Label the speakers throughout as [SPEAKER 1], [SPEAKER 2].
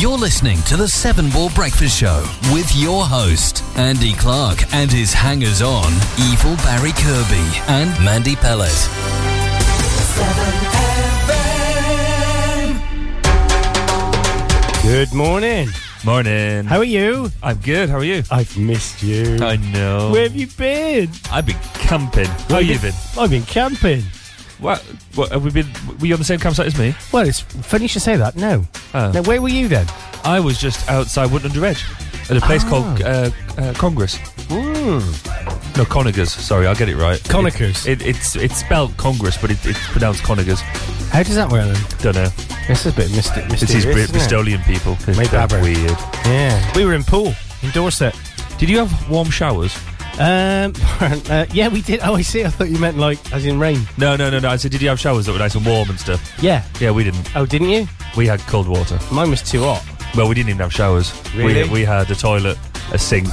[SPEAKER 1] You're listening to the Seven Ball Breakfast Show with your host, Andy Clark, and his hangers on, Evil Barry Kirby and Mandy Pellet.
[SPEAKER 2] Good morning.
[SPEAKER 3] Morning.
[SPEAKER 2] How are you?
[SPEAKER 3] I'm good. How are you?
[SPEAKER 2] I've missed you.
[SPEAKER 3] I know.
[SPEAKER 2] Where have you been?
[SPEAKER 3] I've been camping. Where have you been?
[SPEAKER 2] I've been camping.
[SPEAKER 3] What? What? Have we been? Were you on the same campsite as me?
[SPEAKER 2] Well, it's funny you should say that. No.
[SPEAKER 3] Oh.
[SPEAKER 2] Now, where were you then?
[SPEAKER 3] I was just outside Wood Under Edge at a place
[SPEAKER 2] Ah.
[SPEAKER 3] called uh, uh, Congress.
[SPEAKER 4] Hmm.
[SPEAKER 2] Mm.
[SPEAKER 3] No, Conigers. Sorry, I'll get it right.
[SPEAKER 2] Conigers.
[SPEAKER 3] It, it, it's it's spelled Congress, but it, it's pronounced Conigers.
[SPEAKER 2] How does that work then?
[SPEAKER 3] Don't know.
[SPEAKER 2] This is a bit mysti- mysterious.
[SPEAKER 3] It's these Brit-
[SPEAKER 2] isn't it?
[SPEAKER 3] Bristolian people. It's
[SPEAKER 2] Made
[SPEAKER 3] that
[SPEAKER 2] that way.
[SPEAKER 3] weird.
[SPEAKER 2] Yeah. We were in pool in Dorset.
[SPEAKER 3] Did you have warm showers?
[SPEAKER 2] Um, uh, yeah, we did. Oh, I see. I thought you meant like as in rain.
[SPEAKER 3] No, no, no, no. I said, did you have showers that were nice and warm and stuff?
[SPEAKER 2] Yeah.
[SPEAKER 3] Yeah, we didn't.
[SPEAKER 2] Oh, didn't you?
[SPEAKER 3] We had cold water.
[SPEAKER 2] Mine was too hot.
[SPEAKER 3] Well, we didn't even have showers.
[SPEAKER 2] Really?
[SPEAKER 3] We, we had a toilet, a sink,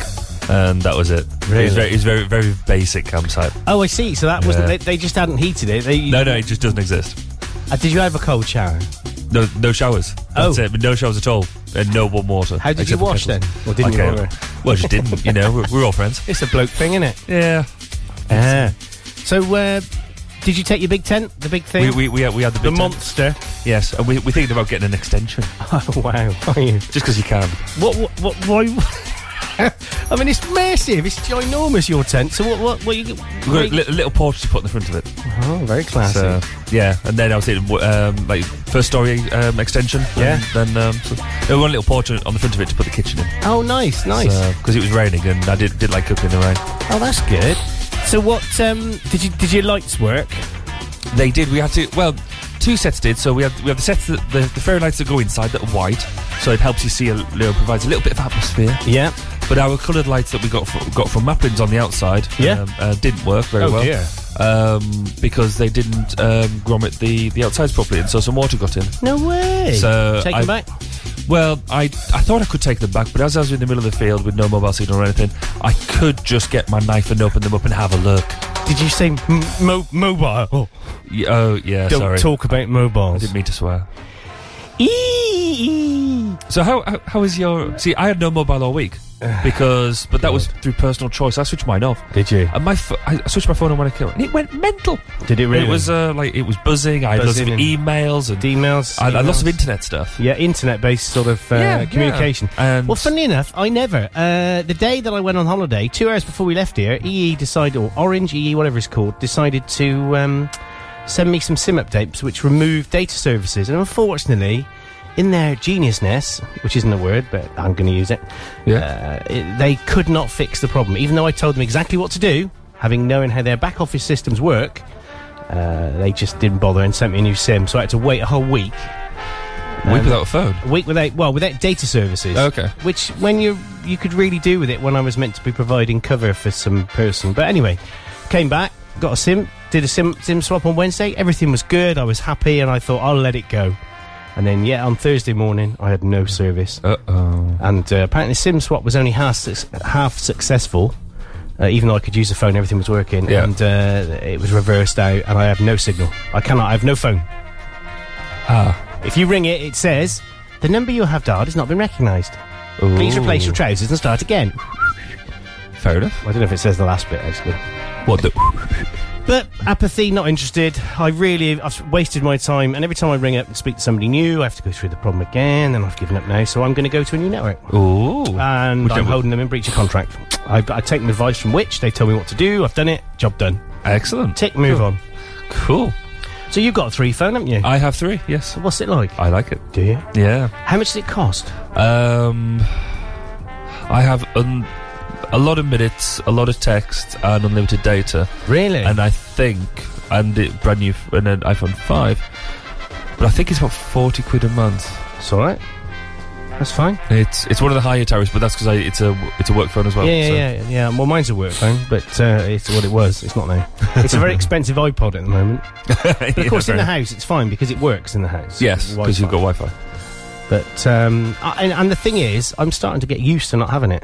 [SPEAKER 3] and that was it. It
[SPEAKER 2] Really?
[SPEAKER 3] was very, it was very, very basic campsite.
[SPEAKER 2] Oh, I see. So that
[SPEAKER 3] Yeah.
[SPEAKER 2] wasn't. They, they just hadn't heated it. They,
[SPEAKER 3] No, no, it just doesn't exist.
[SPEAKER 2] Uh, did you have a cold shower?
[SPEAKER 3] No, no showers. That's
[SPEAKER 2] Oh.
[SPEAKER 3] it. but No showers at all, and no warm water.
[SPEAKER 2] How did you
[SPEAKER 3] except for
[SPEAKER 2] wash
[SPEAKER 3] kettles.
[SPEAKER 2] then? Or didn't you bother?
[SPEAKER 3] Well, just didn't. You know, we're, we're all friends.
[SPEAKER 2] It's a bloke thing, isn't it?
[SPEAKER 3] Yeah. Uh-huh.
[SPEAKER 2] Ah. So, uh, did you take your big tent? The big thing?
[SPEAKER 3] We we we had, we had the big
[SPEAKER 2] the
[SPEAKER 3] tent.
[SPEAKER 2] monster?
[SPEAKER 3] Yes, and we we thinking about getting an extension
[SPEAKER 2] Oh, wow. Are you?
[SPEAKER 3] just because you can.
[SPEAKER 2] What, what, what, why? I mean, it's massive. It's ginormous, your tent. So, what, what, what you...
[SPEAKER 3] We've got a li- little porch to put in the front of it.
[SPEAKER 2] oh, very classy.
[SPEAKER 3] So yeah, and then I was thinking w- um, like first story um, extension.
[SPEAKER 2] Yeah.
[SPEAKER 3] And then um, so, there was one little porch on the front of it to put the kitchen in.
[SPEAKER 2] Oh, nice, nice.
[SPEAKER 3] Because it was raining and I did, did like cooking in the rain.
[SPEAKER 2] oh, that's good. So, what, um, did you, did your lights work?
[SPEAKER 3] They did. We had to. Well, two sets did. So we had we had the sets that the, the fairy lights that go inside that are white. So it helps you see a little, provides a little bit of atmosphere.
[SPEAKER 2] Yeah.
[SPEAKER 3] But our coloured lights that we got from, got from Maplin's on the outside
[SPEAKER 2] Yeah.
[SPEAKER 3] um, uh, didn't work very
[SPEAKER 2] Oh,
[SPEAKER 3] well.
[SPEAKER 2] dear.
[SPEAKER 3] Um, because they didn't um, grommet the, the outsides properly, and so some water got in.
[SPEAKER 2] No way.
[SPEAKER 3] So,
[SPEAKER 2] Take
[SPEAKER 3] I-
[SPEAKER 2] them back?
[SPEAKER 3] Well, I, I thought I could take them back, but as I was in the middle of the field with no mobile signal or anything, I could just get my knife and open them up and have a look.
[SPEAKER 2] Did you say m- mo- mobile?
[SPEAKER 3] Y- oh, yeah,
[SPEAKER 2] Don't
[SPEAKER 3] sorry.
[SPEAKER 2] talk about mobiles.
[SPEAKER 3] I didn't mean to swear.
[SPEAKER 2] Eee.
[SPEAKER 3] So how how- how is your? See, I had no mobile all week because, but that was through personal choice. I switched mine off.
[SPEAKER 2] Did you?
[SPEAKER 3] And my pho- I switched my phone on when I came, and it went mental.
[SPEAKER 2] Did it really?
[SPEAKER 3] It was uh, like it was buzzing. I had lots of
[SPEAKER 2] Buzzing and-
[SPEAKER 3] emails and
[SPEAKER 2] emails.
[SPEAKER 3] I, I lots
[SPEAKER 2] emails.
[SPEAKER 3] of internet stuff.
[SPEAKER 2] Yeah, internet-based sort of uh,
[SPEAKER 3] Yeah, yeah.
[SPEAKER 2] communication.
[SPEAKER 3] And
[SPEAKER 2] Well, funny enough, I never. Uh, the day that I went on holiday, two hours before we left here, EE decided, or Orange EE, whatever it's called, decided to um, send me some SIM updates, which removed data services. And unfortunately, in their geniusness, which isn't a word, but I'm going to use it,
[SPEAKER 3] yeah,
[SPEAKER 2] uh, it, they could not fix the problem, even though I told them exactly what to do. Having known how their back office systems work, uh, they just didn't bother and sent me a new SIM. So I had to wait a whole week
[SPEAKER 3] we
[SPEAKER 2] um,
[SPEAKER 3] without a phone.
[SPEAKER 2] a week without well without data services.
[SPEAKER 3] Okay.
[SPEAKER 2] Which when you you could really do with it when I was meant to be providing cover for some person. But anyway, came back, got a sim, did a sim sim swap on Wednesday. Everything was good. I was happy, and I thought I'll let it go. And then yeah, on Thursday morning I had no service,
[SPEAKER 3] Uh oh.
[SPEAKER 2] and uh, apparently sim swap was only half suc- half successful. Uh, even though I could use the phone, everything was working,
[SPEAKER 3] Yeah.
[SPEAKER 2] and uh, it was reversed out, and I have no signal. I cannot. I have no phone.
[SPEAKER 3] Ah.
[SPEAKER 2] If you ring it, it says the number you have dialed has not been recognised. Please
[SPEAKER 3] Ooh.
[SPEAKER 2] replace your trousers and start again.
[SPEAKER 3] Fair enough.
[SPEAKER 2] I don't know if it says the last bit actually.
[SPEAKER 3] What the?
[SPEAKER 2] But apathy, not interested. I really, I've wasted my time, and every time I ring up and speak to somebody new, I have to go through the problem again, and I've given up now. So I'm going to go to a new network,
[SPEAKER 3] Ooh.
[SPEAKER 2] and
[SPEAKER 3] Which
[SPEAKER 2] I'm
[SPEAKER 3] network?
[SPEAKER 2] holding them in breach of contract. I've, I've taken advice from which they tell me what to do. I've done it. Job done.
[SPEAKER 3] Excellent.
[SPEAKER 2] Tick. Move
[SPEAKER 3] Cool.
[SPEAKER 2] on.
[SPEAKER 3] Cool.
[SPEAKER 2] So you've got a three phone, haven't you?
[SPEAKER 3] I have three. Yes.
[SPEAKER 2] What's it like?
[SPEAKER 3] I like it.
[SPEAKER 2] Do you?
[SPEAKER 3] Yeah.
[SPEAKER 2] How much does it cost?
[SPEAKER 3] Um, I have un- a lot of minutes, a lot of text, and unlimited data.
[SPEAKER 2] Really?
[SPEAKER 3] And I think, and it brand new f- and an iPhone five. But I think it's about forty quid a month.
[SPEAKER 2] it's all right. That's fine.
[SPEAKER 3] It's it's one of the higher tariffs, but that's because it's a it's a work phone as well.
[SPEAKER 2] yeah, yeah,
[SPEAKER 3] so-
[SPEAKER 2] yeah, yeah. Well, mine's a work phone, but uh, it's what it was. It's not now. it's a very expensive iPod at the moment. But of
[SPEAKER 3] Yeah,
[SPEAKER 2] course,
[SPEAKER 3] fair
[SPEAKER 2] in the
[SPEAKER 3] enough.
[SPEAKER 2] house, it's fine because it works in the house.
[SPEAKER 3] Yes,
[SPEAKER 2] Wi-Fi.
[SPEAKER 3] because you've got Wi-Fi.
[SPEAKER 2] But um, I, and, and the thing is, I'm starting to get used to not having it,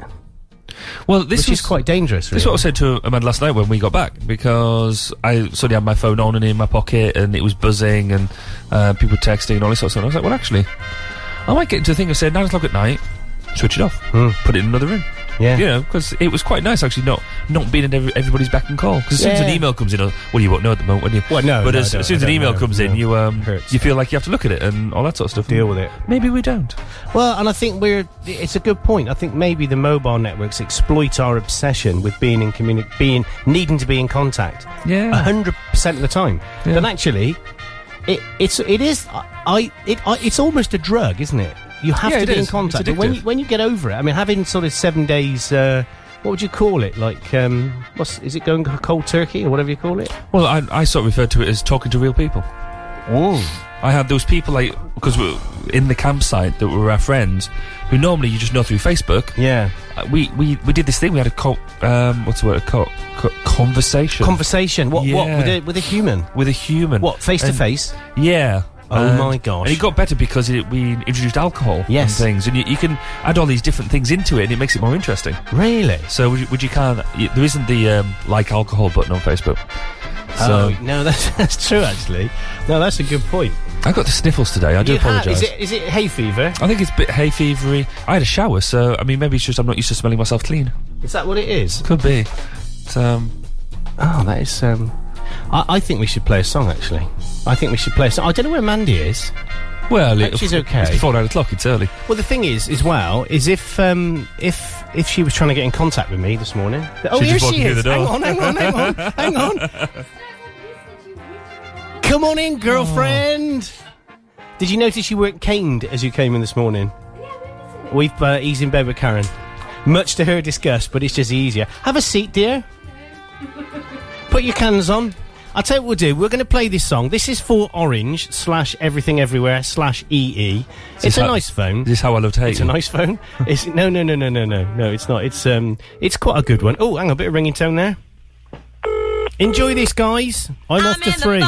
[SPEAKER 3] Well, this
[SPEAKER 2] which is quite dangerous.
[SPEAKER 3] This is
[SPEAKER 2] really.
[SPEAKER 3] what I said to a man last night when we got back because I suddenly had my phone on and in my pocket and it was buzzing and uh, people texting and all this sort of stuff. I was like, well, actually, I might get into the thing of saying nine o'clock at night, switch it off,
[SPEAKER 2] Hmm.
[SPEAKER 3] put it in another room.
[SPEAKER 2] Yeah.
[SPEAKER 3] You know, because it was quite nice actually not not being in every, everybody's back and call. Because as soon as an
[SPEAKER 2] Yeah.
[SPEAKER 3] email comes in, uh, well, you won't know at the moment, when you?
[SPEAKER 2] Well, no,
[SPEAKER 3] But
[SPEAKER 2] no,
[SPEAKER 3] as,
[SPEAKER 2] I don't-
[SPEAKER 3] as soon
[SPEAKER 2] I
[SPEAKER 3] as an
[SPEAKER 2] don't
[SPEAKER 3] email
[SPEAKER 2] know,
[SPEAKER 3] comes in,
[SPEAKER 2] no.
[SPEAKER 3] you um,
[SPEAKER 2] Hurts.
[SPEAKER 3] you feel like you have to look at it and all that sort of stuff.
[SPEAKER 2] Deal with it.
[SPEAKER 3] Maybe we don't.
[SPEAKER 2] Well, and I think we're. It's a good point. I think maybe the mobile networks exploit our obsession with being in communi- being needing to be in contact
[SPEAKER 3] Yeah.
[SPEAKER 2] hundred percent of the time.
[SPEAKER 3] Yeah.
[SPEAKER 2] And actually, it, it's it is. I it I, it's almost a drug, isn't it? You have
[SPEAKER 3] Yeah,
[SPEAKER 2] to
[SPEAKER 3] it
[SPEAKER 2] be in
[SPEAKER 3] is.
[SPEAKER 2] contact.
[SPEAKER 3] It's
[SPEAKER 2] But when
[SPEAKER 3] addictive.
[SPEAKER 2] you, when you get over it, I mean, having sort of seven days. Uh, what would you call it? Like, um, what's is it going cold turkey or whatever you call it?
[SPEAKER 3] Well, I, I sort of refer to it as talking to real people. I had those people like because we were in the campsite that were our friends, who normally you just know through Facebook.
[SPEAKER 2] Yeah,
[SPEAKER 3] Uh, we, we we did this thing. We had a co- um, what's the word? A co- co- conversation
[SPEAKER 2] conversation. What what
[SPEAKER 3] Yeah.
[SPEAKER 2] with a, with a human?
[SPEAKER 3] with a human.
[SPEAKER 2] What face to
[SPEAKER 3] And-
[SPEAKER 2] face?
[SPEAKER 3] Yeah.
[SPEAKER 2] Oh
[SPEAKER 3] And-
[SPEAKER 2] my gosh.
[SPEAKER 3] And it got better because it, we introduced alcohol
[SPEAKER 2] Yes.
[SPEAKER 3] and things, and you, you can add all these different things into it, and it makes it more interesting.
[SPEAKER 2] Really?
[SPEAKER 3] So would you, would you can y there isn't the um, like alcohol button on Facebook. So
[SPEAKER 2] oh, no, that's, that's true actually. No, that's a good point.
[SPEAKER 3] I got the sniffles today. I do
[SPEAKER 2] You have-
[SPEAKER 3] apologise.
[SPEAKER 2] Is it, is it hay fever?
[SPEAKER 3] I think it's a bit hay fevery. I had a shower, so I mean maybe it's just I'm not used to smelling myself clean.
[SPEAKER 2] Is that what it is?
[SPEAKER 3] Could be. But, um,
[SPEAKER 2] Oh, that is. Um, I, I think we should play a song actually. I think we should play a song. I don't know where Mandy is.
[SPEAKER 3] well, it-
[SPEAKER 2] Which is okay.
[SPEAKER 3] It's before nine o'clock. It's early.
[SPEAKER 2] Well, the thing is, as well, is if um, if if she was trying to get in contact with me this morning. Oh,
[SPEAKER 3] She's
[SPEAKER 2] here
[SPEAKER 3] just walking
[SPEAKER 2] she
[SPEAKER 3] through
[SPEAKER 2] is.
[SPEAKER 3] the
[SPEAKER 2] Hang
[SPEAKER 3] door.
[SPEAKER 2] on, hang on, hang on, hang on. Come on in, girlfriend. Did you notice you weren't caned as you came in this morning? We've uh, he's in bed with Karen, much to her disgust, but it's just easier. Have a seat, dear. Put your cans on. I'll tell you what we'll do. We're going to play this song. This is for Orange slash Everything Everywhere slash EE.
[SPEAKER 3] This
[SPEAKER 2] It's
[SPEAKER 3] is
[SPEAKER 2] a
[SPEAKER 3] how-
[SPEAKER 2] nice phone.
[SPEAKER 3] This is how I love to hate
[SPEAKER 2] It's a
[SPEAKER 3] you.
[SPEAKER 2] nice phone. It's no, no, no, no, no, no, no. It's not. It's um, it's quite a good one. Oh, hang on, a bit of ringing tone there. Enjoy this, guys. I'm, off to three.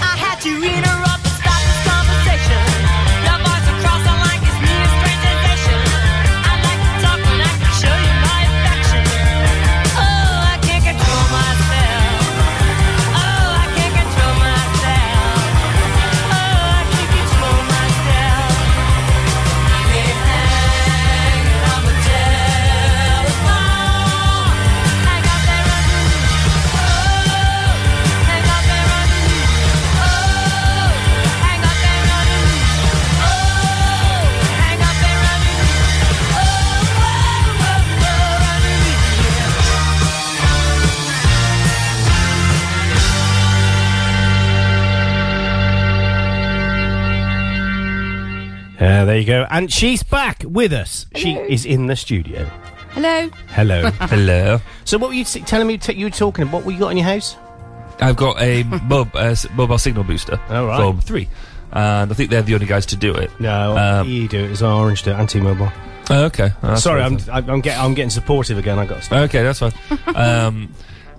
[SPEAKER 5] I had to interrupt and stop this conversation. The voice across the line gives me a strange sensation. I like to talk when I can show you my affection. Oh, I can't control myself. Oh, I can't control myself. Oh, I can't control myself. Been hanging on the telephone. Hang up there on the Oh, hang up there on the
[SPEAKER 2] Uh, there you go. And she's back with us. She is in the studio.
[SPEAKER 6] Hello.
[SPEAKER 2] Hello.
[SPEAKER 3] Hello.
[SPEAKER 2] so, what were you t- telling me? T- you were talking. about What we got in your house?
[SPEAKER 3] I've got a mob, uh, s- mobile signal booster
[SPEAKER 2] All Oh, right.
[SPEAKER 3] from three, and I think they're the only guys to do it.
[SPEAKER 2] No,
[SPEAKER 3] Um,
[SPEAKER 2] you do. It was orange to anti-mobile.
[SPEAKER 3] Oh, okay. Oh, that's
[SPEAKER 2] Sorry,
[SPEAKER 3] fine.
[SPEAKER 2] I'm I- I'm getting I'm getting supportive again. I got. To stop.
[SPEAKER 3] Okay, that's fine. um,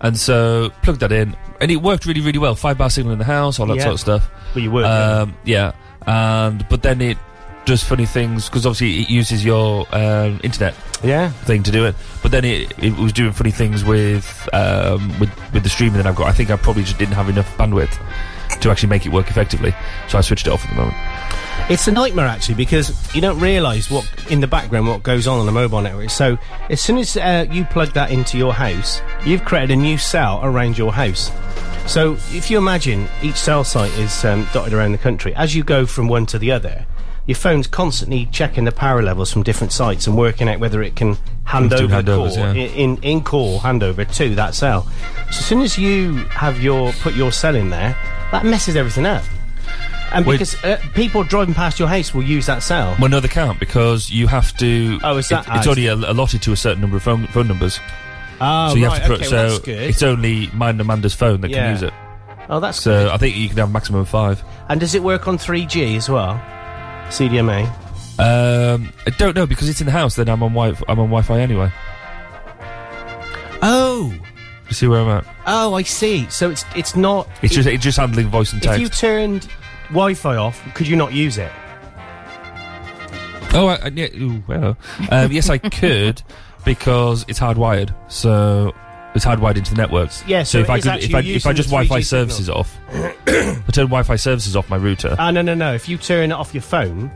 [SPEAKER 3] and so plugged that in, and it worked really, really well. Five bar signal in the house, all that
[SPEAKER 2] Yeah.
[SPEAKER 3] sort of stuff.
[SPEAKER 2] But you were.
[SPEAKER 3] Um, yeah, and but then it does funny things because obviously it uses your um, internet
[SPEAKER 2] Yeah.
[SPEAKER 3] thing to do it. But then it, it was doing funny things with um, with with the streaming that I've got. I think I probably just didn't have enough bandwidth to actually make it work effectively, so I switched it off at the moment.
[SPEAKER 2] It's a nightmare actually because you don't realise what in the background what goes on on the mobile network. So as soon as uh, you plug that into your house, you've created a new cell around your house. So if you imagine each cell site is um, dotted around the country, as you go from one to the other, your phone's constantly checking the power levels from different sites and working out whether it can hand
[SPEAKER 3] Can do
[SPEAKER 2] over core
[SPEAKER 3] handovers, yeah.
[SPEAKER 2] i- in in core handover to that cell. So as soon as you have your put your cell in there, that messes everything up. And
[SPEAKER 3] Wait.
[SPEAKER 2] because uh, people driving past your house will use that cell.
[SPEAKER 3] Well, no, they can't because you have to.
[SPEAKER 2] Oh, is that-
[SPEAKER 3] it- it's
[SPEAKER 2] ah,
[SPEAKER 3] only al- allotted to a certain number of phone, phone numbers.
[SPEAKER 2] Oh,
[SPEAKER 3] so you
[SPEAKER 2] right,
[SPEAKER 3] have to put.
[SPEAKER 2] okay,
[SPEAKER 3] so
[SPEAKER 2] well, that's good.
[SPEAKER 3] it's only mine and Amanda's phone that
[SPEAKER 2] Yeah.
[SPEAKER 3] can use it.
[SPEAKER 2] Oh, that's
[SPEAKER 3] So I think you can have maximum of five.
[SPEAKER 2] good. And does it work on 3G as well? CDMA.
[SPEAKER 3] Um, I don't know because it's in the house. Then I'm on wi- I'm on Wi-Fi anyway.
[SPEAKER 2] Oh,
[SPEAKER 3] You see where I'm at?
[SPEAKER 2] oh, I see. So it's it's not.
[SPEAKER 3] It's just it's just handling voice and
[SPEAKER 2] if you
[SPEAKER 3] text.
[SPEAKER 2] turned Wi-Fi off, could you not use it?
[SPEAKER 3] oh, I, I, yeah, ooh, well, um, yes, I could because it's hardwired. So it's hardwired into the network.
[SPEAKER 2] Yeah, so
[SPEAKER 3] if
[SPEAKER 2] it
[SPEAKER 3] I
[SPEAKER 2] is
[SPEAKER 3] could,
[SPEAKER 2] actually
[SPEAKER 3] if I if I
[SPEAKER 2] using
[SPEAKER 3] just
[SPEAKER 2] the
[SPEAKER 3] Wi-Fi
[SPEAKER 2] 3G signal.
[SPEAKER 3] services off, I turn Wi-Fi services off my router.
[SPEAKER 2] Ah, no, no, no. If you turn it off your phone,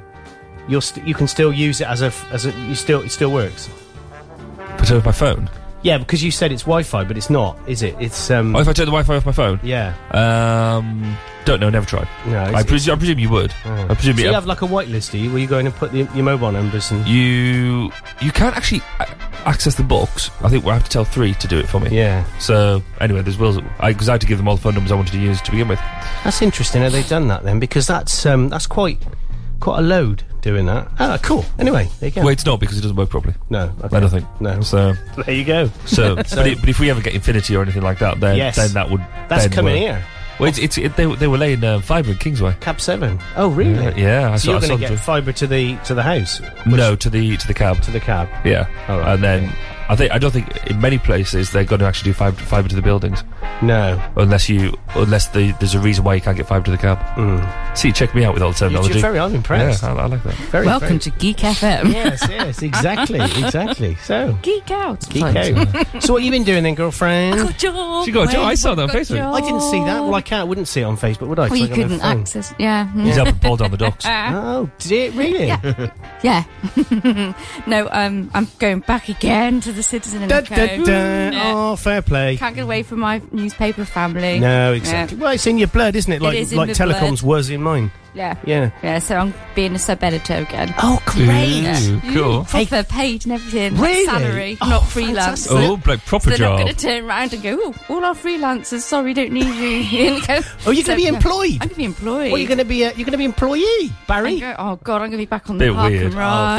[SPEAKER 2] you'll st- you can still use it as a f- as a you still it still works.
[SPEAKER 3] If I turn off my phone.
[SPEAKER 2] Yeah, because you said it's Wi-Fi, but it's not, is it? It's um.
[SPEAKER 3] Oh, if I turn the Wi-Fi off my phone.
[SPEAKER 2] yeah.
[SPEAKER 3] Um, don't know. Never tried.
[SPEAKER 2] No. It's,
[SPEAKER 3] I, presu- I presume you would. I presume
[SPEAKER 2] Oh. so
[SPEAKER 3] you,
[SPEAKER 2] you have like a whitelist, do you? Where you go in and put the, your mobile numbers and
[SPEAKER 3] you you can't actually a- access the box. I think we will have to tell three to do it for me.
[SPEAKER 2] yeah.
[SPEAKER 3] So anyway, there's wills because I, had to give them all the phone numbers I wanted to use to begin with.
[SPEAKER 2] That's interesting. How they've done that then, because that's um, that's quite quite a load doing that. Ah, cool. Anyway, there you go.
[SPEAKER 3] Well, it's not because it doesn't work properly.
[SPEAKER 2] no, okay.
[SPEAKER 3] I don't think.
[SPEAKER 2] No,
[SPEAKER 3] So
[SPEAKER 2] there you go.
[SPEAKER 3] so, but, it, but if we ever get Infinity or anything like that, then
[SPEAKER 2] Yes.
[SPEAKER 3] then that would
[SPEAKER 2] That's
[SPEAKER 3] then
[SPEAKER 2] coming
[SPEAKER 3] work.
[SPEAKER 2] here.
[SPEAKER 3] Well, it's, it's it, they they were laying uh, fibre in Kingsway.
[SPEAKER 2] Cab seven. Oh, really?
[SPEAKER 3] Yeah, yeah I
[SPEAKER 2] So
[SPEAKER 3] saw,
[SPEAKER 2] you're
[SPEAKER 3] I saw
[SPEAKER 2] going to
[SPEAKER 3] them
[SPEAKER 2] get
[SPEAKER 3] do-
[SPEAKER 2] fibre to the to the house? which-
[SPEAKER 3] no to the to the cab.
[SPEAKER 2] to the cab.
[SPEAKER 3] yeah,
[SPEAKER 2] All right,
[SPEAKER 3] and then I think I don't think in many places they're going to actually do fibre fibre to the buildings.
[SPEAKER 2] No.
[SPEAKER 3] unless you unless the, there's a reason why you can't get fibre to the cab. See, check me out with all the
[SPEAKER 2] Mm. You're,
[SPEAKER 3] terminology.
[SPEAKER 2] you're very. I'm
[SPEAKER 3] yeah,
[SPEAKER 2] impressed.
[SPEAKER 3] I, I like that.
[SPEAKER 2] Very
[SPEAKER 7] Welcome
[SPEAKER 2] very-
[SPEAKER 7] to Geek FM.
[SPEAKER 2] Yes, yes, exactly, exactly. So,
[SPEAKER 7] Geek out.
[SPEAKER 2] geek out. so what you been doing then, girlfriend?
[SPEAKER 7] job.
[SPEAKER 3] She got a job. I saw that on
[SPEAKER 7] Got a
[SPEAKER 3] Facebook.
[SPEAKER 7] job.
[SPEAKER 2] I didn't see that. Well, I can't. Wouldn't see it on Facebook, would I? 'Cause
[SPEAKER 7] Well, you
[SPEAKER 2] I got my
[SPEAKER 7] couldn't
[SPEAKER 2] phone.
[SPEAKER 7] access. Yeah.
[SPEAKER 3] He's having Paul down the docks.
[SPEAKER 2] Oh, did it really?
[SPEAKER 7] Yeah. no, um, I'm going back again to the Citizen and
[SPEAKER 2] Da,
[SPEAKER 7] the
[SPEAKER 2] da,
[SPEAKER 7] Code.
[SPEAKER 2] da.
[SPEAKER 7] Yeah.
[SPEAKER 2] Oh, fair play.
[SPEAKER 7] Can't get away from my newspaper family.
[SPEAKER 2] No, exactly. Well, it's in your blood, isn't it? Like
[SPEAKER 7] is in
[SPEAKER 2] like
[SPEAKER 7] the
[SPEAKER 2] telecoms was in mine.
[SPEAKER 7] Yeah. yeah.
[SPEAKER 2] Yeah.
[SPEAKER 7] so I'm being a sub editor again.
[SPEAKER 2] Oh,
[SPEAKER 3] Ooh, cool.
[SPEAKER 7] Proper paid and everything. like
[SPEAKER 2] Really?
[SPEAKER 7] Salary,
[SPEAKER 2] Oh,
[SPEAKER 7] not freelance.
[SPEAKER 2] fantastic.
[SPEAKER 3] Oh, like proper
[SPEAKER 7] They're not
[SPEAKER 3] job.
[SPEAKER 7] going to turn around and go, oh, all our freelancers, sorry, don't need you.
[SPEAKER 2] Oh, you're going to be
[SPEAKER 7] So, no,
[SPEAKER 2] employed.
[SPEAKER 7] I'm going to be employed.
[SPEAKER 2] Well, you're going to be a, you're going to be employee,
[SPEAKER 7] I'm
[SPEAKER 2] Barry. Oh,
[SPEAKER 7] go- oh, God, I'm going to be back on the
[SPEAKER 3] Bit
[SPEAKER 7] park
[SPEAKER 3] weird.
[SPEAKER 7] and ride.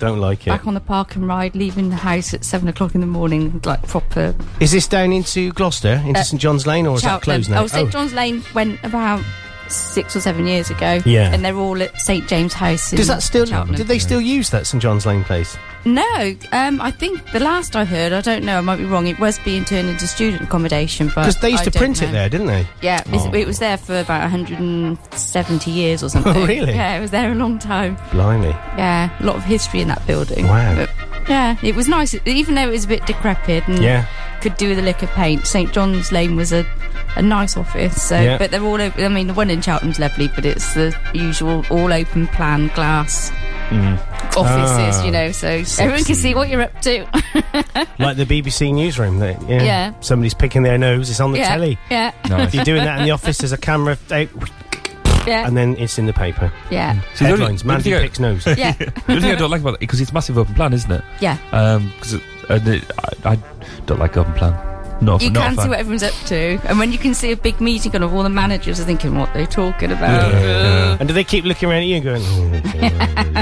[SPEAKER 2] Don't like it.
[SPEAKER 7] Back on the park and ride, leaving the house at seven o'clock in the morning, like proper.
[SPEAKER 2] Is this down into Gloucester, into
[SPEAKER 7] Uh,
[SPEAKER 2] St John's Lane, or is that closed now?
[SPEAKER 7] Oh, St John's Lane went about six or seven years ago.
[SPEAKER 2] Yeah.
[SPEAKER 7] and they're all at St James House.
[SPEAKER 2] Does
[SPEAKER 7] in
[SPEAKER 2] that still?
[SPEAKER 7] Cheltenham.
[SPEAKER 2] Did they still use that St John's Lane place?
[SPEAKER 7] No, um, I think the last I heard, I don't know, I might be wrong. It was being turned into student accommodation, but
[SPEAKER 2] Because they used
[SPEAKER 7] I
[SPEAKER 2] to
[SPEAKER 7] don't
[SPEAKER 2] print it
[SPEAKER 7] know.
[SPEAKER 2] there, didn't they?
[SPEAKER 7] Yeah, it was,
[SPEAKER 2] Oh.
[SPEAKER 7] it was there for about 170 years or something.
[SPEAKER 2] Oh, really?
[SPEAKER 7] Yeah, it was there a long time.
[SPEAKER 2] Blimey.
[SPEAKER 7] Yeah, a lot of history in that building.
[SPEAKER 2] Wow.
[SPEAKER 7] But, yeah, it was nice, even though it was a bit decrepit and
[SPEAKER 2] Yeah.
[SPEAKER 7] could do with a lick of paint. St John's Lane was a, a nice office, so
[SPEAKER 2] Yeah.
[SPEAKER 7] but they're all. o- I mean, the one in Cheltenham's lovely, but it's the usual all open plan glass offices,
[SPEAKER 2] Ah.
[SPEAKER 7] you know, so everyone can see what you're up to.
[SPEAKER 2] Like the BBC newsroom. That, yeah.
[SPEAKER 7] Yeah.
[SPEAKER 2] Somebody's picking their nose. It's on the
[SPEAKER 7] yeah,
[SPEAKER 2] telly.
[SPEAKER 7] yeah,
[SPEAKER 2] If you're doing that in the office, there's a camera out,
[SPEAKER 7] yeah,
[SPEAKER 2] and then it's in the paper. Mm.
[SPEAKER 7] yeah,
[SPEAKER 3] See, the only-
[SPEAKER 2] Headlines.
[SPEAKER 3] the only
[SPEAKER 2] Mandy
[SPEAKER 3] thing I-
[SPEAKER 2] picks nose.
[SPEAKER 7] yeah,
[SPEAKER 3] the only thing I don't like about it because it's massive open plan, isn't it?
[SPEAKER 7] yeah.
[SPEAKER 3] Um, because it, and it, I, I don't like open plan. Not
[SPEAKER 7] You
[SPEAKER 3] not
[SPEAKER 7] can
[SPEAKER 3] a fan.
[SPEAKER 7] see what everyone's up to, and when you can see a big meeting on of all the managers are thinking what they're talking about. Uh,
[SPEAKER 2] And do they keep looking around at you and going? "Oh,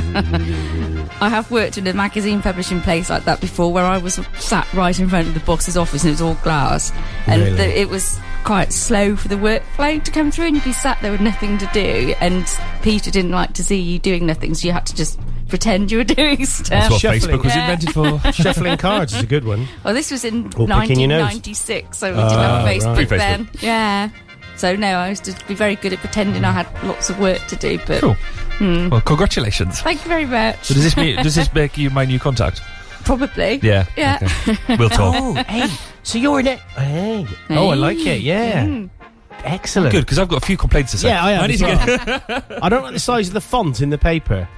[SPEAKER 7] I have worked in a magazine publishing place like that before, where I was sat right in front of the boss's office and it was all glass, and
[SPEAKER 2] Really?
[SPEAKER 7] the, it was quite slow for the workflow to come through, and you'd be sat there with nothing to do, and Peter didn't like to see you doing nothing, so you had to just pretend you were doing
[SPEAKER 3] That's
[SPEAKER 7] stuff.
[SPEAKER 3] what
[SPEAKER 2] Shuffling.
[SPEAKER 3] Facebook was
[SPEAKER 7] Yeah.
[SPEAKER 3] invented for.
[SPEAKER 2] Shuffling cards is a good one.
[SPEAKER 7] Well, this was in
[SPEAKER 2] Or picking your nose.
[SPEAKER 7] 1996, so we didn't have
[SPEAKER 2] right.
[SPEAKER 7] Facebook
[SPEAKER 3] Pre-Facebook.
[SPEAKER 7] then. Yeah. So no, I used to be very good at pretending I had lots of work to do, but hmm.
[SPEAKER 3] Cool. Well, congratulations.
[SPEAKER 7] Thank you very much.
[SPEAKER 3] So does this mean, does this make you my new contact?
[SPEAKER 7] Probably.
[SPEAKER 3] Yeah.
[SPEAKER 7] Yeah.
[SPEAKER 3] okay. We'll talk.
[SPEAKER 2] Oh, hey, so you're in it. Hey. Oh, I like it. Yeah.
[SPEAKER 7] Mm-hmm.
[SPEAKER 2] Excellent.
[SPEAKER 3] Good, because I've got a few complaints to say.
[SPEAKER 2] Yeah, I am.
[SPEAKER 3] I need
[SPEAKER 2] as
[SPEAKER 3] to get
[SPEAKER 2] well. I don't like the size of the font in the paper.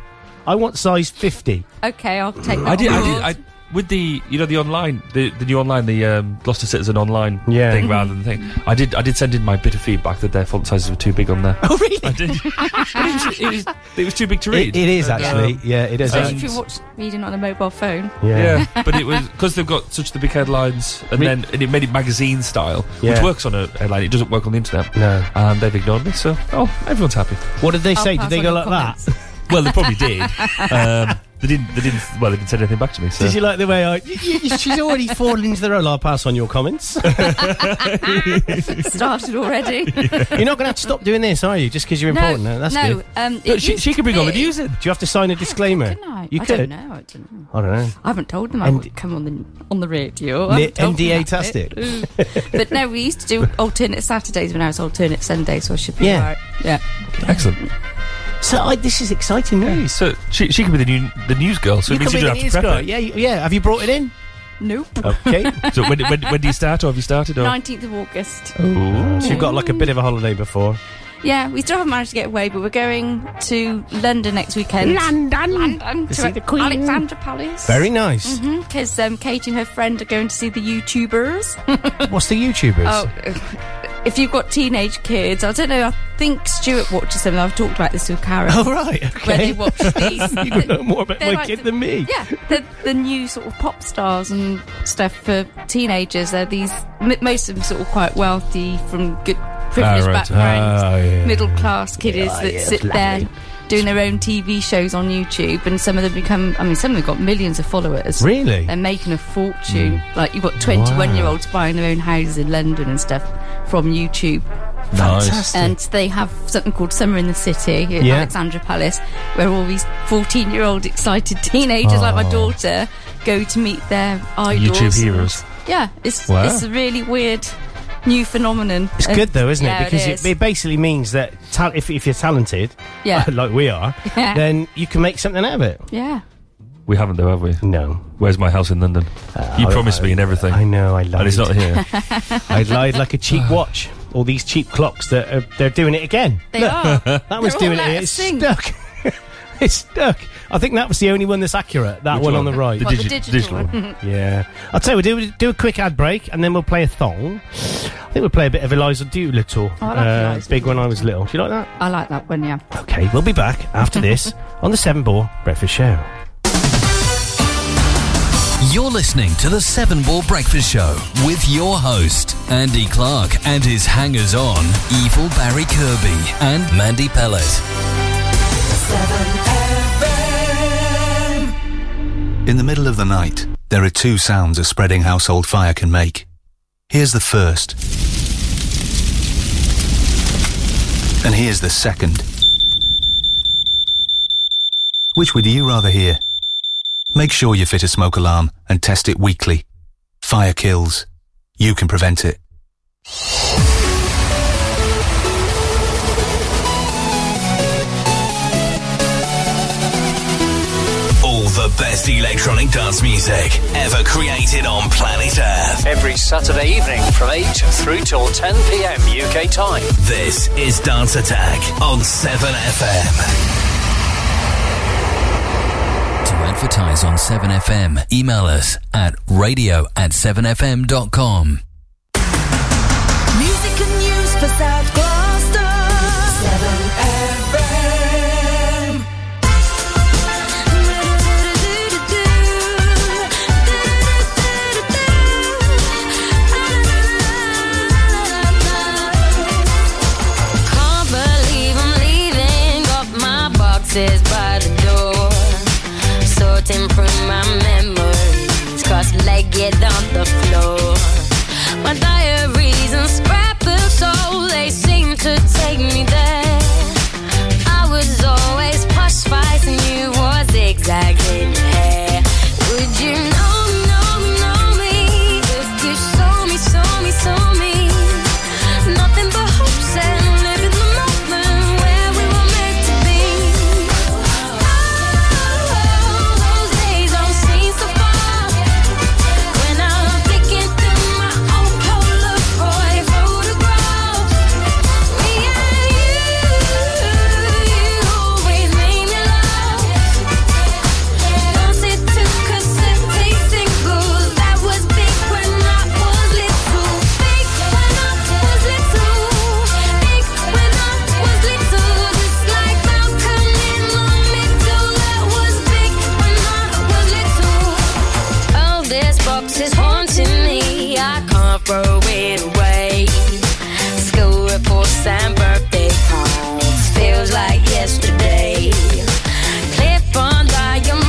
[SPEAKER 2] I want size 50.
[SPEAKER 7] Okay, I'll take that.
[SPEAKER 3] I did.
[SPEAKER 7] on
[SPEAKER 3] I did.
[SPEAKER 7] board.
[SPEAKER 3] I, with the you know the online the, the new online the um, Gloucester Citizen online
[SPEAKER 2] Yeah.
[SPEAKER 3] thing rather than thing. I did. I did send in my bit of feedback that their font sizes were too big on there.
[SPEAKER 2] Oh, really?
[SPEAKER 3] I did. it, was, it, was, it was too big to read.
[SPEAKER 2] It, it is, actually. yeah, it is.
[SPEAKER 7] Especially
[SPEAKER 2] Yeah.
[SPEAKER 7] if you watch reading on a mobile phone.
[SPEAKER 3] Yeah, but it was because they've got such the big headlines, and
[SPEAKER 2] Re-
[SPEAKER 3] then and it made it magazine style,
[SPEAKER 2] Yeah.
[SPEAKER 3] which works on a headline. It doesn't work on the internet.
[SPEAKER 2] No.
[SPEAKER 3] and they've ignored me. So oh, everyone's happy.
[SPEAKER 2] What did they
[SPEAKER 7] I'll
[SPEAKER 2] say? Did
[SPEAKER 7] pass
[SPEAKER 2] they
[SPEAKER 7] on
[SPEAKER 2] go
[SPEAKER 7] your
[SPEAKER 2] like
[SPEAKER 7] comments.
[SPEAKER 2] that?
[SPEAKER 3] Well, they probably did. Um, they didn't. They didn't. Well, they didn't send anything back to me. So
[SPEAKER 2] Did you like the way I. y- y- y- she's already fallen into the role. I'll pass on your comments.
[SPEAKER 7] Started already.
[SPEAKER 2] you're not going to have to stop doing this, are you? Just because you're important. No, that's
[SPEAKER 7] no.
[SPEAKER 2] good.
[SPEAKER 7] Um,
[SPEAKER 3] But
[SPEAKER 7] it
[SPEAKER 3] she,
[SPEAKER 7] used
[SPEAKER 3] she could bring
[SPEAKER 7] to
[SPEAKER 3] on the
[SPEAKER 7] be-
[SPEAKER 3] news in.
[SPEAKER 2] Do you have to sign a disclaimer?
[SPEAKER 7] Couldn't I?
[SPEAKER 2] You
[SPEAKER 7] I
[SPEAKER 2] could.
[SPEAKER 7] don't know. I don't know.
[SPEAKER 2] I don't know.
[SPEAKER 7] I haven't told them I
[SPEAKER 2] And-
[SPEAKER 7] would come on the on the radio.
[SPEAKER 2] N-
[SPEAKER 7] I haven't told them
[SPEAKER 2] NDA
[SPEAKER 7] about it.
[SPEAKER 2] tastic.
[SPEAKER 7] Ooh. but no, we used to do alternate Saturdays when I was alternate Sunday, so I should be
[SPEAKER 2] Yeah.
[SPEAKER 7] alright. Yeah.
[SPEAKER 3] Excellent.
[SPEAKER 2] So I, this is exciting news.
[SPEAKER 3] So she, she could be the new the news girl. So
[SPEAKER 2] You
[SPEAKER 3] it means
[SPEAKER 2] could
[SPEAKER 3] you
[SPEAKER 2] be the
[SPEAKER 3] don't have
[SPEAKER 2] news
[SPEAKER 3] to prep
[SPEAKER 2] guy.
[SPEAKER 3] it.
[SPEAKER 2] Yeah, you- yeah. Have you brought it in?
[SPEAKER 7] Nope.
[SPEAKER 2] Okay.
[SPEAKER 3] So when, when, when do you start, or have you started? Or? Oh.
[SPEAKER 7] Nineteenth of August.
[SPEAKER 3] Ooh.
[SPEAKER 2] so you've got like a bit of a holiday before.
[SPEAKER 7] Yeah, we still haven't managed to get away, but we're going to London next weekend.
[SPEAKER 2] London.
[SPEAKER 7] London
[SPEAKER 2] To see the Queen.
[SPEAKER 7] Alexandra Palace.
[SPEAKER 2] Very nice.
[SPEAKER 7] Because um, Kate and her friend are going to see the YouTubers.
[SPEAKER 2] What's the YouTubers?
[SPEAKER 7] Oh, if you've got teenage kids, I don't know. I think Stuart watches them. I've talked about this with Karen.
[SPEAKER 2] Oh, right.
[SPEAKER 7] Where they
[SPEAKER 2] Okay.
[SPEAKER 7] watch these.
[SPEAKER 2] you know more about
[SPEAKER 7] they're
[SPEAKER 2] my
[SPEAKER 7] like
[SPEAKER 2] kid
[SPEAKER 7] the-
[SPEAKER 2] than me.
[SPEAKER 7] Yeah, the, the new sort of pop stars and stuff for teenagers. They're these, m- most of them sort of quite wealthy from good privileged
[SPEAKER 3] Ah, right.
[SPEAKER 7] backgrounds,
[SPEAKER 2] Ah, yeah.
[SPEAKER 7] middle class kiddies
[SPEAKER 2] Yeah,
[SPEAKER 7] that
[SPEAKER 2] yeah,
[SPEAKER 7] sit there doing their own TV shows on YouTube. And some of them become, I mean, some of them got millions of followers.
[SPEAKER 2] Really? Mm.
[SPEAKER 7] They're making a fortune. Like you've got 21 year olds buying their own houses in London and stuff from YouTube
[SPEAKER 3] Nice.
[SPEAKER 7] and they have something called Summer in the City here at
[SPEAKER 2] Yeah.
[SPEAKER 7] Alexandra Palace, where all these 14 year old excited teenagers like
[SPEAKER 2] Oh.
[SPEAKER 7] my daughter go to meet their idols.
[SPEAKER 3] YouTube heroes.
[SPEAKER 7] Yeah, it's,
[SPEAKER 3] Wow.
[SPEAKER 7] it's a really weird new phenomenon.
[SPEAKER 2] It's
[SPEAKER 7] Uh,
[SPEAKER 2] good though, isn't
[SPEAKER 7] yeah,
[SPEAKER 2] it? Because
[SPEAKER 7] it
[SPEAKER 2] it,
[SPEAKER 7] is.
[SPEAKER 2] it, basically means that ta- if, if you're talented,
[SPEAKER 7] Yeah.
[SPEAKER 2] like we are,
[SPEAKER 7] Yeah.
[SPEAKER 2] then you can make something out of it.
[SPEAKER 7] yeah.
[SPEAKER 3] We haven't though, have we?
[SPEAKER 2] No, Uh,
[SPEAKER 3] Where's my house in London? you
[SPEAKER 2] I-
[SPEAKER 3] promised me and everything,
[SPEAKER 2] I know. I lied.
[SPEAKER 3] and it's not here.
[SPEAKER 2] I lied like a cheap watch. All these cheap clocks that are, they're doing it again.
[SPEAKER 7] They are.
[SPEAKER 2] That one's
[SPEAKER 7] They're all
[SPEAKER 2] doing
[SPEAKER 7] out
[SPEAKER 2] it.
[SPEAKER 7] of
[SPEAKER 2] It's
[SPEAKER 7] sync.
[SPEAKER 2] stuck. it's stuck. I think that was the only one that's accurate. That
[SPEAKER 3] Which
[SPEAKER 2] one,
[SPEAKER 3] one?
[SPEAKER 2] on the right.
[SPEAKER 3] The
[SPEAKER 7] Well,
[SPEAKER 3] digi-
[SPEAKER 7] the digital,
[SPEAKER 3] digital
[SPEAKER 7] one.
[SPEAKER 2] yeah. I'll tell you, we'll do, do a quick ad break and then we'll play a thong. I think we'll play a bit of Eliza Doolittle.
[SPEAKER 7] Oh,
[SPEAKER 2] uh,
[SPEAKER 7] I like Eliza
[SPEAKER 2] big when I was little. Do you like that?
[SPEAKER 7] I like that one, yeah.
[SPEAKER 2] Okay, we'll be back after this on the Seven Ball Breakfast Show.
[SPEAKER 1] You're listening to the Seven Ball Breakfast Show with your host, Andy Clark, and his hangers on, Evil Barry Kirby and Mandy Pellet.
[SPEAKER 4] In the middle of the night, there are two sounds a spreading household fire can make. Here's the first. And here's the second. Which would you rather hear? Make sure you fit a smoke alarm and test it weekly. Fire kills. You can prevent it.
[SPEAKER 8] All the best electronic dance music ever created on planet Earth.
[SPEAKER 9] every Saturday evening from 8 through till 10 p.m. UK time.
[SPEAKER 8] This is Dance Attack on 7FM.
[SPEAKER 1] To advertise on 7FM, email us at radio at 7fm.com.
[SPEAKER 10] Music and news for South Gloucester. 7FM.
[SPEAKER 11] Can't believe I'm leaving. Got my boxes by the door. Sorting through my memories. Cross legged on the floor. My diaries and scrapbooks, oh, they seem to take me there. I was always posh spice and you was exactly hair. Would you know, know, know me if you saw me, saw me, saw me? Nothing but hopes and living the moment where we were meant to be. Oh, Oh, is haunting me. I can't throw it away. School reports and birthday calls feels like yesterday. Clip on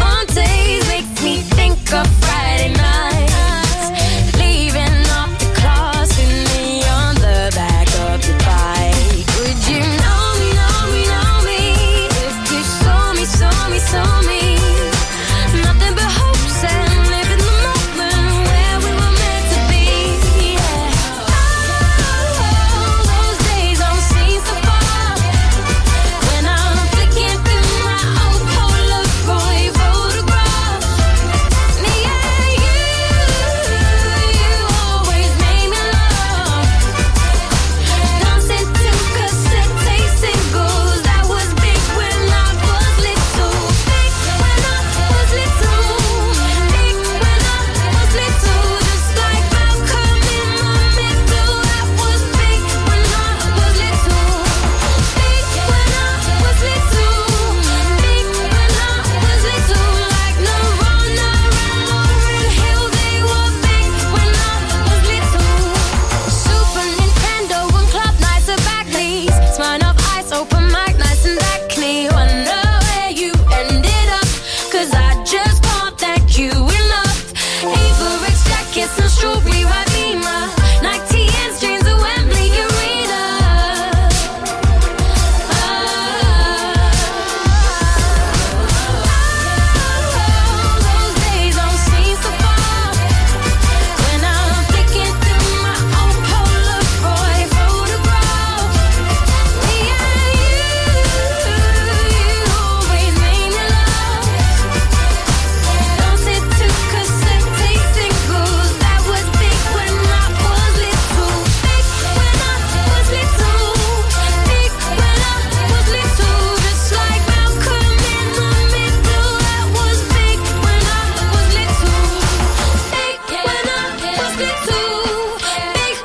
[SPEAKER 11] Mondays makes me think of Friday nights. Leaving off the class in me on the back of the bike. Would you know me, know me, know me? If you saw me, saw me, saw me. Nothing but hopes and living the moment where we were meant to be. Yeah. Oh, those days don't seem so far. When I'm flicking through my old Polaroid photograph, me and you, you always made me laugh. Dancing to cassette tape singles, I was big when I was little, big when I was little, big when I was little. Just like Malcolm in the middle, I was big when I was little, big when I was little, big when I was little. Like Nirvana and Lauren Hill, they were big when I was little. Super Nintendo and club nights at Bagley's. Smile of ice, open mic nights and acne. Wonder where you ended up. Cause I just can't thank you enough. Averex jackets and strawberry Wadima. Nike and streams at Wembley Arena. Oh, those days don't seem so far. When I'm flicking through my old Polaroid photograph, me and you, you always made me laugh. Dancing to cassette tape singles, I was big when I was little, big when I was little, big when I was little. Just like Malcolm in the middle, I was big when I was little. Big when I was little, big when I was little, like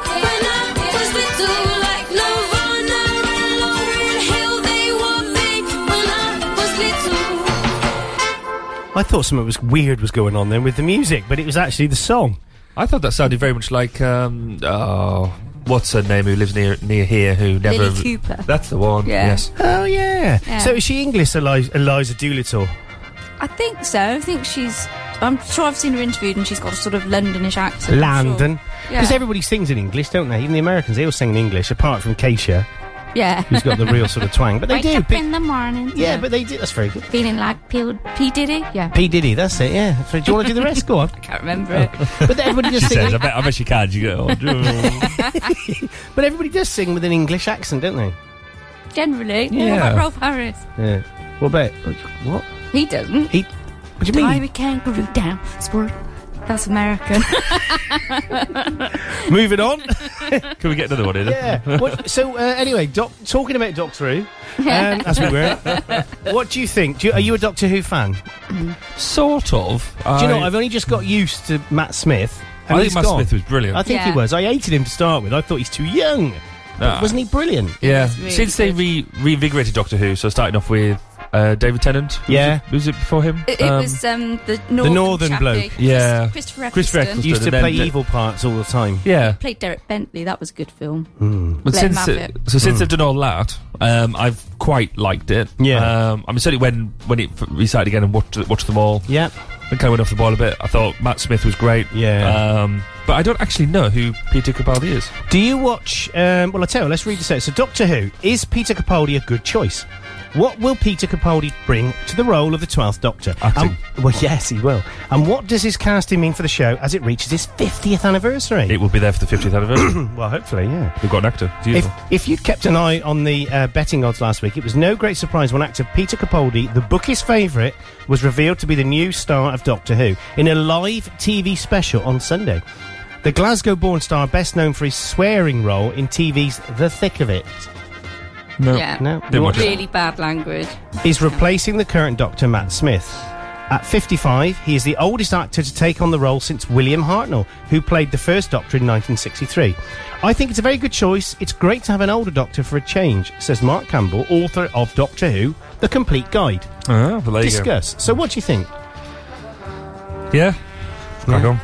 [SPEAKER 11] Nirvana and Lauryn Hill, they were big when I was little.
[SPEAKER 2] I thought something was weird was going on then with the music, but it was actually the song.
[SPEAKER 3] I thought that sounded very much like um oh what's her name who lives near near here who never
[SPEAKER 7] Lily Cooper.
[SPEAKER 3] That's the one.
[SPEAKER 7] Yeah.
[SPEAKER 3] Yes.
[SPEAKER 2] Oh yeah.
[SPEAKER 7] Yeah.
[SPEAKER 2] So is she English, Eliza, Eliza Doolittle?
[SPEAKER 7] I think so. I think she's. I'm sure I've seen her interviewed, and she's got a sort of Londonish accent. I'm sure.
[SPEAKER 2] London. Because
[SPEAKER 7] Yeah.
[SPEAKER 2] everybody sings in English, don't they? Even the Americans, they all sing in English, apart from Keisha,
[SPEAKER 7] Yeah.
[SPEAKER 2] who's got the real sort of twang. But they
[SPEAKER 7] Wake
[SPEAKER 2] do.
[SPEAKER 7] up
[SPEAKER 2] P-
[SPEAKER 7] in the morning.
[SPEAKER 2] yeah, but they do. That's very good.
[SPEAKER 7] feeling like P, P Diddy. Yeah.
[SPEAKER 2] P Diddy, that's it. Yeah. Do you want to do the rest? Go on.
[SPEAKER 7] I can't remember it.
[SPEAKER 2] But everybody
[SPEAKER 3] She
[SPEAKER 2] just sings.
[SPEAKER 3] says, I bet, I bet she can. You go, oh, do-
[SPEAKER 2] But everybody does sing with an English accent, don't they?
[SPEAKER 7] Generally.
[SPEAKER 3] Yeah.
[SPEAKER 7] What about Rolf Harris?
[SPEAKER 2] Yeah. What about what?
[SPEAKER 7] He doesn't.
[SPEAKER 2] He. What do you
[SPEAKER 7] Tie
[SPEAKER 2] mean? Um,
[SPEAKER 7] the kangaroo down. Squirt. That's American.
[SPEAKER 2] Moving on.
[SPEAKER 3] Can we get another one in?
[SPEAKER 2] yeah. What, so uh, anyway, doc, talking about Doctor Who, um, as we were. what do you think? Do you, are you a Doctor Who fan?
[SPEAKER 3] Sort of.
[SPEAKER 2] Do you know? I've only just got used to Matt Smith.
[SPEAKER 3] I
[SPEAKER 2] and
[SPEAKER 3] think
[SPEAKER 2] he's
[SPEAKER 3] Matt
[SPEAKER 2] gone.
[SPEAKER 3] Smith was brilliant.
[SPEAKER 2] I think he
[SPEAKER 7] Yeah.
[SPEAKER 2] was. I hated him to start with. I thought he's too young. But
[SPEAKER 3] Ah.
[SPEAKER 2] wasn't he brilliant?
[SPEAKER 3] yeah.
[SPEAKER 7] really
[SPEAKER 3] Since they re- reinvigorated Doctor Who, so starting off with uh, David Tennant. Who
[SPEAKER 2] Yeah.
[SPEAKER 3] Was it, who was it before him?
[SPEAKER 7] it, it
[SPEAKER 3] Um,
[SPEAKER 7] was um, the northern,
[SPEAKER 2] northern
[SPEAKER 7] chappie,
[SPEAKER 2] bloke.
[SPEAKER 7] Chris-
[SPEAKER 3] Yeah.
[SPEAKER 7] Christopher
[SPEAKER 3] Chris
[SPEAKER 7] Christopher Eccleston.
[SPEAKER 3] Eccleston.
[SPEAKER 2] Used to
[SPEAKER 3] and then
[SPEAKER 2] play
[SPEAKER 3] the-
[SPEAKER 2] evil parts all the time.
[SPEAKER 3] Yeah.
[SPEAKER 7] Played Derek Bentley. That was a good film.
[SPEAKER 3] But
[SPEAKER 2] Hmm.
[SPEAKER 7] Let
[SPEAKER 3] since
[SPEAKER 7] him have
[SPEAKER 3] it, so since they've done all that, um, I've quite liked it.
[SPEAKER 2] Yeah.
[SPEAKER 3] Um, I mean, certainly when when it f- restarted again and watched watched them all,
[SPEAKER 2] Yeah.
[SPEAKER 3] I think I went off the boil a bit. I thought Matt Smith was great.
[SPEAKER 2] Yeah.
[SPEAKER 3] Um, but I don't actually know who Peter Capaldi is.
[SPEAKER 2] Do you watch? Um, well, I tell you. Let's read this out. So, Doctor Who is Peter Capaldi a good choice? What will Peter Capaldi bring to the role of the Twelfth Doctor?
[SPEAKER 3] Acting.
[SPEAKER 2] Um, well, yes, he will. And what does his casting mean for the show as it reaches its fiftieth anniversary?
[SPEAKER 3] It will be there for the 50th anniversary.
[SPEAKER 2] well, hopefully, yeah.
[SPEAKER 3] We've got an actor. Do you
[SPEAKER 2] If,
[SPEAKER 3] know?
[SPEAKER 2] if you'd kept an eye on the uh, betting odds last week, it was no great surprise when actor Peter Capaldi, the bookies' favourite, was revealed to be the new star of Doctor Who in a live TV special on Sunday. The Glasgow born star, best known for his swearing role in TV's The Thick of It,
[SPEAKER 3] No.
[SPEAKER 7] Yeah.
[SPEAKER 2] no,
[SPEAKER 3] Hmm. Didn't watch it.
[SPEAKER 7] Really bad language.
[SPEAKER 2] is replacing the current Doctor Matt Smith. At 55, he is the oldest actor to take on the role since William Hartnell, who played the first Doctor in 1963. I think it's a very good choice. It's great to have an older Doctor for a change, says Mark Campbell, author of Doctor Who, The Complete Guide.
[SPEAKER 3] Ah, well, there you go.
[SPEAKER 2] Discuss. So, what do you think?
[SPEAKER 3] Yeah. Crack on.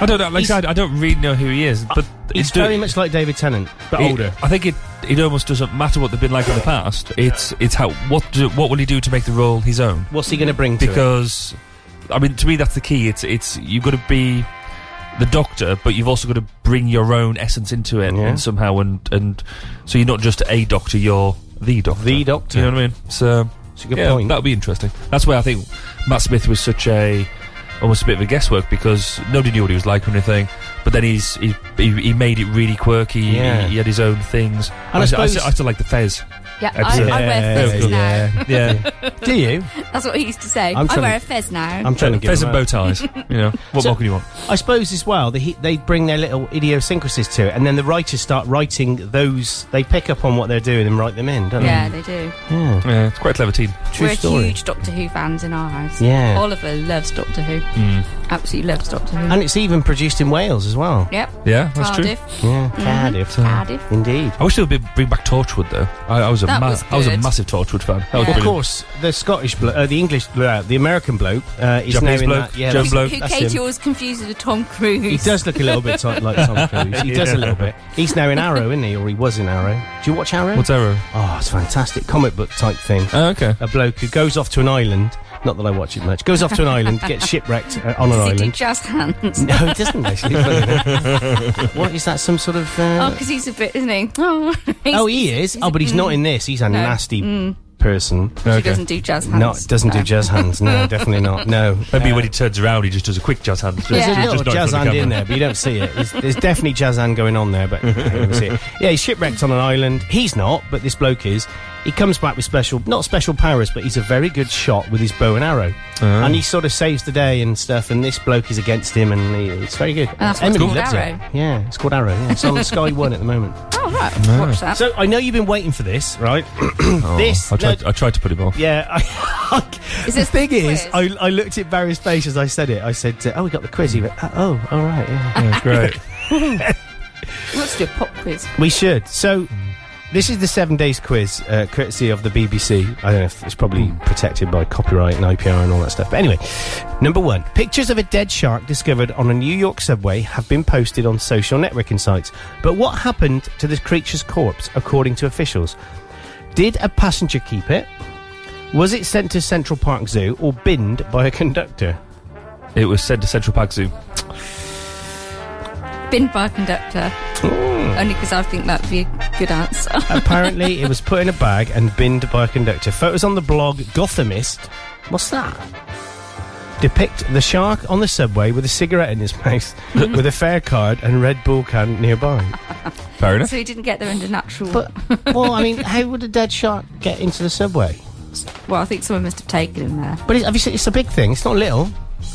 [SPEAKER 3] I don't know. Like I said, I don't really know who he is, but
[SPEAKER 2] He's very much like David Tennant, but
[SPEAKER 3] It-
[SPEAKER 2] older.
[SPEAKER 3] I think it it almost doesn't matter what they've been like in the past. It's it's how what do, what will he do to make the role his own?
[SPEAKER 2] What's he going to bring? to it?
[SPEAKER 3] Because I mean, to me, that's the key. It's it's you've got to be the doctor, but you've also got to bring your own essence into it,
[SPEAKER 2] Yeah.
[SPEAKER 3] and somehow, and and so you're not just a doctor. You're the doctor. The
[SPEAKER 2] doctor.
[SPEAKER 3] You know what I mean? So
[SPEAKER 2] it's a good
[SPEAKER 3] yeah,
[SPEAKER 2] point.
[SPEAKER 3] That would be interesting. That's why I think Matt Smith was such a almost a bit of a guesswork because nobody knew what he was like or anything. But then he's he he, he made it really quirky. he-
[SPEAKER 2] Yeah.
[SPEAKER 3] He, had his own things.
[SPEAKER 2] And I
[SPEAKER 3] I, still- I
[SPEAKER 2] suppose-
[SPEAKER 3] still, I still like the Fez.
[SPEAKER 7] Yeah, I-
[SPEAKER 3] episode.
[SPEAKER 7] I wear
[SPEAKER 3] Very
[SPEAKER 7] Fezes
[SPEAKER 3] cool.
[SPEAKER 7] now.
[SPEAKER 3] Yeah.
[SPEAKER 2] Do you?
[SPEAKER 7] That's what he used to say.
[SPEAKER 2] I'm
[SPEAKER 7] I
[SPEAKER 2] trying
[SPEAKER 7] wear a
[SPEAKER 2] to-
[SPEAKER 7] fez now.
[SPEAKER 2] I'm trying to give
[SPEAKER 3] Fez
[SPEAKER 2] him
[SPEAKER 3] and
[SPEAKER 2] up.
[SPEAKER 3] bow ties. you know what
[SPEAKER 2] So-
[SPEAKER 3] more can you want?
[SPEAKER 2] I suppose as well they, they bring their little idiosyncrasies to it, and then the writers start writing those. They pick up on what they're doing and write them in, don't
[SPEAKER 7] Yeah,
[SPEAKER 2] they?
[SPEAKER 7] they do.
[SPEAKER 2] Yeah.
[SPEAKER 3] Yeah, it's quite a clever team.
[SPEAKER 2] True
[SPEAKER 7] We're
[SPEAKER 2] story.
[SPEAKER 7] huge Doctor Who fans in our house.
[SPEAKER 2] Yeah.
[SPEAKER 7] Oliver loves Doctor Who.
[SPEAKER 3] Mm.
[SPEAKER 7] Absolutely loves Doctor Who.
[SPEAKER 2] And it's even produced in Wales as well.
[SPEAKER 7] Yep.
[SPEAKER 3] Yeah, that's true.
[SPEAKER 7] Cardiff.
[SPEAKER 2] Yeah,
[SPEAKER 7] Mhm.
[SPEAKER 2] Cardiff.
[SPEAKER 7] Cardiff.
[SPEAKER 2] Indeed.
[SPEAKER 3] I wish they would be, bring back Torchwood though. I, I was a
[SPEAKER 7] That
[SPEAKER 3] ma-
[SPEAKER 7] was
[SPEAKER 3] I was a
[SPEAKER 7] good.
[SPEAKER 3] massive Torchwood fan. That was
[SPEAKER 2] Well, of
[SPEAKER 3] brilliant.
[SPEAKER 2] course, the Scottish, blo- uh, the English, blo- uh, the American bloke uh, is
[SPEAKER 3] Japanese
[SPEAKER 2] now in
[SPEAKER 3] bloke,
[SPEAKER 2] that. Yeah,
[SPEAKER 3] Joan
[SPEAKER 2] that's-
[SPEAKER 3] bloke.
[SPEAKER 7] Who
[SPEAKER 2] that's
[SPEAKER 7] Katie
[SPEAKER 2] him.
[SPEAKER 7] always confuses with Tom Cruise.
[SPEAKER 2] He does look a little bit to- like Tom Cruise. He does a
[SPEAKER 3] Yeah.
[SPEAKER 2] little bit. He's now in Arrow, isn't he? Or he was in Arrow. Do you watch Arrow?
[SPEAKER 3] What's Arrow?
[SPEAKER 2] Oh, it's fantastic comic book type thing.
[SPEAKER 3] Oh, okay.
[SPEAKER 2] a bloke who goes off to an island. Not that I watch it much. Goes off to an island, gets shipwrecked uh, on an
[SPEAKER 7] Does he do
[SPEAKER 2] island.
[SPEAKER 7] jazz hands?
[SPEAKER 2] No, he doesn't actually. funny enough. what is that? Some sort of?
[SPEAKER 7] Oh,
[SPEAKER 2] Uh...
[SPEAKER 7] because he's a bit, isn't he? Oh, he's- mm.
[SPEAKER 2] oh, he is. Oh, but he's not in this. He's a
[SPEAKER 7] No.
[SPEAKER 2] nasty
[SPEAKER 7] Mm.
[SPEAKER 2] person.
[SPEAKER 7] She doesn't do jazz hands.
[SPEAKER 2] Not doesn't do
[SPEAKER 7] No.
[SPEAKER 2] jazz hands. No, definitely not. No.
[SPEAKER 3] Maybe
[SPEAKER 2] Uh,
[SPEAKER 3] when he turns around, he just does a quick jazz hand. Just-
[SPEAKER 7] Yeah.
[SPEAKER 2] There's
[SPEAKER 7] He's
[SPEAKER 2] a
[SPEAKER 3] just
[SPEAKER 2] little
[SPEAKER 3] not in
[SPEAKER 2] jazz
[SPEAKER 3] front of
[SPEAKER 2] hand in
[SPEAKER 3] camera.
[SPEAKER 2] there, but you don't see it. There's, there's definitely jazz hand going on there, but you don't see it. Yeah, he's shipwrecked on an island. He's not, but this bloke is. He comes back with special, not special powers, but he's a very good shot with his bow and arrow.
[SPEAKER 3] Uh-huh.
[SPEAKER 2] And he sort of saves the day and stuff, and this bloke is against him, and he, it's very good.
[SPEAKER 7] And that's what's
[SPEAKER 2] Emily
[SPEAKER 7] called
[SPEAKER 2] loves
[SPEAKER 7] Arrow.
[SPEAKER 2] It. Yeah, it's called Arrow. Yeah. It's on Sky One at the moment.
[SPEAKER 7] Oh, right. Watch that.
[SPEAKER 2] So I know you've been waiting for this, right? this.
[SPEAKER 3] Oh, I
[SPEAKER 2] no,
[SPEAKER 3] tried, I tried to put him off.
[SPEAKER 2] yeah, I,
[SPEAKER 7] Is
[SPEAKER 2] the
[SPEAKER 7] this
[SPEAKER 2] thing
[SPEAKER 7] the
[SPEAKER 2] is, I,
[SPEAKER 7] quiz?
[SPEAKER 2] I looked at Barry's face as I said it. I said, uh, "Oh, we got the quiz." He went, uh, "Oh, all right, yeah."
[SPEAKER 3] Yeah, great.
[SPEAKER 7] Let's do a pop quiz.
[SPEAKER 2] We should. So, this is the seven days quiz, uh, courtesy of the BBC. I don't know if it's
[SPEAKER 3] Hmm.
[SPEAKER 2] probably protected by copyright and IPR and all that stuff. But anyway, number one pictures of a dead shark discovered on a New York subway have been posted on social networking sites. But what happened to this creature's corpse, according to officials? Did a passenger keep it? Was it sent to Central Park Zoo or binned by a conductor?
[SPEAKER 3] It was sent to Central Park Zoo.
[SPEAKER 7] Bin by conductor. Only because I think that'd be a good answer.
[SPEAKER 2] Hmm. Apparently, it was put in a bag and binned by a conductor. Photos on the blog Gothamist. What's that? Depict the shark on the subway with a cigarette in his mouth, with a fare card and Red Bull can nearby.
[SPEAKER 3] Fair enough.
[SPEAKER 7] so he didn't get there under natural.
[SPEAKER 2] But well, I mean, how would a dead shark get into the subway?
[SPEAKER 7] well, I think someone must have taken him there.
[SPEAKER 2] But it, have you seen? It's a big thing. It's not little.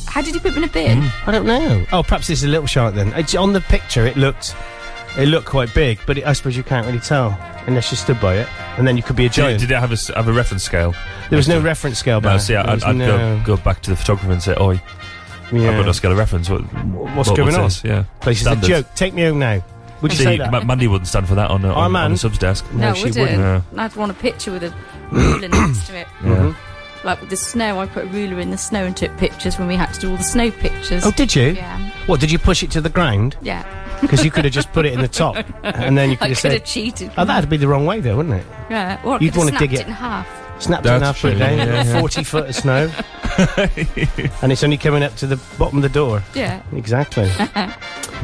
[SPEAKER 7] How did he put him in a bin?
[SPEAKER 2] I don't know. Oh, perhaps it's a little shark then. It's, on the picture, it looked, it looked quite big, but it, I suppose you can't really tell unless you stood by it, and then you could be a
[SPEAKER 3] Did,
[SPEAKER 2] giant.
[SPEAKER 3] did it have a, s- have a reference scale?
[SPEAKER 2] there was no reference scale.
[SPEAKER 3] No,
[SPEAKER 2] Barry.
[SPEAKER 3] see,
[SPEAKER 2] There
[SPEAKER 3] I, I'd,
[SPEAKER 2] was
[SPEAKER 3] I'd
[SPEAKER 2] no-
[SPEAKER 3] go, go back to the photographer and say, Oi, I've
[SPEAKER 2] Yeah.
[SPEAKER 3] got no scale of reference. What,
[SPEAKER 2] what's
[SPEAKER 3] what-
[SPEAKER 2] going on?
[SPEAKER 3] this? Yeah.
[SPEAKER 2] Place is a
[SPEAKER 3] Standards.
[SPEAKER 2] joke. Take me home now. Would you
[SPEAKER 3] See,
[SPEAKER 2] say that?
[SPEAKER 3] Ma- Mandy wouldn't stand for that on, a-
[SPEAKER 2] Our
[SPEAKER 3] on, on
[SPEAKER 2] man.
[SPEAKER 3] the subs desk.
[SPEAKER 2] No, she
[SPEAKER 7] wouldn't. I'd want a picture with a ruler next to it.
[SPEAKER 2] Mhm.
[SPEAKER 7] Like with the snow, I put a ruler in the snow and took pictures when we had to do all the snow pictures.
[SPEAKER 2] Oh, did you?
[SPEAKER 7] Yeah.
[SPEAKER 2] What did you push it to the ground?
[SPEAKER 7] Yeah.
[SPEAKER 2] Because you could have just put it in the top, and then you could
[SPEAKER 7] I
[SPEAKER 2] have
[SPEAKER 7] could have
[SPEAKER 2] said,
[SPEAKER 7] cheated.
[SPEAKER 2] "Oh, that'd be the wrong way, though, wouldn't it?
[SPEAKER 7] yeah. Or I
[SPEAKER 2] You'd
[SPEAKER 7] could have
[SPEAKER 2] wanna dig
[SPEAKER 7] snapped
[SPEAKER 2] it.
[SPEAKER 7] in half.
[SPEAKER 2] Snapped
[SPEAKER 3] That's
[SPEAKER 2] it half
[SPEAKER 3] true,
[SPEAKER 2] put it down,
[SPEAKER 3] yeah, yeah.
[SPEAKER 2] forty foot of snow, and it's only coming up to the bottom of the door.
[SPEAKER 7] Yeah,
[SPEAKER 2] Exactly.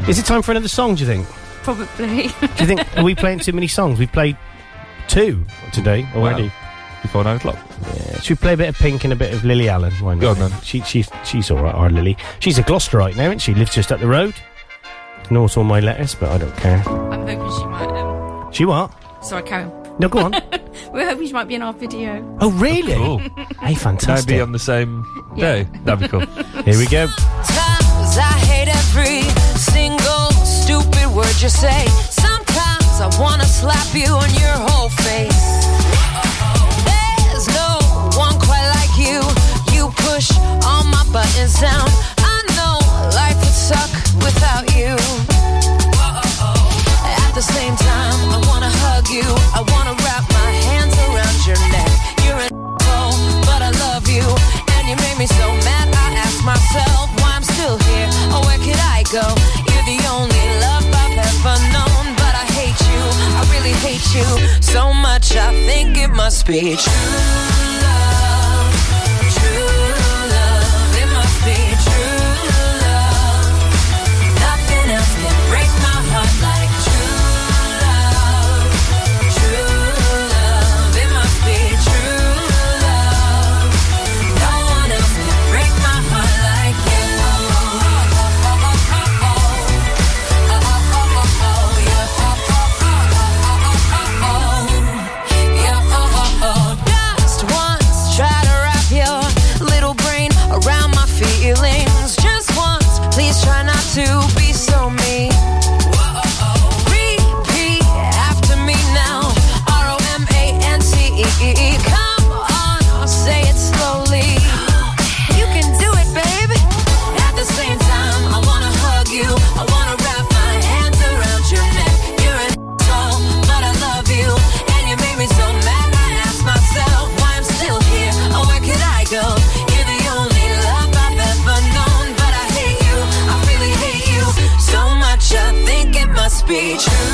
[SPEAKER 2] Is it time for another song? Do you think?
[SPEAKER 7] probably.
[SPEAKER 2] Do you think are we playing too many songs? We played two today already.
[SPEAKER 3] Before 9 o'clock.
[SPEAKER 2] Should we play a bit of Pink and a bit of Lily Allen? Why not?
[SPEAKER 3] Go on, then.
[SPEAKER 2] She, she's she's all right, our Lily. She's a Gloucesterite now, isn't she? Lives just up the road. Ignores all my letters, but I don't care.
[SPEAKER 7] I'm hoping she might. Um,
[SPEAKER 2] She what?
[SPEAKER 7] sorry, Karen.
[SPEAKER 2] No, go on.
[SPEAKER 7] We're hoping she might be in our video.
[SPEAKER 2] oh, really?
[SPEAKER 3] Cool.
[SPEAKER 2] Hey,
[SPEAKER 3] Can I
[SPEAKER 2] fantastic.
[SPEAKER 3] be on the same
[SPEAKER 7] Yeah.
[SPEAKER 3] day? That'd be cool.
[SPEAKER 2] Here we go.
[SPEAKER 10] Sometimes I hate every single stupid word you say. Sometimes I wanna slap you on your whole face. There's no one quite like you. You push all my buttons down. I know life would suck without you. At the same time, I wanna hug you. I wanna wrap my hands around your neck. You're an asshole, but I love you. And you made me so mad, I ask myself why I'm still here. Oh, where could I go? you so much, I think it must be true love. True love, it must be true love. Nothing else can break my heart like true love. True love, it must be true love. No one else can break my heart like you. Just once, try to wrap your little brain around my feelings. Just once, please try not to be so mean. Repeat after me now. R O M A N T E E E. Come on, I'll say it slowly. You can do it, baby. At the same time, I wanna hug you. I wanna wrap my hands around your neck. You're an asshole, but I love you. And you made me so mad. I asked myself why I'm still here. Oh, where could I go? You're the only love I've ever known, but I hate you. I really hate you so much. I think it must be true.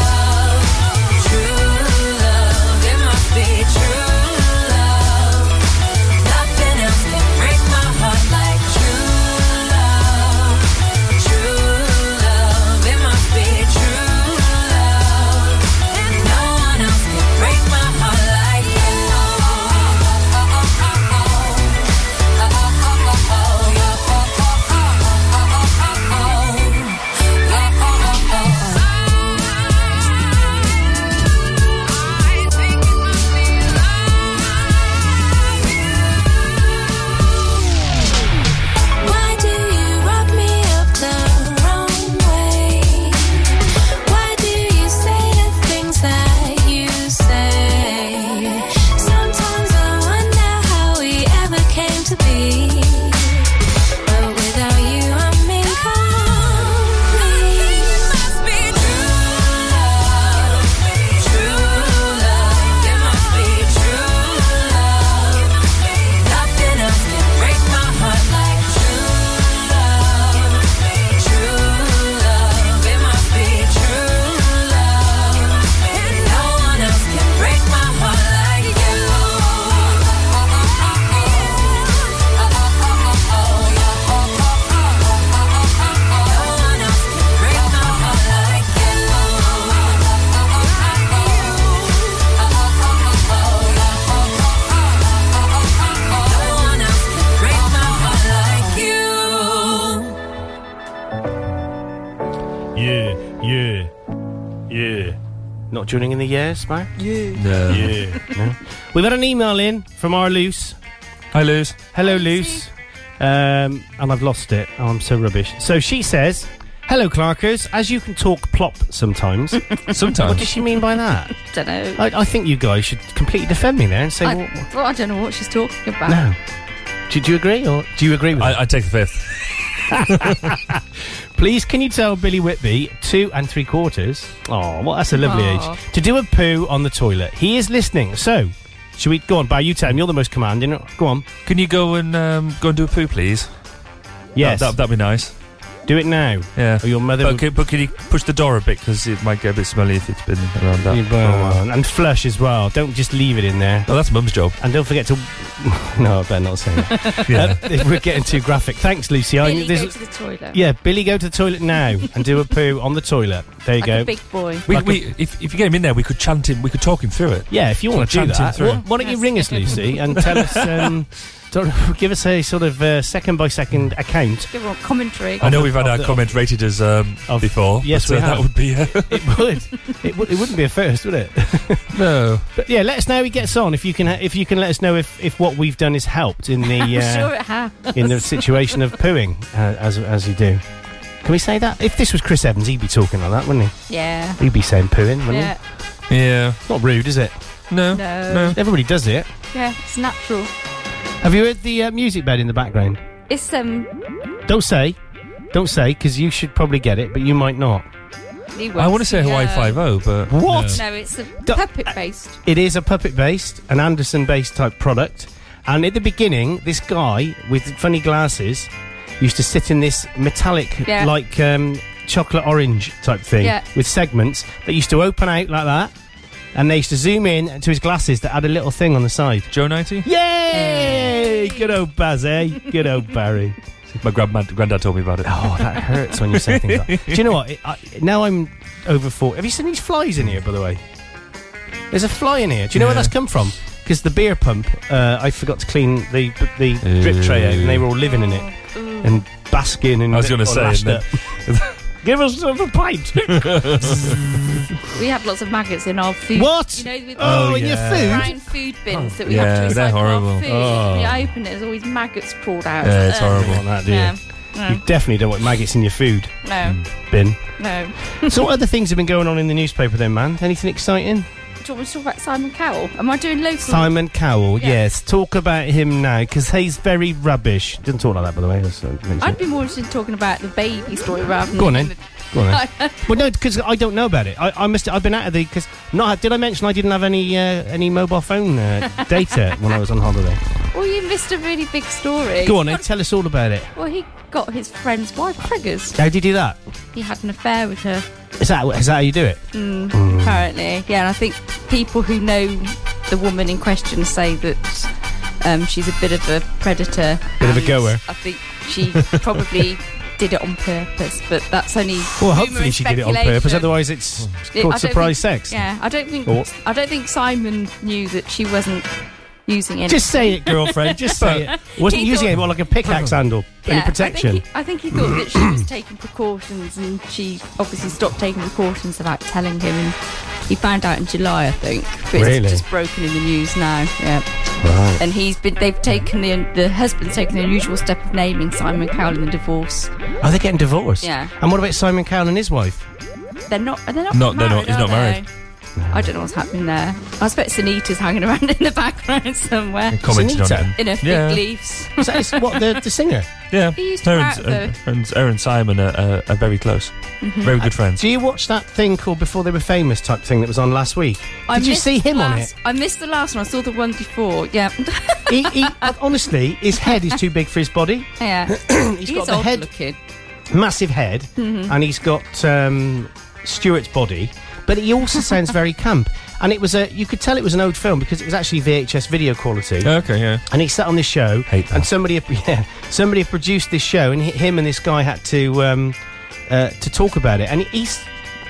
[SPEAKER 10] love, true love. It must be True love. Nothing else can break my heart like true love. True love, it must be true love. And no one else can break my heart like you. Why do you rub me up the wrong way? Why do you say the things that you say? Sometimes I wonder how we ever came to be. But without you, I'm incomplete. must be true love, true love. It must be true love. Nothing else can break my heart like true love. True love, it must be true love. And no one else can break my heart like you. No one else can break my heart like you. No one else can break my heart like you.
[SPEAKER 2] Yeah, yeah, yeah. Not joining in the yes, Mark? Yeah.
[SPEAKER 3] No.
[SPEAKER 2] Yeah. no. We've had an email in from our Luce.
[SPEAKER 3] Hi, Luce.
[SPEAKER 2] Hello, Luce. Um, and I've lost it. Oh, I'm so rubbish. So she says, Hello, Clarkers. As you can talk plop sometimes.
[SPEAKER 3] Sometimes.
[SPEAKER 2] What does she mean by that?
[SPEAKER 7] don't know.
[SPEAKER 2] I, I think you guys should completely defend me there and say,
[SPEAKER 7] I,
[SPEAKER 2] what,
[SPEAKER 7] well, I don't know what she's talking about.
[SPEAKER 2] No. Do, do you agree or do you agree with
[SPEAKER 3] I, I take the fifth.
[SPEAKER 2] Please, can you tell Billy Whitby, two and three quarters? Oh, well, that's a lovely
[SPEAKER 7] Aw.
[SPEAKER 2] age. To do a poo on the toilet. He is listening. So, should we go on? By you tell him, you're the most commanding. Go on.
[SPEAKER 3] Can you go and um, go and do a poo, please?
[SPEAKER 2] Yes.
[SPEAKER 3] that, that, would be nice.
[SPEAKER 2] Do it now.
[SPEAKER 3] Yeah.
[SPEAKER 2] Or Oh, your mother.
[SPEAKER 3] But,
[SPEAKER 2] would-
[SPEAKER 3] can, but can you push the door a bit because it might get a bit smelly if it's been around that.
[SPEAKER 2] Oh, and flush as well. Don't just leave it in there.
[SPEAKER 3] Oh, that's mum's job.
[SPEAKER 2] And don't forget to. no, I better not say that.
[SPEAKER 3] Yeah.
[SPEAKER 2] Uh, we're getting too graphic. Thanks, Lucy. I-
[SPEAKER 7] Billy,
[SPEAKER 2] there's-
[SPEAKER 7] go to the toilet.
[SPEAKER 2] yeah, Billy, go to the toilet now and do a poo on the toilet. There you
[SPEAKER 7] like
[SPEAKER 2] go.
[SPEAKER 7] a big boy.
[SPEAKER 3] We,
[SPEAKER 2] Like a-
[SPEAKER 3] we, if, if you get him in there, we could chant him. We could talk him through it.
[SPEAKER 2] Yeah, if you want to do
[SPEAKER 3] Chant him
[SPEAKER 2] that,
[SPEAKER 3] through.
[SPEAKER 2] why, why don't you ring us, Lucy, and tell us, um, sort of- give us a sort of uh, second by second account.
[SPEAKER 7] Give her a commentary.
[SPEAKER 3] I know we've had
[SPEAKER 2] of
[SPEAKER 3] our
[SPEAKER 2] the-
[SPEAKER 3] comment rated as um,
[SPEAKER 2] of-
[SPEAKER 3] before.
[SPEAKER 2] yes,
[SPEAKER 3] but,
[SPEAKER 2] we
[SPEAKER 3] uh,
[SPEAKER 2] have.
[SPEAKER 3] That would be uh,
[SPEAKER 2] It would, it would, it wouldn't be a first, would it?
[SPEAKER 3] no.
[SPEAKER 2] But yeah, let us know how he gets on. If you can, ha- if you can let us know if, if what we've done has helped in the
[SPEAKER 7] I'm sure
[SPEAKER 2] uh,
[SPEAKER 7] it has.
[SPEAKER 2] in the situation of pooing, uh, as as you do. Can we say that? If this was Chris Evans, he'd be talking like that, wouldn't he?
[SPEAKER 7] Yeah.
[SPEAKER 2] He'd be saying pooing, wouldn't
[SPEAKER 7] Yeah.
[SPEAKER 3] Yeah,
[SPEAKER 2] he? Not rude, is it?
[SPEAKER 3] no,
[SPEAKER 7] No.
[SPEAKER 2] Everybody does it.
[SPEAKER 7] Yeah. It's natural.
[SPEAKER 2] Have you heard the uh, music bed in the background?
[SPEAKER 7] It's um.
[SPEAKER 2] Don't say, don't say, because you should probably get it, but you might not.
[SPEAKER 3] I want to say Hawaii Five O, but
[SPEAKER 2] What?
[SPEAKER 7] uh, No, it's a
[SPEAKER 2] Don't-
[SPEAKER 7] puppet based.
[SPEAKER 2] It is a puppet based, an Anderson based type product. And at the beginning, this guy with funny glasses used to sit in this metallic,
[SPEAKER 7] Yeah.
[SPEAKER 2] like um, chocolate orange type thing
[SPEAKER 7] Yeah.
[SPEAKER 2] with segments that used to open out like that, and they used to zoom in to his glasses that had a little thing on the side.
[SPEAKER 3] Joe ninety.
[SPEAKER 2] Yay! Good old Baz, eh? Good old Barry.
[SPEAKER 3] My grandma- granddad told me about it.
[SPEAKER 2] Oh, that hurts when you say things like Do you know what? It, I, now I'm over four. Have you seen these flies in here, by the way? There's a fly in here. Do you know where
[SPEAKER 3] Yeah.
[SPEAKER 2] that's come from? Because the beer pump, uh, I forgot to clean the the drip tray out, and they were all living in it and basking and
[SPEAKER 3] I was gonna
[SPEAKER 2] all
[SPEAKER 3] say,
[SPEAKER 2] lashed
[SPEAKER 3] and
[SPEAKER 2] up. Give us another pint.
[SPEAKER 7] We have lots of maggots in our food.
[SPEAKER 2] What?
[SPEAKER 7] You know, with
[SPEAKER 2] Oh,
[SPEAKER 7] the
[SPEAKER 2] in your food?
[SPEAKER 7] brown food bins that we
[SPEAKER 3] Yeah,
[SPEAKER 7] have to
[SPEAKER 3] they're
[SPEAKER 7] recycle
[SPEAKER 3] horrible.
[SPEAKER 7] our food.
[SPEAKER 2] Oh.
[SPEAKER 7] We open it, there's always maggots crawled out.
[SPEAKER 2] Yeah, it's
[SPEAKER 7] Ugh.
[SPEAKER 2] horrible. Don't want that, do you?
[SPEAKER 7] Yeah.
[SPEAKER 2] you Mm. definitely don't want maggots in your food
[SPEAKER 7] No,
[SPEAKER 2] bin.
[SPEAKER 7] no.
[SPEAKER 2] so, what other things have been going on in the newspaper then, man? Anything exciting?
[SPEAKER 7] Do you want me to talk about Simon Cowell? Am I doing local?
[SPEAKER 2] Simon Cowell, yes. Talk about him now, because he's very rubbish. Didn't talk like that, by the way. That's, uh, makes
[SPEAKER 7] I'd
[SPEAKER 2] sense.
[SPEAKER 7] be more interested in talking about the baby story rather than.
[SPEAKER 2] Go on then. Go on
[SPEAKER 7] Oh,
[SPEAKER 2] then. well, no, because I don't know about it. I, I must. I've been out of the. Because not. Did I mention I didn't have any uh, any mobile phone uh, data when I was on holiday?
[SPEAKER 7] Well, you missed a really big story.
[SPEAKER 2] Go on, then, tell us all about it.
[SPEAKER 7] Well, he got his friend's wife preggers.
[SPEAKER 2] How do you do that?
[SPEAKER 7] He had an affair with her.
[SPEAKER 2] Is that is that how you do it?
[SPEAKER 7] Mm,
[SPEAKER 2] Hmm.
[SPEAKER 7] Apparently, yeah. And I think people who know the woman in question say that um, she's a bit of a predator.
[SPEAKER 2] Bit of a
[SPEAKER 7] and
[SPEAKER 2] goer.
[SPEAKER 7] I think she probably did it on purpose, but that's only.
[SPEAKER 2] Well,
[SPEAKER 7] rumour
[SPEAKER 2] hopefully
[SPEAKER 7] and
[SPEAKER 2] she did it on purpose.
[SPEAKER 7] speculation.
[SPEAKER 2] Otherwise, it's
[SPEAKER 7] It-
[SPEAKER 2] called
[SPEAKER 7] I don't
[SPEAKER 2] surprise
[SPEAKER 7] think-
[SPEAKER 2] sex.
[SPEAKER 7] Yeah, I don't think
[SPEAKER 2] Or-
[SPEAKER 7] I don't think Simon knew that she wasn't using it.
[SPEAKER 2] Just say it, girlfriend. Just say it. Wasn't using it more like a pickaxe handle. any protection.
[SPEAKER 7] I think, he, I think he thought that she was taking precautions, and she obviously stopped taking precautions about telling him. And he found out in July, I think, but
[SPEAKER 2] Really?
[SPEAKER 7] it's just broken in the news now. Yeah.
[SPEAKER 2] Right.
[SPEAKER 7] And he's been. They've taken the the husband's taken the unusual step of naming Simon Cowell in the divorce.
[SPEAKER 2] Are they Oh, getting divorced?
[SPEAKER 7] Yeah.
[SPEAKER 2] And what about Simon Cowell and his wife?
[SPEAKER 7] They're not. They're not.
[SPEAKER 2] No,
[SPEAKER 7] No,
[SPEAKER 2] they're not- he's not married.
[SPEAKER 7] I don't know what's happening there. I expect Sunita's hanging around in the background somewhere.
[SPEAKER 3] commented on Sunita? it.
[SPEAKER 7] In her fig
[SPEAKER 3] Yeah.
[SPEAKER 7] leaves.
[SPEAKER 2] Is that his- what, the, the singer?
[SPEAKER 3] Yeah,
[SPEAKER 7] He used to
[SPEAKER 3] her
[SPEAKER 7] rap,
[SPEAKER 3] and,
[SPEAKER 7] though.
[SPEAKER 3] uh, her and, her and Simon are, are, are very close,
[SPEAKER 7] Mhm.
[SPEAKER 3] very good friends.
[SPEAKER 2] Do you watch that thing called Before They Were Famous type thing that was on last week?
[SPEAKER 7] I
[SPEAKER 2] Did you
[SPEAKER 7] missed
[SPEAKER 2] see
[SPEAKER 7] the
[SPEAKER 2] him on
[SPEAKER 7] last-
[SPEAKER 2] it?
[SPEAKER 7] I missed the last one. I saw the one before. Yeah.
[SPEAKER 2] he, he, uh, honestly, his head is too big for his body.
[SPEAKER 7] yeah.
[SPEAKER 2] He's got the
[SPEAKER 7] old
[SPEAKER 2] head-
[SPEAKER 7] looking.
[SPEAKER 2] Massive head,
[SPEAKER 7] Mhm.
[SPEAKER 2] and he's got um, Stewart's body, but he also sounds very camp. And it was a, you could tell it was an old film because it was actually VHS video quality.
[SPEAKER 3] Okay, yeah.
[SPEAKER 2] And he sat on this show, and somebody, had- yeah, somebody had produced this show, and hi- him and this guy had to um, uh, to talk about it. And he's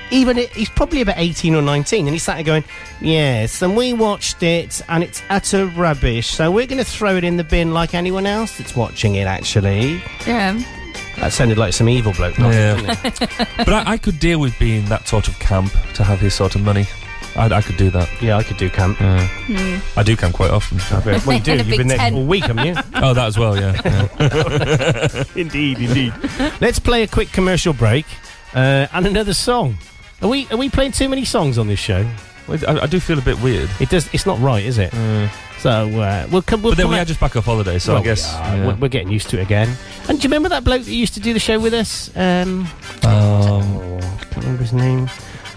[SPEAKER 2] even he's probably about eighteen or nineteen, and he sat there going, "Yes," and we watched it, and it's utter rubbish. So we're going to throw it in the bin like anyone else that's watching it. Actually,
[SPEAKER 7] Yeah.
[SPEAKER 2] that sounded like some evil bloke. not it, didn't it?
[SPEAKER 3] Yeah, but I, I could deal with being that sort of camp to have his sort of money. I, I could do that.
[SPEAKER 2] Yeah, I could do camp.
[SPEAKER 7] Hmm.
[SPEAKER 3] I do camp quite often.
[SPEAKER 2] Well, you do. You've been there all week, haven't you?
[SPEAKER 3] oh, that as well. Yeah. yeah.
[SPEAKER 2] indeed, indeed. Let's play a quick commercial break uh, and another song. Are we are we playing too many songs on this show?
[SPEAKER 3] I, I do feel a bit weird. Mm.
[SPEAKER 2] It does. It's not right, is it? So uh, we'll come. We'll
[SPEAKER 3] but then
[SPEAKER 2] come
[SPEAKER 3] we
[SPEAKER 2] out-
[SPEAKER 3] are just back off holiday, so
[SPEAKER 2] Well,
[SPEAKER 3] I guess.
[SPEAKER 2] we are. We're- we're getting used to it again. And do you remember that bloke that used to do the show with us? Um,
[SPEAKER 3] Um,
[SPEAKER 2] can't remember his name.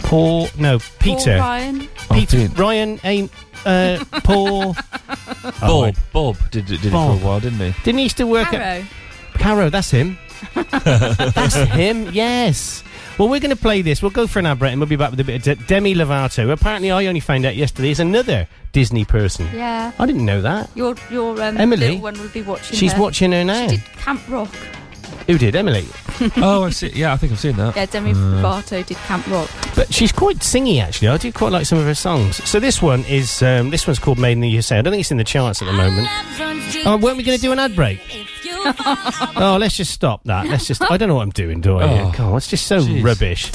[SPEAKER 2] Paul. No, Peter.
[SPEAKER 7] Ryan.
[SPEAKER 2] Peter.
[SPEAKER 3] Pete.
[SPEAKER 2] Ryan. Aim. Uh, Paul. Oh,
[SPEAKER 3] Bob.
[SPEAKER 2] wait.
[SPEAKER 3] Bob did, did it for a
[SPEAKER 2] Bob.
[SPEAKER 3] while, didn't he?
[SPEAKER 2] Didn't he used to work at
[SPEAKER 7] Arrow.
[SPEAKER 2] Caro? That's him. that's him. Yes. Well, we're going to play this. We'll go for an ad break and we'll be back with a bit of De- Demi Lovato. Apparently, I only found out yesterday is another Disney person.
[SPEAKER 7] Yeah.
[SPEAKER 2] I didn't know that.
[SPEAKER 7] Your your um,
[SPEAKER 2] Emily?
[SPEAKER 7] little one will be watching.
[SPEAKER 2] She's
[SPEAKER 7] her.
[SPEAKER 2] watching her now.
[SPEAKER 7] She did Camp Rock.
[SPEAKER 2] Who did Emily?
[SPEAKER 3] oh, I see. Yeah, I think I've
[SPEAKER 2] Uh,
[SPEAKER 3] seen that. Uh,
[SPEAKER 7] Yeah, Demi Lovato did Camp Rock.
[SPEAKER 2] But she's quite singy, actually. I do quite like some of her songs. So this one is um, this one's called "Made in the USA." I don't think it's in the charts at the moment. Oh, weren't we going to do an ad break? oh, let's just stop that. Let's just. I don't know what I'm doing, do I?
[SPEAKER 1] Oh.
[SPEAKER 2] God, it's just so rubbish.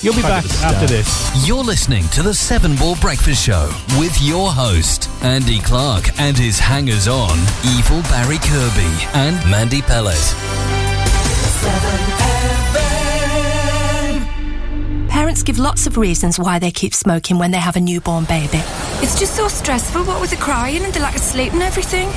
[SPEAKER 2] You'll be back after this.
[SPEAKER 1] You're listening to the Seven Ball Breakfast Show with your host, Andy Clark, and his hangers on, Evil Barry Kirby and Mandy Pellet.
[SPEAKER 6] Parents give lots of reasons why they keep smoking when they have a newborn baby.
[SPEAKER 12] It's just so stressful, what with the crying and the lack of sleep and everything.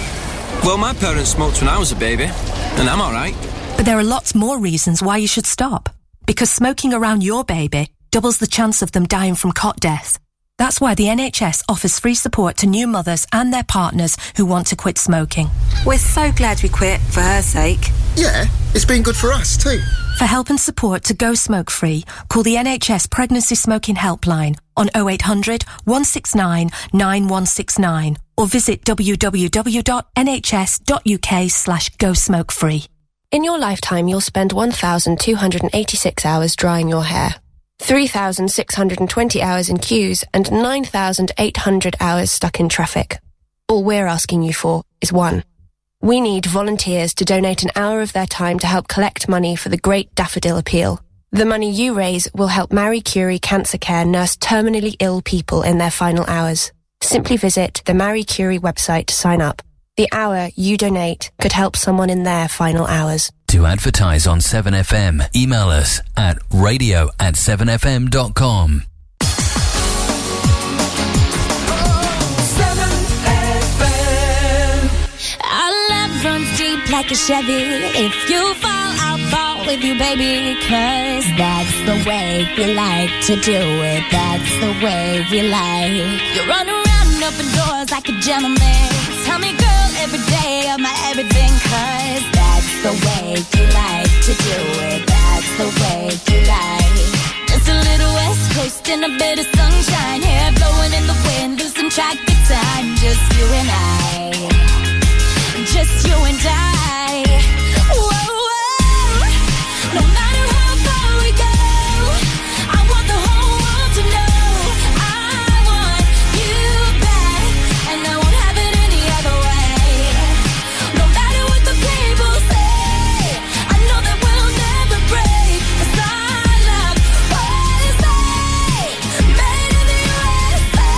[SPEAKER 13] Well, my parents smoked when I was a baby, and I'm all right.
[SPEAKER 6] But there are lots more reasons why you should stop. Because smoking around your baby doubles the chance of them dying from cot death. That's why the NHS offers free support to new mothers and their partners who want to quit smoking.
[SPEAKER 14] We're so glad we quit for her sake. Yeah, it's been good for us too.
[SPEAKER 6] For help and support to go smoke free, call the NHS Pregnancy Smoking Helpline on 0800 169 9169 or visit www.nhs.uk slash go smoke free.
[SPEAKER 14] In your lifetime, you'll spend 1,286 hours drying your hair, 3,620 hours in queues, and 9,800 hours stuck in traffic. All we're asking you for is one. We need volunteers to donate an hour of their time to help collect money for the Great Daffodil Appeal. The money you raise will help Marie Curie Cancer Care nurse terminally ill people in their final hours. Simply visit the Marie Curie website to sign up. The hour you donate could help someone in their final hours.
[SPEAKER 15] To advertise on 7FM, email us at radio at 7fm.com.
[SPEAKER 16] 7FM.
[SPEAKER 17] Our love runs deep like a Chevy. If you fall, I'll fall with you, baby. Cause that's the way we like to do it. That's the way we like. You run around and open doors like a gentleman. Tell me, girl, every day of my everything. Cause that's the way you like to do it. That's the way you like. Just a little west coast and a bit of sunshine. Hair blowing in the wind, losing track of time. Just you and I just you and I. Whoa, whoa. No matter how far we go, I want the whole world to know. I want you back, and I won't have it any other way. No matter what the people say, I know that we'll never break. 'Cause our love was made, made in the USA.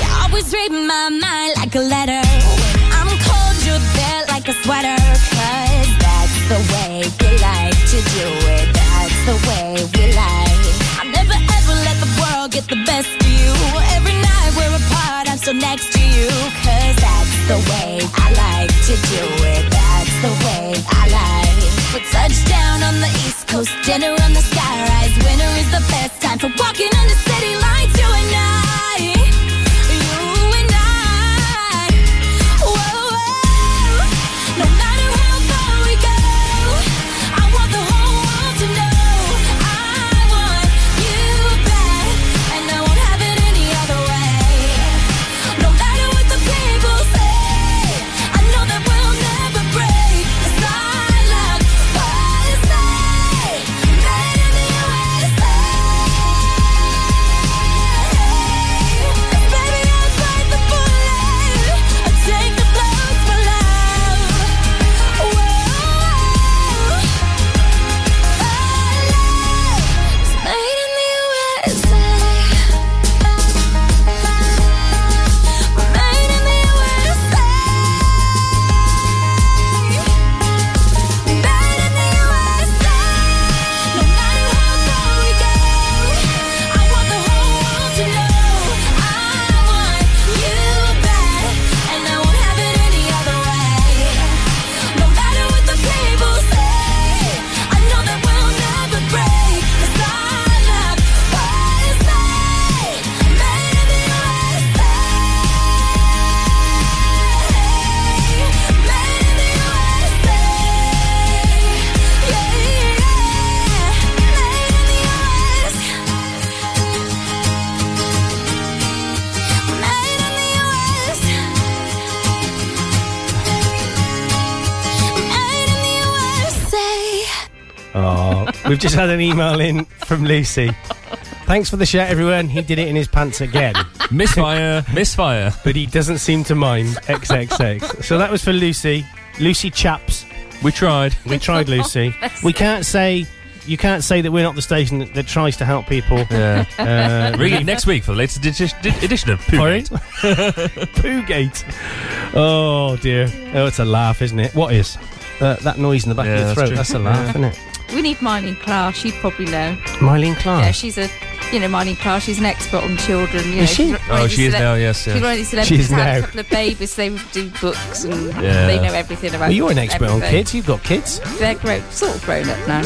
[SPEAKER 17] You're always reading my mind like a letter. When I'm cold, you're there like a sweater. Cause that's the way we like to do it. That's the way we like. I never ever let the world get the best of you. Every night we're apart, I'm still next to you. Cause that's the way I like to do it. That's the way I like. We're touchdown on the East Coast, dinner on the skyrise. Winter is the best time for walking on the city lights, you and I. Take the blows for love. Made in the USA. Made in the USA. Made in the USA. No matter how far we go, I want the whole world to know. I want you back, and I won't have it any other way. No matter what the people say, I know that we'll never break. 'Cause our love was made, made in the USA. Made in the USA. Yeah, yeah. Made in the USA. Made in the USA. Made in the USA.
[SPEAKER 2] Oh, we've just had an email in from Lucy. Thanks for the shout, everyone. He did it in his pants again.
[SPEAKER 3] Misfire, misfire.
[SPEAKER 2] But he doesn't seem to mind XXX. So that was for Lucy. Lucy Chaps.
[SPEAKER 3] We tried.
[SPEAKER 2] We tried, Lucy. We can't say. You can't say that we're not the station that, that tries to help people. Uh,
[SPEAKER 3] Yeah. Ring in next week for the latest edi- edi- edition of Poogate.
[SPEAKER 2] Poogate. Oh dear. Oh, it's a laugh, isn't it? What is? Uh, that noise in the back
[SPEAKER 3] Yeah,
[SPEAKER 2] of your
[SPEAKER 3] that's
[SPEAKER 2] throat.
[SPEAKER 3] true.
[SPEAKER 2] That's, a laugh,
[SPEAKER 3] Yeah.
[SPEAKER 2] isn't it?
[SPEAKER 7] We need Marlene Clark. She'd probably know.
[SPEAKER 2] Mylene Clark.
[SPEAKER 7] Yeah, she's a, you know, Marlene Clark. She's an expert on children. You
[SPEAKER 2] Is
[SPEAKER 7] know,
[SPEAKER 2] she?
[SPEAKER 7] she's one of
[SPEAKER 3] Oh,
[SPEAKER 7] these
[SPEAKER 3] she is
[SPEAKER 7] celeb-
[SPEAKER 3] now, yes,
[SPEAKER 7] She's
[SPEAKER 3] yeah.
[SPEAKER 7] one of these celebrities
[SPEAKER 2] She's
[SPEAKER 7] that had
[SPEAKER 2] now.
[SPEAKER 7] a couple of babies. They would do books and
[SPEAKER 2] Yeah.
[SPEAKER 7] they know everything about.
[SPEAKER 2] well, you're an expert on
[SPEAKER 7] everything.
[SPEAKER 2] kids. You've got kids.
[SPEAKER 7] They're grown, sort of grown up now.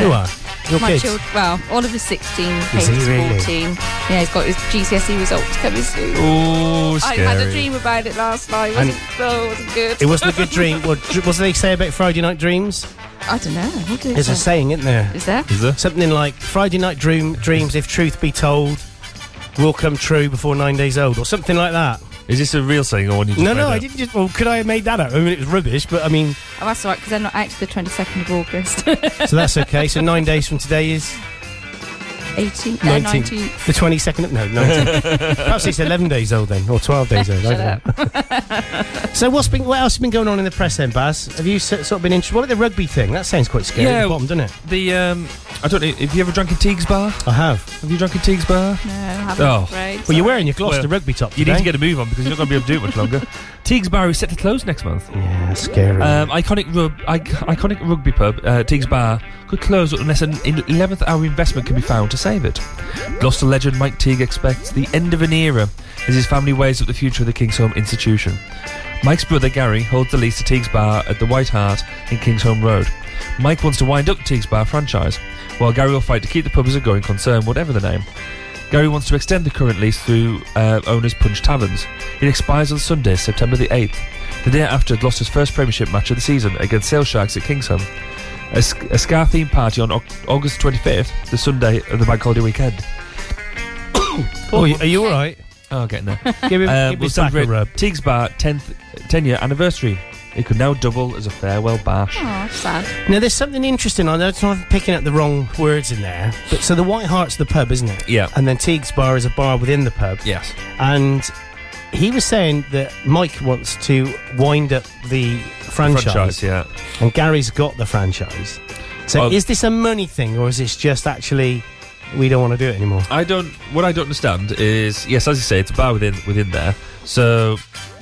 [SPEAKER 2] You are. Your
[SPEAKER 7] my
[SPEAKER 2] kids?
[SPEAKER 7] children, well, all of his 16,
[SPEAKER 2] Is he
[SPEAKER 7] Hayden's
[SPEAKER 2] really?
[SPEAKER 7] 14. Yeah, he's got his GCSE E results coming soon.
[SPEAKER 2] Oh,
[SPEAKER 7] I had a
[SPEAKER 2] scary.
[SPEAKER 7] dream about it last night. Wasn't, oh, it wasn't good.
[SPEAKER 2] It wasn't a good dream. What what do they say about Friday night dreams?
[SPEAKER 7] I don't know. What did it
[SPEAKER 2] There's a
[SPEAKER 7] say?
[SPEAKER 2] saying, isn't there?
[SPEAKER 7] Is there?
[SPEAKER 2] Is there? Something like Friday night dream dreams, if truth be told, will come true before nine days old, or something like that.
[SPEAKER 3] Is this a real saying or one you just
[SPEAKER 2] No,
[SPEAKER 3] made
[SPEAKER 2] no, I
[SPEAKER 3] up?
[SPEAKER 2] didn't just. Well, could I have made that up? I mean, it was rubbish, but I mean,
[SPEAKER 7] Oh, that's all right, because they're not out to the 22nd of August.
[SPEAKER 2] so that's okay. so nine days from today is
[SPEAKER 7] 18th, no,
[SPEAKER 2] 19th.
[SPEAKER 7] 19th.
[SPEAKER 2] The 22nd of. No, 19th. Perhaps it's 11 days old then, or 12 days old. I don't know. so what's been what else has been going on in the press then, Baz? Have you s- sort of been interested? What about the rugby thing? That sounds quite scary.
[SPEAKER 3] Yeah,
[SPEAKER 2] the bomb, doesn't it?
[SPEAKER 3] The um, I don't know. Have you ever drank in Teague's bar?
[SPEAKER 2] I have.
[SPEAKER 3] Have you drunk in Teague's bar?
[SPEAKER 7] No, I haven't.
[SPEAKER 3] Oh,
[SPEAKER 7] Right,
[SPEAKER 2] Well, you're wearing your Gloucester rugby top
[SPEAKER 3] You need
[SPEAKER 2] today.
[SPEAKER 3] to get a move on because you're not going to be able to do it much longer. Teague's bar is set to close next month.
[SPEAKER 2] Yeah, scary.
[SPEAKER 3] Um, iconic, rub, ic- iconic rugby pub, uh, Teague's Bar, could close unless an in- 11th hour investment can be found to save it. Gloucester legend Mike Teague expects the end of an era as his family weighs up the future of the King's Home institution. Mike's brother Gary holds the lease to Teague's Bar at the White Hart in King's Home Road. Mike wants to wind up the Teague's Bar franchise, while Gary will fight to keep the pub as a going concern, whatever the name. Gary wants to extend the current lease through uh, owners Punch Taverns. It expires on Sunday, September the 8th, the day after Gloucester's first Premiership match of the season against Sale Sharks at Kingsham. A, sc- a Scar themed party on Au- August 25th, the Sunday of the bank holiday weekend.
[SPEAKER 2] Oh, y- are you all right?
[SPEAKER 3] Oh, getting there.
[SPEAKER 2] Give him-
[SPEAKER 3] Uh,
[SPEAKER 2] give
[SPEAKER 3] we'll
[SPEAKER 2] his back a
[SPEAKER 3] celebrate
[SPEAKER 2] rub.
[SPEAKER 3] Teague's Bar 10th, 10 year anniversary. It could now double as a farewell bash.
[SPEAKER 7] Oh, sad.
[SPEAKER 2] Now, there's something interesting. I know it's not picking up the wrong words in there, but so the White Hart's the pub, isn't it?
[SPEAKER 3] Yeah.
[SPEAKER 2] And then Teague's Bar is a bar within the pub.
[SPEAKER 3] Yes.
[SPEAKER 2] And he was saying that Mike wants to wind up the franchise.
[SPEAKER 3] franchise, yeah.
[SPEAKER 2] And Gary's got the franchise. So
[SPEAKER 3] Well-
[SPEAKER 2] is this a money thing, or is this just actually we don't want to do it anymore?
[SPEAKER 3] I don't. What I don't understand is yes, as you say, it's a bar within within there. So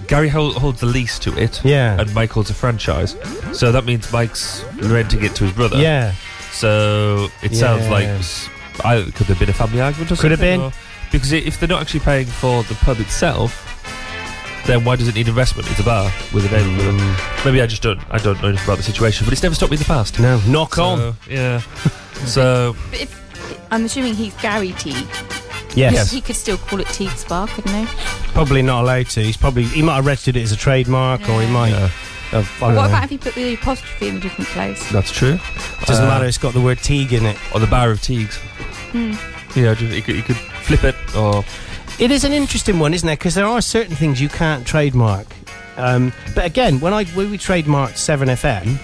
[SPEAKER 3] Gary hold, holds the lease to it.
[SPEAKER 2] Yeah.
[SPEAKER 3] And Mike holds a franchise. So that means Mike's renting it to his brother.
[SPEAKER 2] Yeah.
[SPEAKER 3] So it sounds
[SPEAKER 2] Yeah.
[SPEAKER 3] like s- I, could there have been a family argument or
[SPEAKER 2] Could have
[SPEAKER 3] something,
[SPEAKER 2] been.
[SPEAKER 3] or- because i- if they're not actually paying for the pub itself. Then why does it need investment? It's a bar with a name. on it. Maybe I just don't. I don't know enough about the situation, but it's never stopped me in the past.
[SPEAKER 2] Mm. No, knock
[SPEAKER 3] on. Yeah. so
[SPEAKER 7] But if, I'm assuming he's Gary Teague.
[SPEAKER 2] Yes.
[SPEAKER 7] He could still call it Teague's Bar, couldn't he?
[SPEAKER 2] Probably not allowed to. He's probably he might have registered it as a trademark, or he might. have, I don't
[SPEAKER 7] What
[SPEAKER 2] know.
[SPEAKER 7] about if you put the apostrophe in a different place?
[SPEAKER 3] that's true.
[SPEAKER 2] Doesn't
[SPEAKER 3] Uh,
[SPEAKER 2] matter. It's got the word Teague in it.
[SPEAKER 3] Or the bar of Teagues.
[SPEAKER 7] Hmm.
[SPEAKER 3] Yeah, just, you, could, you could flip it or
[SPEAKER 2] oh, It is an interesting one, isn't it? Because there are certain things you can't trademark. Um, but again, when I when we trademarked Severn FM,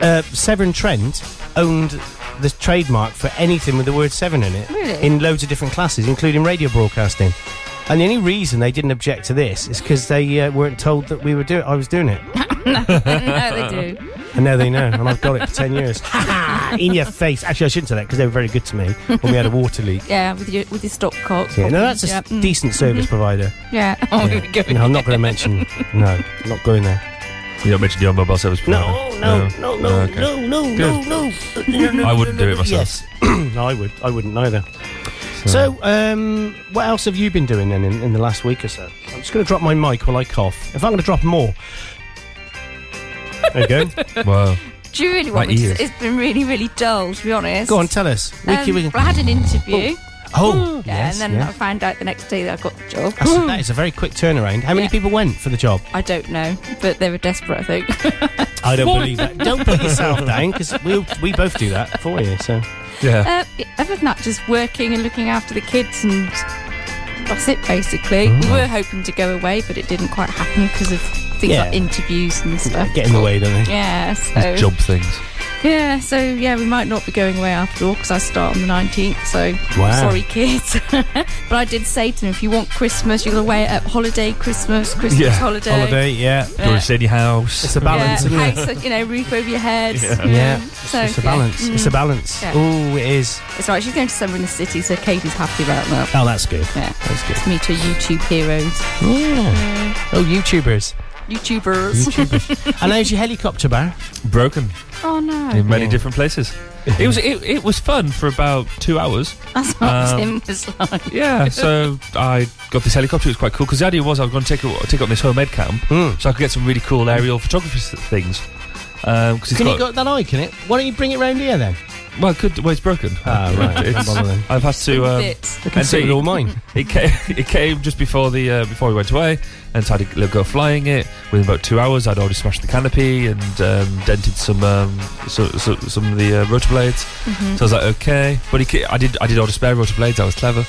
[SPEAKER 2] uh, Severn Trent owned the trademark for anything with the word Severn in it,
[SPEAKER 7] Really?
[SPEAKER 2] in loads of different classes, including radio broadcasting. And the only reason they didn't object to this is because they uh, weren't told that we were doing. I was doing it,
[SPEAKER 7] no, they do.
[SPEAKER 2] and now they know, and I've got it for ten years. Ha ha! In your face. Actually, I shouldn't say that because they were very good to me when we had a water leak.
[SPEAKER 7] Yeah, with your with your stock cocks.
[SPEAKER 2] Yeah, no, that's a s-
[SPEAKER 7] mm.
[SPEAKER 2] decent service
[SPEAKER 7] Mhm.
[SPEAKER 2] provider.
[SPEAKER 7] Yeah. Oh,
[SPEAKER 2] Yeah.
[SPEAKER 7] here we go.
[SPEAKER 2] No, I'm not going to mention. No, not going there.
[SPEAKER 3] you don't mention your mobile service provider.
[SPEAKER 2] No, no, no,
[SPEAKER 3] okay.
[SPEAKER 2] no, no,
[SPEAKER 3] Good.
[SPEAKER 2] no, no, no.
[SPEAKER 3] I wouldn't do it myself.
[SPEAKER 2] Yes, no, I would. I wouldn't either. So, um, what else have you been doing then in, in the last week or so? I'm just going to drop my mic while I cough. If I'm going to drop more, there you go.
[SPEAKER 3] wow.
[SPEAKER 7] Do you really want
[SPEAKER 2] My
[SPEAKER 7] me
[SPEAKER 2] ears.
[SPEAKER 7] to? It's been really, really dull, to be honest.
[SPEAKER 2] Go on, tell us. Wiki,
[SPEAKER 7] Um,
[SPEAKER 2] wiki.
[SPEAKER 7] well, I had an interview.
[SPEAKER 2] Oh,
[SPEAKER 7] yeah,
[SPEAKER 2] yes,
[SPEAKER 7] and then
[SPEAKER 2] yeah.
[SPEAKER 7] I found out the next day that I got the job.
[SPEAKER 2] That's, that is a very quick turnaround. How many
[SPEAKER 7] Yeah.
[SPEAKER 2] people went for the job?
[SPEAKER 7] I don't know, but they were desperate, I think.
[SPEAKER 2] I don't
[SPEAKER 7] One.
[SPEAKER 2] believe that. Don't put yourself down because we we both do that for you. So
[SPEAKER 3] yeah,
[SPEAKER 7] Uh, yeah, other than that, just working and looking after the kids and that's it basically.
[SPEAKER 2] Mm.
[SPEAKER 7] We were hoping to go away, but it didn't quite happen because of things
[SPEAKER 2] Yeah.
[SPEAKER 7] like interviews and stuff.
[SPEAKER 2] get in the way, don't they?
[SPEAKER 7] Yeah, so
[SPEAKER 3] job things.
[SPEAKER 7] yeah, so yeah, we might not be going away after all because I start on the nineteenth. So
[SPEAKER 3] Wow.
[SPEAKER 7] sorry, kids. but I did say to them, if you want Christmas, you're away at holiday Christmas, Christmas holiday,
[SPEAKER 2] yeah.
[SPEAKER 7] Yeah.
[SPEAKER 3] Go and stay in your house.
[SPEAKER 2] It's a balance,
[SPEAKER 7] yeah,
[SPEAKER 2] isn't it?
[SPEAKER 7] house, you know, roof over your head.
[SPEAKER 2] Yeah, It's,
[SPEAKER 7] so,
[SPEAKER 2] it's a
[SPEAKER 7] yeah.
[SPEAKER 2] balance. It's a
[SPEAKER 7] Mm.
[SPEAKER 2] balance.
[SPEAKER 7] Yeah.
[SPEAKER 2] Oh, it is.
[SPEAKER 7] It's right. She's going to summer in the city, so Katie's happy about that.
[SPEAKER 2] Oh, that's good.
[SPEAKER 7] Yeah.
[SPEAKER 2] That's good.
[SPEAKER 7] To meet her YouTube heroes,
[SPEAKER 2] Yeah. Oh, YouTubers.
[SPEAKER 7] YouTubers.
[SPEAKER 2] and how's your helicopter bar?
[SPEAKER 3] Broken
[SPEAKER 7] oh no.
[SPEAKER 3] in many different places. it was it, it was fun for about two hours.
[SPEAKER 7] That's what
[SPEAKER 3] Um,
[SPEAKER 7] Tim was like.
[SPEAKER 3] Yeah, so I got this helicopter. It was quite cool because the idea was I was going to take a, take on this home ed camp,
[SPEAKER 2] Hmm.
[SPEAKER 3] so I could get some really cool aerial photography s- things. Um, cause it's
[SPEAKER 2] Can
[SPEAKER 3] got,
[SPEAKER 2] you got that eye? Can it? Why don't you bring it round here then?
[SPEAKER 3] Well, it could. Well, it's broken.
[SPEAKER 2] Ah, right. Don't
[SPEAKER 3] It's-
[SPEAKER 2] bother then.
[SPEAKER 3] I've had to.
[SPEAKER 2] In
[SPEAKER 3] Um,
[SPEAKER 2] bits. I can see it all mine.
[SPEAKER 3] It came, it came just before the uh, before we went away, and so I had to go flying it. Within about two hours, I'd already smashed the canopy and um, dented some um, so, so, some of the uh, rotor blades.
[SPEAKER 5] Mhm.
[SPEAKER 3] So I was like, okay, but he, ca- I did I did order spare rotor blades. I was clever,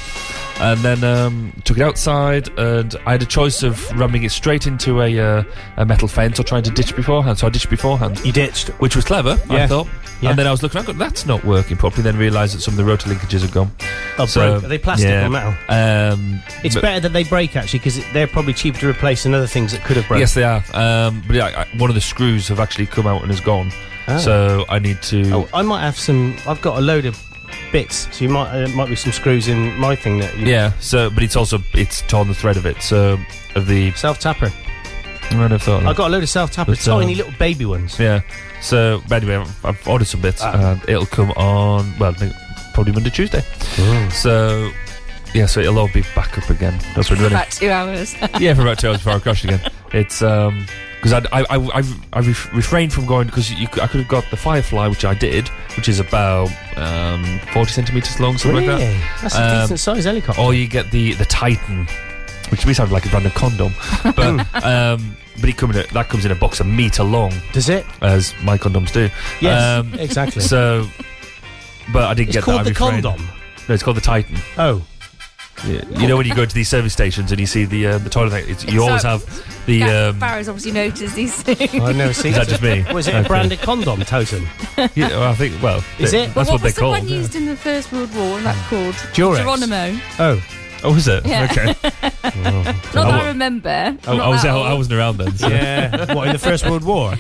[SPEAKER 3] and then um, took it outside, and I had a choice of ramming it straight into a uh, a metal fence or trying to ditch beforehand. So I ditched beforehand.
[SPEAKER 2] You ditched,
[SPEAKER 3] which was clever. I
[SPEAKER 2] Yeah.
[SPEAKER 3] thought.
[SPEAKER 2] Yeah.
[SPEAKER 3] And then I was looking, I go, that's not working properly. Then realised that some of the rotor linkages have gone.
[SPEAKER 2] Oh, broke. Are they plastic or metal?
[SPEAKER 3] Um,
[SPEAKER 2] It's
[SPEAKER 3] but-
[SPEAKER 2] better that they break actually because they're probably cheaper to replace than other things that could have broken.
[SPEAKER 3] Yes, they are. Um, but yeah, I, I- one of the screws have actually come out and is gone.
[SPEAKER 2] Ah.
[SPEAKER 3] So I need to.
[SPEAKER 2] Oh, I might have some. I've got a load of bits, so you might uh, might be some screws in my thing that. You,
[SPEAKER 3] Yeah. So, but it's also it's torn the thread of it. So of the
[SPEAKER 2] self tapper.
[SPEAKER 3] I might have thought. of
[SPEAKER 2] I've
[SPEAKER 3] it.
[SPEAKER 2] got a load of self tapper,
[SPEAKER 3] But, uh,
[SPEAKER 2] tiny little baby ones.
[SPEAKER 3] Yeah. So, but anyway, I've, I've ordered some bits,
[SPEAKER 2] Ah.
[SPEAKER 3] and it'll come on. Well, I think probably Monday, Tuesday.
[SPEAKER 2] Ooh.
[SPEAKER 3] So, yeah. So it'll all be back up again. That's what
[SPEAKER 7] For
[SPEAKER 3] we're running.
[SPEAKER 7] about two hours.
[SPEAKER 3] yeah, for about two hours before I crashed again. It's um because I I I, I, I ref- refrained from going because you, c- I could have got the Firefly, which I did, which is about um forty centimeters long, something like
[SPEAKER 2] Really?
[SPEAKER 3] that. Um,
[SPEAKER 2] That's a decent size helicopter.
[SPEAKER 3] Or you get the the Titan, which to me sounded like a random condom, but um but it come in a, that comes in a box a meter long.
[SPEAKER 2] Does it?
[SPEAKER 3] As my condoms do. Um,
[SPEAKER 2] Yes, exactly.
[SPEAKER 3] So, but I didn't
[SPEAKER 2] It's
[SPEAKER 3] get
[SPEAKER 2] called
[SPEAKER 3] that. I
[SPEAKER 2] the
[SPEAKER 3] refrained.
[SPEAKER 2] condom?
[SPEAKER 3] No, it's called the Titan.
[SPEAKER 2] Oh.
[SPEAKER 3] Yeah. You know when you go to these service stations and you see the uh, the toilet thing, it's, you
[SPEAKER 7] It's
[SPEAKER 3] always
[SPEAKER 7] like-
[SPEAKER 3] have the. Um, Oh,
[SPEAKER 7] Barrow's obviously noticed these things.
[SPEAKER 2] Oh, I've never seen
[SPEAKER 3] Is that
[SPEAKER 2] it.
[SPEAKER 3] just me?
[SPEAKER 2] Was it a
[SPEAKER 3] Okay.
[SPEAKER 2] branded condom, Totem?
[SPEAKER 3] yeah, well, I think. Well,
[SPEAKER 2] Is
[SPEAKER 3] th-
[SPEAKER 2] it?
[SPEAKER 3] That's what,
[SPEAKER 7] well, what was
[SPEAKER 3] they're
[SPEAKER 7] the
[SPEAKER 3] called.
[SPEAKER 7] one used in the First World War? That called
[SPEAKER 3] Durex.
[SPEAKER 7] Geronimo.
[SPEAKER 2] Oh.
[SPEAKER 3] Oh, is it?
[SPEAKER 7] Yeah.
[SPEAKER 3] Okay.
[SPEAKER 7] Not that
[SPEAKER 3] wa-
[SPEAKER 7] I remember.
[SPEAKER 3] I,
[SPEAKER 7] Not
[SPEAKER 3] I was
[SPEAKER 7] that
[SPEAKER 3] out,
[SPEAKER 7] old.
[SPEAKER 3] I wasn't around then. So.
[SPEAKER 2] Yeah. What, in the First World War?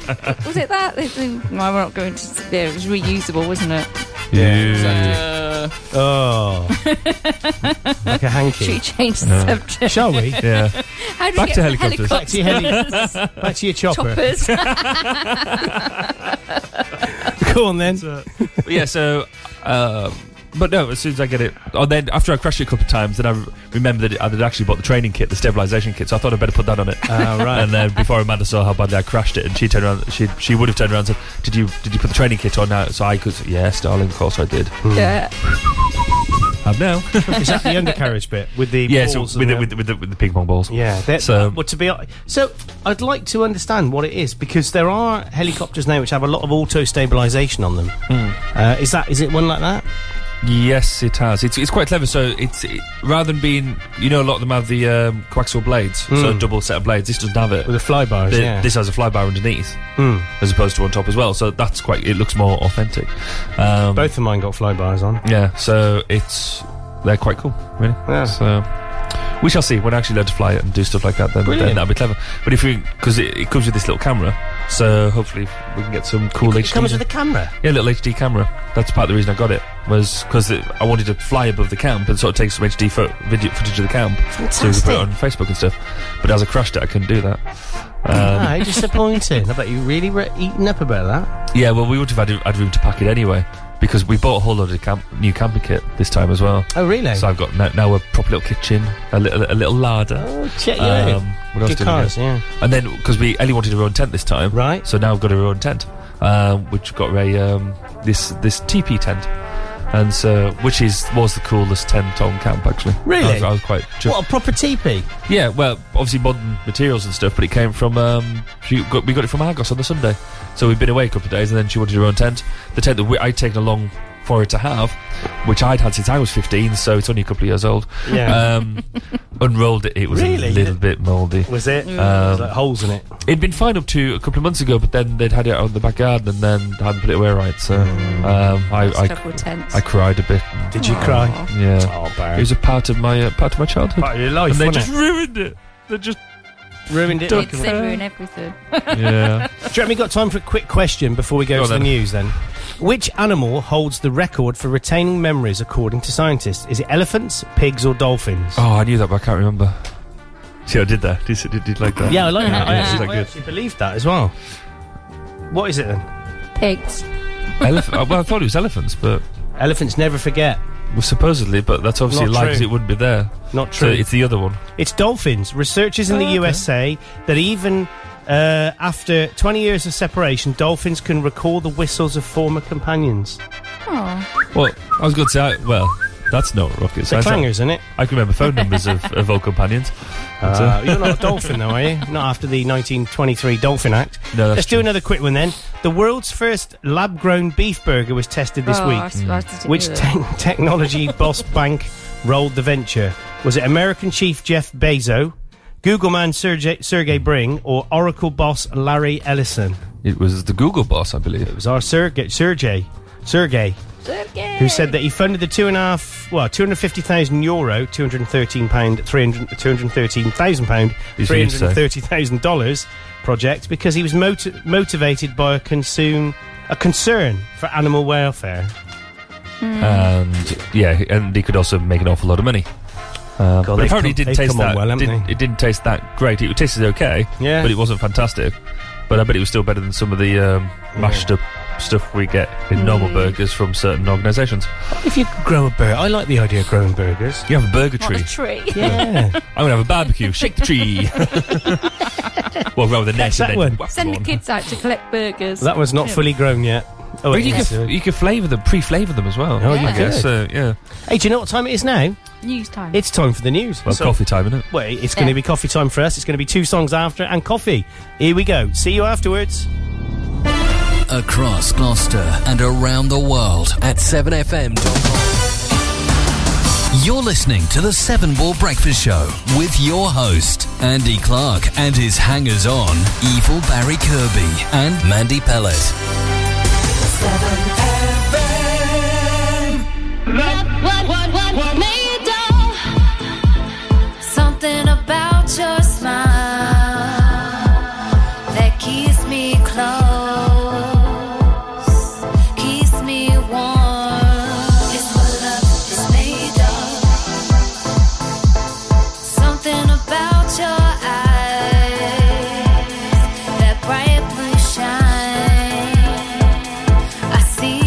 [SPEAKER 7] Was it that? They- they- No, we're not going to. Yeah, it was reusable, wasn't it?
[SPEAKER 2] Yeah.
[SPEAKER 7] Uh.
[SPEAKER 2] Oh. like a hanky.
[SPEAKER 7] Should we change
[SPEAKER 3] Uh.
[SPEAKER 7] the
[SPEAKER 3] Uh-huh.
[SPEAKER 7] Yeah. subject?
[SPEAKER 2] Shall we?
[SPEAKER 7] Yeah. How do we Back get to to helicopters.
[SPEAKER 2] Back to your,
[SPEAKER 7] helicopters?
[SPEAKER 2] heli- back to your chopper.
[SPEAKER 7] Choppers.
[SPEAKER 2] Go on then.
[SPEAKER 7] uh,
[SPEAKER 3] But yeah, so. Um, but no, as soon as I get it, oh, then after I crashed it a couple of times, then I re- remembered that I had actually bought the training kit, the stabilization kit. So I thought I'd better put that on it.
[SPEAKER 2] Ah, right.
[SPEAKER 3] And then before Amanda saw how badly I crashed it, and she turned around, she she would have turned around and said, "Did you did you put the training kit on now?" So I could, yes, darling, of course I did.
[SPEAKER 7] yeah.
[SPEAKER 3] Have now.
[SPEAKER 2] Is that the undercarriage bit with the
[SPEAKER 3] yeah, so
[SPEAKER 2] balls
[SPEAKER 3] with
[SPEAKER 2] and
[SPEAKER 3] the,
[SPEAKER 2] the-
[SPEAKER 3] with, the, with, the, with the ping pong balls.
[SPEAKER 2] Yeah. that-
[SPEAKER 3] So
[SPEAKER 2] well, to be hon- so, I'd like to understand what it is because there are helicopters now which have a lot of auto stabilization on them.
[SPEAKER 7] Hmm.
[SPEAKER 2] Uh, is that is it one like that?
[SPEAKER 3] Yes, it has. It's, it's quite clever. So it's it, rather than being, you know, a lot of them have the um, coaxial blades, so
[SPEAKER 2] Mm.
[SPEAKER 3] a double set of blades. This doesn't have it
[SPEAKER 2] with the fly bars.
[SPEAKER 3] The-
[SPEAKER 2] yeah.
[SPEAKER 3] This has a fly bar underneath,
[SPEAKER 2] Mm.
[SPEAKER 3] as opposed to on top as well. So that's quite. It looks more authentic. Um,
[SPEAKER 2] Both of mine got fly bars on.
[SPEAKER 3] Yeah. So it's they're quite cool, really.
[SPEAKER 2] Yeah.
[SPEAKER 3] So we shall see when I actually learn to fly it and do stuff like that. Then, then
[SPEAKER 2] Brilliant.
[SPEAKER 3] that'll be clever. But if we, because it, it comes with this little camera, so hopefully we can get some cool
[SPEAKER 2] It comes
[SPEAKER 3] HDs.
[SPEAKER 2] with a camera.
[SPEAKER 3] Yeah, little HD camera. That's part of the reason I got it was because I wanted to fly above the camp and sort of take some HD fo- video footage of the camp, so we could put
[SPEAKER 2] Fantastic.
[SPEAKER 3] it on Facebook and stuff. But as I crashed it, I couldn't do that. Um,
[SPEAKER 2] How Ah, disappointing. I bet you really were eaten up about that.
[SPEAKER 3] yeah, well, we would have had, had room to pack it anyway because we bought a whole lot of camp, new camping kit this time as well.
[SPEAKER 2] Oh, really?
[SPEAKER 3] So I've got now, now a proper little kitchen, a little a little larder. Oh,
[SPEAKER 2] check you out.
[SPEAKER 3] What else
[SPEAKER 2] Good
[SPEAKER 3] did we
[SPEAKER 2] cars,
[SPEAKER 3] get?
[SPEAKER 2] yeah.
[SPEAKER 3] And then because we Ellie wanted her own tent this time,
[SPEAKER 2] right?
[SPEAKER 3] So now I've got her own tent, um, which got a um, this this teepee tent. And so, which is was the coolest tent on camp actually.
[SPEAKER 2] Really?
[SPEAKER 3] I was, I was quite. chuffed.
[SPEAKER 2] What a proper teepee.
[SPEAKER 3] Yeah, well, obviously modern materials and stuff, but it came from um, she got, we got it from Argos on the Sunday. So we'd been away a couple of days, and then she wanted her own tent. The tent that we, I'd taken along for her to have, which I'd had since I was 15, so it's only a couple of years old.
[SPEAKER 2] Yeah.
[SPEAKER 3] Um, unrolled it, it was
[SPEAKER 2] Really?
[SPEAKER 3] a little bit mouldy.
[SPEAKER 2] Was it?
[SPEAKER 3] Um,
[SPEAKER 2] There's like holes in it.
[SPEAKER 3] It'd been fine up to a couple of months ago, but then they'd had it out in the back garden and then hadn't put it away right. So um, I,
[SPEAKER 7] Lost
[SPEAKER 3] I,
[SPEAKER 7] couple of tents.
[SPEAKER 3] I cried a bit.
[SPEAKER 2] Mm. Did you cry?
[SPEAKER 7] Aw.
[SPEAKER 3] Yeah.
[SPEAKER 2] Oh, Barry.
[SPEAKER 3] it was a part of my uh, part of my childhood.
[SPEAKER 2] Part of your life,
[SPEAKER 3] And they
[SPEAKER 2] wasn't
[SPEAKER 3] just
[SPEAKER 2] it?
[SPEAKER 3] ruined it. They just
[SPEAKER 2] ruined it.
[SPEAKER 7] It's they ruin everything.
[SPEAKER 3] Yeah.
[SPEAKER 2] Jeremy, got time for a quick question before we go,
[SPEAKER 3] Go
[SPEAKER 2] to
[SPEAKER 3] on
[SPEAKER 2] the
[SPEAKER 3] then.
[SPEAKER 2] news then? Which animal holds the record for retaining memories according to scientists? Is it elephants, pigs, or dolphins?
[SPEAKER 3] Oh, I knew that, but I can't remember. See, I did that. Did, did, did like that.
[SPEAKER 2] Yeah, I like that. I,
[SPEAKER 3] yeah,
[SPEAKER 2] actually, I
[SPEAKER 3] did
[SPEAKER 2] actually believe that as well. What is it then?
[SPEAKER 7] Pigs.
[SPEAKER 3] that good. Elef- uh, well, I thought it was elephants, but
[SPEAKER 2] elephants never forget.
[SPEAKER 3] Well, supposedly, but that's obviously
[SPEAKER 2] Not
[SPEAKER 3] a lie
[SPEAKER 2] true.
[SPEAKER 3] 'cause it wouldn't be there.
[SPEAKER 2] Not
[SPEAKER 3] So
[SPEAKER 2] true.
[SPEAKER 3] it's the other one.
[SPEAKER 2] It's dolphins. Researchers in the
[SPEAKER 3] Oh, okay.
[SPEAKER 2] USA that even Uh, after 20 years of separation, dolphins can recall the whistles of former companions.
[SPEAKER 7] Oh.
[SPEAKER 3] Well, I was going to say, I, well, that's not rocket
[SPEAKER 2] They're
[SPEAKER 3] science.
[SPEAKER 2] clangers, isn't it?
[SPEAKER 3] I can remember phone numbers of, of old companions. But,
[SPEAKER 2] Uh, you're not a dolphin, though, are you? Not after the 1923 Dolphin Act.
[SPEAKER 3] No, that's
[SPEAKER 2] Let's do another quick one then. The world's first lab grown beef burger was tested this
[SPEAKER 7] Oh, I was
[SPEAKER 2] week.
[SPEAKER 7] about to do
[SPEAKER 2] Which
[SPEAKER 7] that.
[SPEAKER 2] te- technology boss bank rolled the venture? Was it American chief Jeff Bezos, Google man Sergey, Sergey Brin, or Oracle boss Larry Ellison?
[SPEAKER 3] It was the Google boss, I believe. It
[SPEAKER 2] was our Sergey. Sergey. Sergey who said that he funded the two and a half, well, two hundred fifty thousand euro, two hundred thirteen pound, three hundred, two hundred thirteen thousand pound,
[SPEAKER 3] He's
[SPEAKER 2] three
[SPEAKER 3] used to.
[SPEAKER 2] hundred thirty thousand dollars project because he was moti- motivated by a concern, a concern for animal welfare.
[SPEAKER 3] And yeah, and he could also make an awful lot of money. Um, but
[SPEAKER 2] they've
[SPEAKER 3] apparently
[SPEAKER 2] Uh, come-
[SPEAKER 3] it didn't
[SPEAKER 2] they've
[SPEAKER 3] taste
[SPEAKER 2] come on
[SPEAKER 3] that.
[SPEAKER 2] well, haven't
[SPEAKER 3] didn't, it didn't taste that great. It tasted okay,
[SPEAKER 2] Yeah.
[SPEAKER 3] but it wasn't fantastic. But I bet it was still better than some of the um, mashed up stuff we get in normal burgers from certain organisations.
[SPEAKER 2] If you grow a burger, I like the idea of growing burgers.
[SPEAKER 3] You have a burger tree.
[SPEAKER 7] tree.
[SPEAKER 2] Yeah.
[SPEAKER 3] I'm gonna have a barbecue. Shake the tree. well, rather the net
[SPEAKER 2] That's that
[SPEAKER 3] and
[SPEAKER 2] one.
[SPEAKER 3] then whack
[SPEAKER 7] Send the
[SPEAKER 3] one.
[SPEAKER 7] kids out to collect burgers.
[SPEAKER 2] That was not
[SPEAKER 7] Yeah.
[SPEAKER 2] fully grown yet. Oh,
[SPEAKER 3] But
[SPEAKER 2] it
[SPEAKER 3] you
[SPEAKER 2] is.
[SPEAKER 3] could you could flavour them, pre-flavour them as well.
[SPEAKER 2] Oh, you
[SPEAKER 3] I guess.
[SPEAKER 2] could.
[SPEAKER 3] Uh, yeah.
[SPEAKER 2] Hey, do you know what time it is now?
[SPEAKER 7] News time.
[SPEAKER 2] It's time for the news.
[SPEAKER 3] Well, coffee time, isn't it?
[SPEAKER 2] Well, it's going to
[SPEAKER 7] Yeah.
[SPEAKER 2] be coffee time for us. It's going to be two songs after and coffee. Here we go. See you afterwards.
[SPEAKER 1] Across Gloucester and around the world at 7fm.com. You're listening to the Seven Ball Breakfast Show with your host, Andy Clark, and his hangers on, Evil Barry Kirby and Mandy Pellet.
[SPEAKER 18] What, what, what, what made you?
[SPEAKER 5] Something about your smile that keeps me close, keeps me warm. It's what love is made of. Something about your eyes, that bright blue shine. I see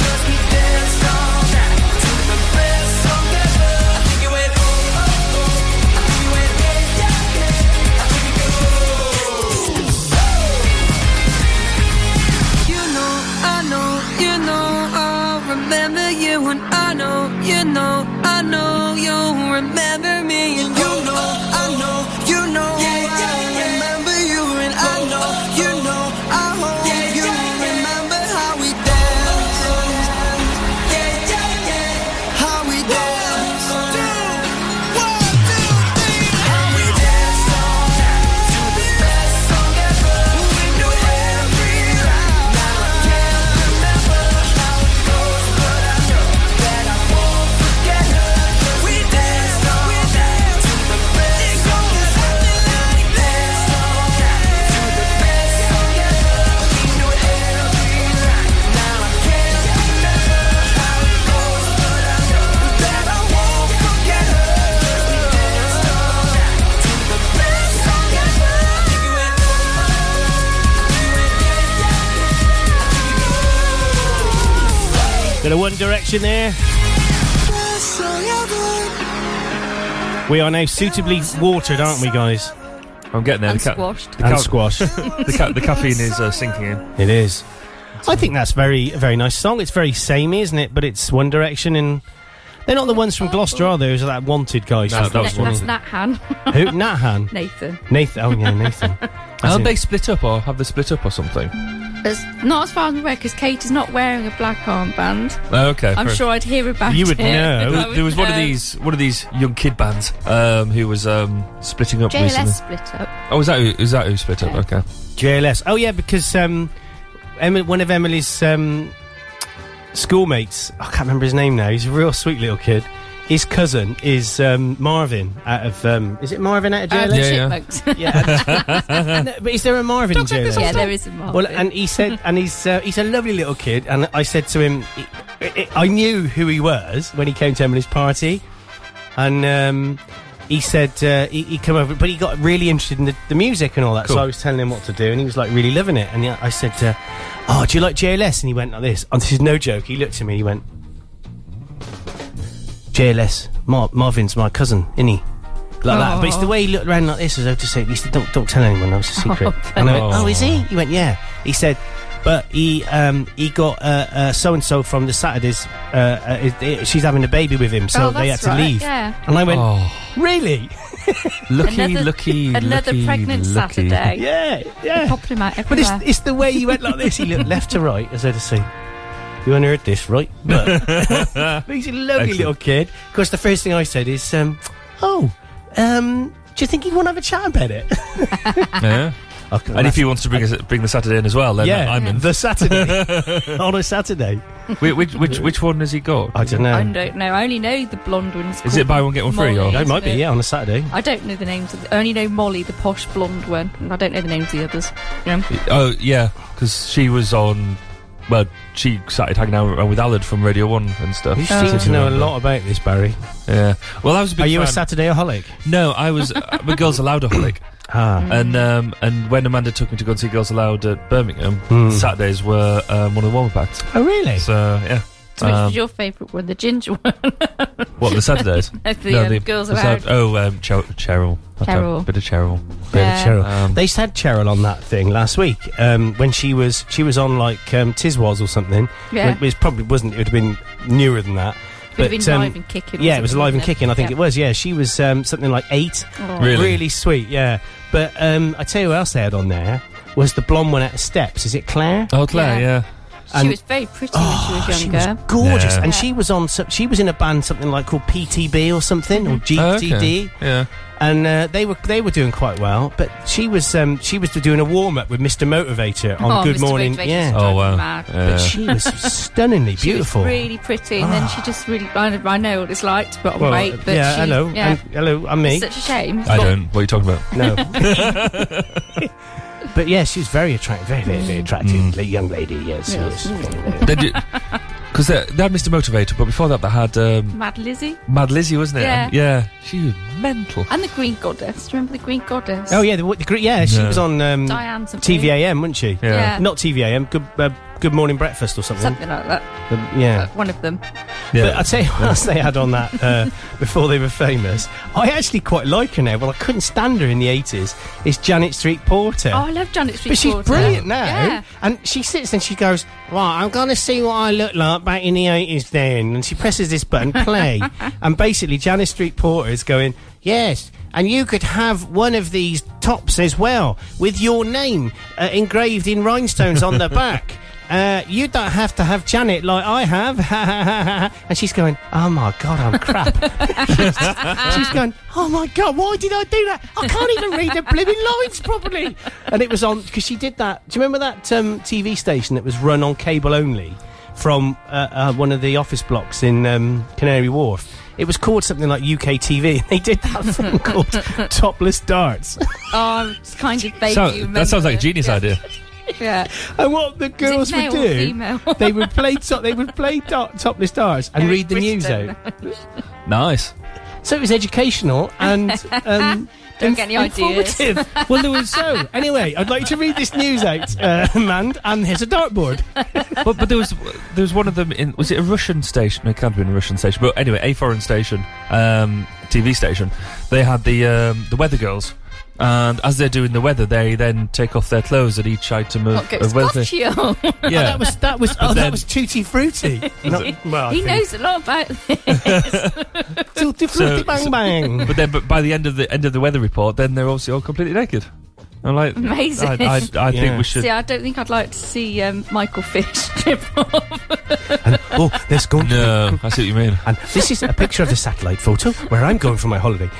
[SPEAKER 5] oh,
[SPEAKER 10] You know, I know you'll remember me. And you know, I know, you know, I remember you. And I know, you know, I hope you remember how we danced. Yeah, yeah, yeah. How we danced. How we danced all night to the best song ever. We knew every line. Now I can't remember how it goes, but I know that I won't forget her. We danced all night to the best song ever. We danced all night to the best song ever. We knew every line. Now I can't remember how it goes, but I know that I won't forget her. We danced all night to the best song ever.
[SPEAKER 2] Bit of One Direction there. We are now suitably watered, aren't we, guys?
[SPEAKER 3] I'm getting there.
[SPEAKER 2] And
[SPEAKER 3] the ca-
[SPEAKER 2] squashed.
[SPEAKER 3] The
[SPEAKER 2] And
[SPEAKER 3] ca-
[SPEAKER 2] squash.
[SPEAKER 3] the, ca- the caffeine is uh, sinking in.
[SPEAKER 2] It is. I think that's very a very nice song. It's very samey, isn't it? But it's One Direction, and they're not the ones from Gloucester, are they? Those are that wanted guys.
[SPEAKER 7] That's,
[SPEAKER 2] from
[SPEAKER 7] Na- that's
[SPEAKER 2] Gloucester.
[SPEAKER 7] Nat Han.
[SPEAKER 2] Who? Nathan.
[SPEAKER 7] Nathan.
[SPEAKER 2] Nathan. Oh yeah, Nathan.
[SPEAKER 3] Aren't they split up or have they split up or something?
[SPEAKER 7] As, not as far as I'm aware, because Kate is not wearing a black armband.
[SPEAKER 3] Oh, okay.
[SPEAKER 7] I'm
[SPEAKER 3] fair.
[SPEAKER 7] sure I'd hear about it. I
[SPEAKER 3] There,
[SPEAKER 7] would
[SPEAKER 3] there was one of
[SPEAKER 7] know.
[SPEAKER 3] these one of these young kid bands um, who was um, splitting up recently.
[SPEAKER 7] JLS split up.
[SPEAKER 3] Oh, is that who, is that who split up? Okay.
[SPEAKER 2] JLS. Oh yeah, because um, Emma, one of Emily's um, schoolmates, I can't remember his name now. He's a real sweet little kid. His cousin is um, Marvin out of um, is it Marvin out of
[SPEAKER 7] Uh,
[SPEAKER 2] JLS?
[SPEAKER 7] the chipmunks.
[SPEAKER 2] No, but is there a Marvin in JLS?
[SPEAKER 7] Yeah, there is a Marvin.
[SPEAKER 2] Well, and he said, and he's uh, he's a lovely little kid, and I said to him, I- I- I knew who he was when he came to Emily's party, and um, he said uh, he, he come over, but he got really interested in the, the music and all that. So
[SPEAKER 3] Cool.
[SPEAKER 2] I was telling him what to do, and he was like really loving it. And yeah, I said, uh, "Oh, do you like JLS?" And he went like this. And this is no joke. He looked at me. He went, "JLS, Mar- Marvin's my cousin, isn't he?" Like that, but it's the way he looked around like this, as though to say, he said, don't, don't tell anyone, that was a secret. and I went, oh, is he? He went, yeah. He said, but he um, he got so and so from the Saturdays. Uh, uh, it- it- she's having a baby with him, so
[SPEAKER 7] Oh,
[SPEAKER 2] they had
[SPEAKER 7] that's
[SPEAKER 2] to
[SPEAKER 7] right,
[SPEAKER 2] leave.
[SPEAKER 7] yeah.
[SPEAKER 2] And I went,
[SPEAKER 3] Oh.
[SPEAKER 2] really?
[SPEAKER 7] Another- Another pregnant Saturday.
[SPEAKER 2] Yeah, yeah.
[SPEAKER 7] Popping him out
[SPEAKER 2] But it's,
[SPEAKER 7] everywhere.
[SPEAKER 2] it's the way you went like this. He looked left to right, as though to say, "You unheard this, right?" But, but he's a lovely
[SPEAKER 3] Excellent.
[SPEAKER 2] little kid. Of course, the first thing I said is, um, "Oh, um, do you think he want to have a chat about it?"
[SPEAKER 3] yeah. and if he wants to bring us, bring the Saturday in as well, then
[SPEAKER 2] yeah,
[SPEAKER 3] I'm in.
[SPEAKER 2] the Saturday on a Saturday.
[SPEAKER 3] Whi- which, which which one has he got?
[SPEAKER 2] I don't
[SPEAKER 7] I don't know. I only know the blonde ones.
[SPEAKER 3] Is it buy one get one free? Or
[SPEAKER 7] It
[SPEAKER 2] on a Saturday.
[SPEAKER 7] I don't know the names of the, I only know Molly, the posh blonde one, and I don't know the names of the others. Yeah.
[SPEAKER 3] Oh yeah, because she was on. Well, she started hanging out with Allard from Radio One and stuff.
[SPEAKER 2] You seem to know a lot about this, Barry.
[SPEAKER 3] Yeah. Well, I was a big
[SPEAKER 2] Are you a
[SPEAKER 3] fan.
[SPEAKER 2] Saturday aholic?
[SPEAKER 3] No, I was. I'm a Girls Aloud aholic.
[SPEAKER 2] Ah.
[SPEAKER 3] And um, and when Amanda took me to go and see Girls Aloud at Birmingham, Saturdays were um, one of the warm packs.
[SPEAKER 2] Hmm. Oh, really?
[SPEAKER 3] So yeah.
[SPEAKER 7] So which
[SPEAKER 3] Um,
[SPEAKER 7] was your favourite one? The ginger one?
[SPEAKER 3] What the Saturdays?
[SPEAKER 7] No, the, um, Girls
[SPEAKER 3] the
[SPEAKER 7] Aloud.
[SPEAKER 3] Sat- Oh, um, Cher- Cheryl. Had to have
[SPEAKER 7] Cheryl.
[SPEAKER 3] A bit of Cheryl.
[SPEAKER 2] Bit of Cheryl.
[SPEAKER 3] Um,
[SPEAKER 2] they said Cheryl on that thing last week um, when she was she was on like um, Tiswas or something.
[SPEAKER 7] Yeah.
[SPEAKER 2] It, probably wasn't. It would have been newer than that. um,
[SPEAKER 7] Would have been Live and Kicking or
[SPEAKER 2] Yeah, it was
[SPEAKER 7] something,
[SPEAKER 2] live and
[SPEAKER 7] wouldn't it?
[SPEAKER 2] kicking. I think
[SPEAKER 7] Yeah.
[SPEAKER 2] it
[SPEAKER 7] Oh.
[SPEAKER 2] was. Yeah, she was um, something like eight.
[SPEAKER 7] Aw. Really?
[SPEAKER 2] sweet. Yeah, but um, I tell you who else they had on there was the blonde one out of Steps. Is it Claire?
[SPEAKER 3] Oh, Claire, Yeah. yeah.
[SPEAKER 7] she was very pretty when she was
[SPEAKER 2] Oh, she
[SPEAKER 7] younger.
[SPEAKER 2] was gorgeous,
[SPEAKER 3] Yeah.
[SPEAKER 2] and she was on. some- She was in a band something like called PTB or something or
[SPEAKER 7] Mm-hmm. Oh,
[SPEAKER 2] GTD
[SPEAKER 3] okay. Yeah.
[SPEAKER 2] and uh, they were they were doing quite well. But she was um, she was doing a warm up with Mr. Motivator on
[SPEAKER 7] Oh,
[SPEAKER 2] Good
[SPEAKER 7] Mr.
[SPEAKER 2] Morning.
[SPEAKER 7] Motivator's
[SPEAKER 2] Yeah.
[SPEAKER 7] driving Oh, wow. mad. Yeah.
[SPEAKER 2] But she was stunningly
[SPEAKER 7] She was
[SPEAKER 2] beautiful.
[SPEAKER 7] really pretty, and then she just really. I, know- I know what it's like to put on
[SPEAKER 2] Well,
[SPEAKER 7] weight, but
[SPEAKER 2] yeah,
[SPEAKER 7] she,
[SPEAKER 2] hello,
[SPEAKER 7] yeah.
[SPEAKER 2] and- hello, I'm me.
[SPEAKER 7] It's such a shame.
[SPEAKER 3] I don't. What are you talking about?
[SPEAKER 2] No. but yeah, she was very attractive, very very, very attractive
[SPEAKER 3] Hmm.
[SPEAKER 2] la- young lady. Yes, yes.
[SPEAKER 7] Yes.
[SPEAKER 3] they did because they, uh, they had Mr. Motivator, but before that they had um,
[SPEAKER 7] Mad Lizzie
[SPEAKER 3] Mad Lizzie, wasn't it?
[SPEAKER 7] Yeah.
[SPEAKER 3] yeah. She was mental.
[SPEAKER 7] and the Green Goddess. Do you Remember the Green Goddess?
[SPEAKER 2] Oh yeah, Oh, the, the, gre- yeah, she
[SPEAKER 3] No.
[SPEAKER 2] was on um,
[SPEAKER 7] Diane something.
[SPEAKER 2] TVAM, wasn't she?
[SPEAKER 7] Yeah. Yeah.
[SPEAKER 2] Not TVAM. Good, uh, Good Morning Breakfast or something.
[SPEAKER 7] something like that.
[SPEAKER 2] The- yeah.
[SPEAKER 7] One of them.
[SPEAKER 2] But I tell you what else they had on that uh, before they were famous. I actually quite like her now, but I couldn't stand her in the 80s. It's Janet Street Porter.
[SPEAKER 7] Oh, I love Janet Street
[SPEAKER 2] But she's
[SPEAKER 7] Porter.
[SPEAKER 2] brilliant now.
[SPEAKER 7] Yeah.
[SPEAKER 2] And she sits and she goes, Right, I'm going to see what I look like back in the 80s then. And she presses this button, play. and basically, Janice Street Porter is going, Yes, and you could have one of these tops as well with your name uh, engraved in rhinestones on the back. Uh, you don't have to have Janet like I have. and she's going, Oh my God, I'm crap. she's going, Oh my God, why did I do that? I can't even read the blooming lines properly. And it was on because she did that. Do you remember that um, TV station that was run on cable only from uh, uh, one of the office blocks in um, Canary Wharf? It was called something like UK TV. They did that thing called Topless Darts.
[SPEAKER 7] Oh, it's kind of vaguely remember. Yeah.
[SPEAKER 2] idea.
[SPEAKER 7] Yeah.
[SPEAKER 2] And what the girls would
[SPEAKER 7] male or
[SPEAKER 2] do,
[SPEAKER 7] female?
[SPEAKER 2] they would play top, they would play dot, topless darts and read the news out.
[SPEAKER 7] Oh,
[SPEAKER 2] Nice. So it was educational and um,
[SPEAKER 7] Don't get any
[SPEAKER 2] inf-
[SPEAKER 7] ideas.
[SPEAKER 2] informative. well, there was so. Anyway, I'd like to read this news out, uh, Mand, and here's a dartboard.
[SPEAKER 3] but, but there was there was one of them in was it a Russian station? It can't have been a Russian station, but anyway, a foreign station, um, TV station. They had the um, the weather girls, and as they're doing the weather, they then take off their clothes at each item of,
[SPEAKER 7] What goes
[SPEAKER 3] of weather.
[SPEAKER 7] Scotch you?
[SPEAKER 2] Oh, that was that was
[SPEAKER 3] But
[SPEAKER 2] oh,
[SPEAKER 3] then-
[SPEAKER 2] that was tutti frutti. Not- well, I
[SPEAKER 7] he
[SPEAKER 2] think-
[SPEAKER 7] knows a lot about
[SPEAKER 2] Tutti frutti bang bang.
[SPEAKER 3] but then, but by the end of the end of the weather report, then they're obviously all completely naked. I'm like,
[SPEAKER 7] Amazing.
[SPEAKER 3] I, I, I think we should.
[SPEAKER 7] See, I don't think I'd like to see um, Michael Fish strip
[SPEAKER 2] Oh, there's going.
[SPEAKER 3] No, I see what you mean.
[SPEAKER 2] And this is a picture of the satellite photo where I'm going for my holiday.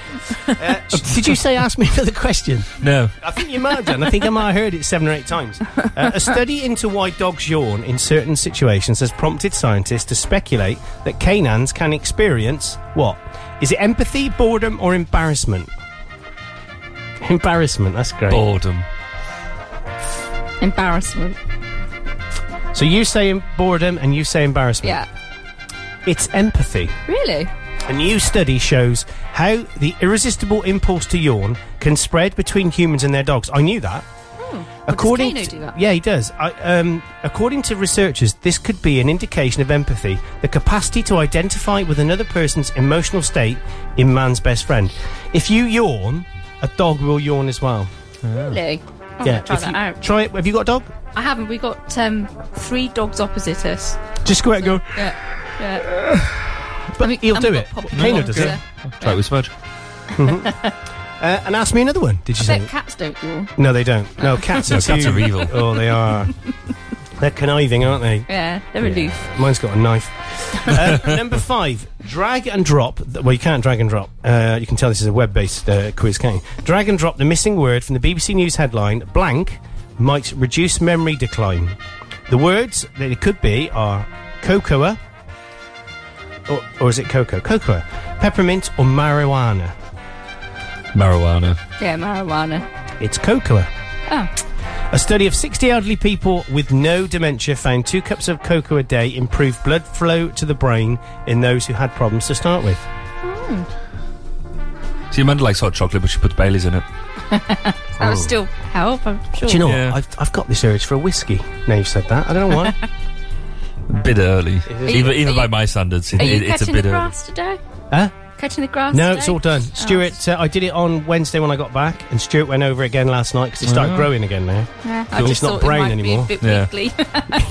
[SPEAKER 2] Uh, did you say ask me for the question?
[SPEAKER 3] No.
[SPEAKER 2] I think you might have done. I think I might have heard it seven or eight times. Uh, a study into why dogs yawn in certain situations has prompted scientists to speculate that canines can experience what? Is it empathy, boredom, or embarrassment? Embarrassment, that's great.
[SPEAKER 3] Boredom.
[SPEAKER 7] embarrassment.
[SPEAKER 2] So you say em- boredom and you say embarrassment.
[SPEAKER 7] Yeah.
[SPEAKER 2] It's empathy.
[SPEAKER 7] Really?
[SPEAKER 2] A new study shows how the irresistible impulse to yawn can spread between humans and their dogs. I knew that.
[SPEAKER 7] Kano do that?
[SPEAKER 2] yeah, he does. I, um, according to researchers, this could be an indication of empathy, the capacity to identify with another person's emotional state in man's best friend. If you yawn, a dog will yawn as well.
[SPEAKER 7] Really? I'm
[SPEAKER 2] Yeah,
[SPEAKER 7] gonna Oh, try
[SPEAKER 2] if
[SPEAKER 7] that
[SPEAKER 2] you-
[SPEAKER 7] out.
[SPEAKER 2] Try it. Have you got a dog?
[SPEAKER 7] I haven't. We got um, three dogs opposite us.
[SPEAKER 2] Just go out and go.
[SPEAKER 7] Yeah. Yeah.
[SPEAKER 2] But he'll do it. Kano does it.
[SPEAKER 3] Try it with Smudge.
[SPEAKER 2] Mhm. uh, and ask me another one. Did you
[SPEAKER 7] I
[SPEAKER 2] say?
[SPEAKER 7] bet cats don't yawn.
[SPEAKER 2] No, they don't. No, cats are
[SPEAKER 3] No, cats
[SPEAKER 2] too-
[SPEAKER 3] are evil.
[SPEAKER 2] Oh, they are. They're conniving, aren't they?
[SPEAKER 7] Yeah, they're
[SPEAKER 2] Yeah.
[SPEAKER 7] aloof.
[SPEAKER 2] Mine's got a knife. Uh, number five, drag and drop. th- Well, you can't drag and drop. Uh, you can tell this is a web based uh, quiz, can't you? Drag and drop the missing word from the BBC News headline blank might reduce memory decline. The words that it could be are cocoa, or, or is it cocoa? Cocoa, peppermint, or marijuana.
[SPEAKER 3] Marijuana.
[SPEAKER 7] Yeah, marijuana.
[SPEAKER 2] It's cocoa.
[SPEAKER 7] Oh,
[SPEAKER 2] A study of 60 elderly people with no dementia found two cups of cocoa a day improved blood flow to the brain in those who had problems to start with.
[SPEAKER 3] See, Amanda likes hot chocolate, but she puts Bailey's in it.
[SPEAKER 7] that would still help. I'm sure.
[SPEAKER 2] Oh. Do you know what? I've, I've got this urge for a whiskey. Now you've said that. I don't know why.
[SPEAKER 3] Bit early,
[SPEAKER 2] is.
[SPEAKER 3] even
[SPEAKER 2] Are you-
[SPEAKER 3] even
[SPEAKER 2] are
[SPEAKER 3] by
[SPEAKER 2] you-
[SPEAKER 3] my standards, it,
[SPEAKER 7] Are you
[SPEAKER 3] it- it's a
[SPEAKER 7] cutting
[SPEAKER 3] bit
[SPEAKER 7] the
[SPEAKER 3] early.
[SPEAKER 7] grass today?
[SPEAKER 2] huh?
[SPEAKER 7] Cutting the grass?
[SPEAKER 2] No,
[SPEAKER 7] today? Oh.
[SPEAKER 2] it's all done. Stuart, uh, I did it on Wednesday when I got back, and Stuart went over again last night because it started
[SPEAKER 7] Oh.
[SPEAKER 2] growing again now.
[SPEAKER 7] Yeah, I
[SPEAKER 2] Cool.
[SPEAKER 7] just
[SPEAKER 2] It's not
[SPEAKER 7] thought it
[SPEAKER 2] brown
[SPEAKER 7] might
[SPEAKER 2] anymore.
[SPEAKER 7] Be a bit
[SPEAKER 2] Yeah.
[SPEAKER 7] weekly.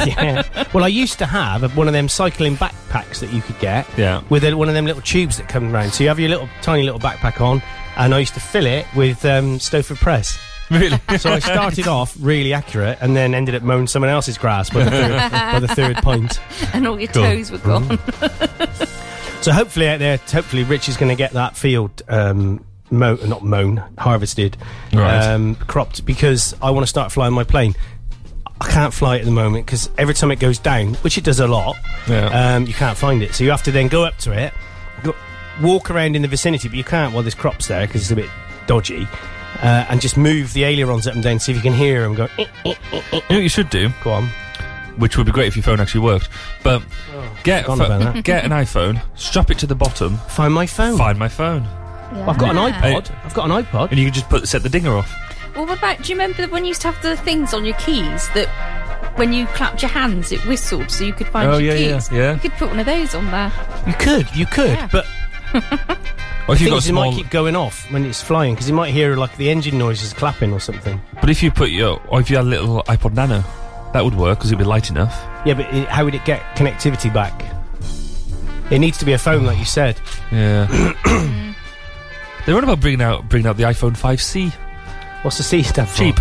[SPEAKER 2] yeah. Well, I used to have one of them cycling backpacks that you could get.
[SPEAKER 3] Yeah.
[SPEAKER 2] With a, one of them little tubes that come round. So you have your little tiny little backpack on, and I used to fill it with um, Stowford Press.
[SPEAKER 3] Really?
[SPEAKER 2] so I started off really accurate, and then ended up mowing someone else's grass by the third, by the third pint.
[SPEAKER 7] and all your
[SPEAKER 2] Cool. Mm-hmm.
[SPEAKER 7] toes were gone.
[SPEAKER 2] So hopefully out there, hopefully Rich is going to get that field um, mo- not mown, harvested,
[SPEAKER 3] Right.
[SPEAKER 2] um, cropped because I want to start flying my plane. I can't fly it at the moment because every time it goes down, which it does a lot, um, you can't find it. So you have to then go up to it, go, walk around in the vicinity, but you can't while there's crops there because it's a bit dodgy. Uh, and just move the ailerons up and down, see if you can hear them go. "Eh, eh, eh, eh."
[SPEAKER 3] You know what you should do?
[SPEAKER 2] Go on.
[SPEAKER 3] Which would be great if your phone actually worked. But get a
[SPEAKER 2] forgotten
[SPEAKER 3] pho-
[SPEAKER 2] about that.
[SPEAKER 3] get an iPhone, strap it to the bottom.
[SPEAKER 2] Find my phone.
[SPEAKER 3] Find my phone. Mm.
[SPEAKER 2] I've got an iPod.
[SPEAKER 3] Hey.
[SPEAKER 2] I've got an iPod.
[SPEAKER 3] And you can just put set the dinger off.
[SPEAKER 7] Well, what about? Do you remember when you used to have the things on your keys that when you clapped your hands, it whistled so you could find
[SPEAKER 3] Oh,
[SPEAKER 7] your
[SPEAKER 3] yeah, yeah,
[SPEAKER 7] keys.
[SPEAKER 3] yeah.
[SPEAKER 7] You could put one of those on there.
[SPEAKER 2] You could, you could,
[SPEAKER 7] Yeah.
[SPEAKER 2] but
[SPEAKER 3] Or if
[SPEAKER 2] the
[SPEAKER 3] you've
[SPEAKER 2] thing
[SPEAKER 3] got
[SPEAKER 2] is,
[SPEAKER 3] a
[SPEAKER 2] it might
[SPEAKER 3] small-
[SPEAKER 2] keep going off when it's flying because you might hear like the engine noises clapping or something.
[SPEAKER 3] But if you put your, or if you had a little iPod Nano, that would work because it'd be light enough.
[SPEAKER 2] Yeah, but it, how would it get connectivity back? It needs to be a phone, like you said.
[SPEAKER 3] Yeah. They're on about bringing out bringing out the iPhone 5C.
[SPEAKER 2] What's the C stand for?
[SPEAKER 3] Cheap.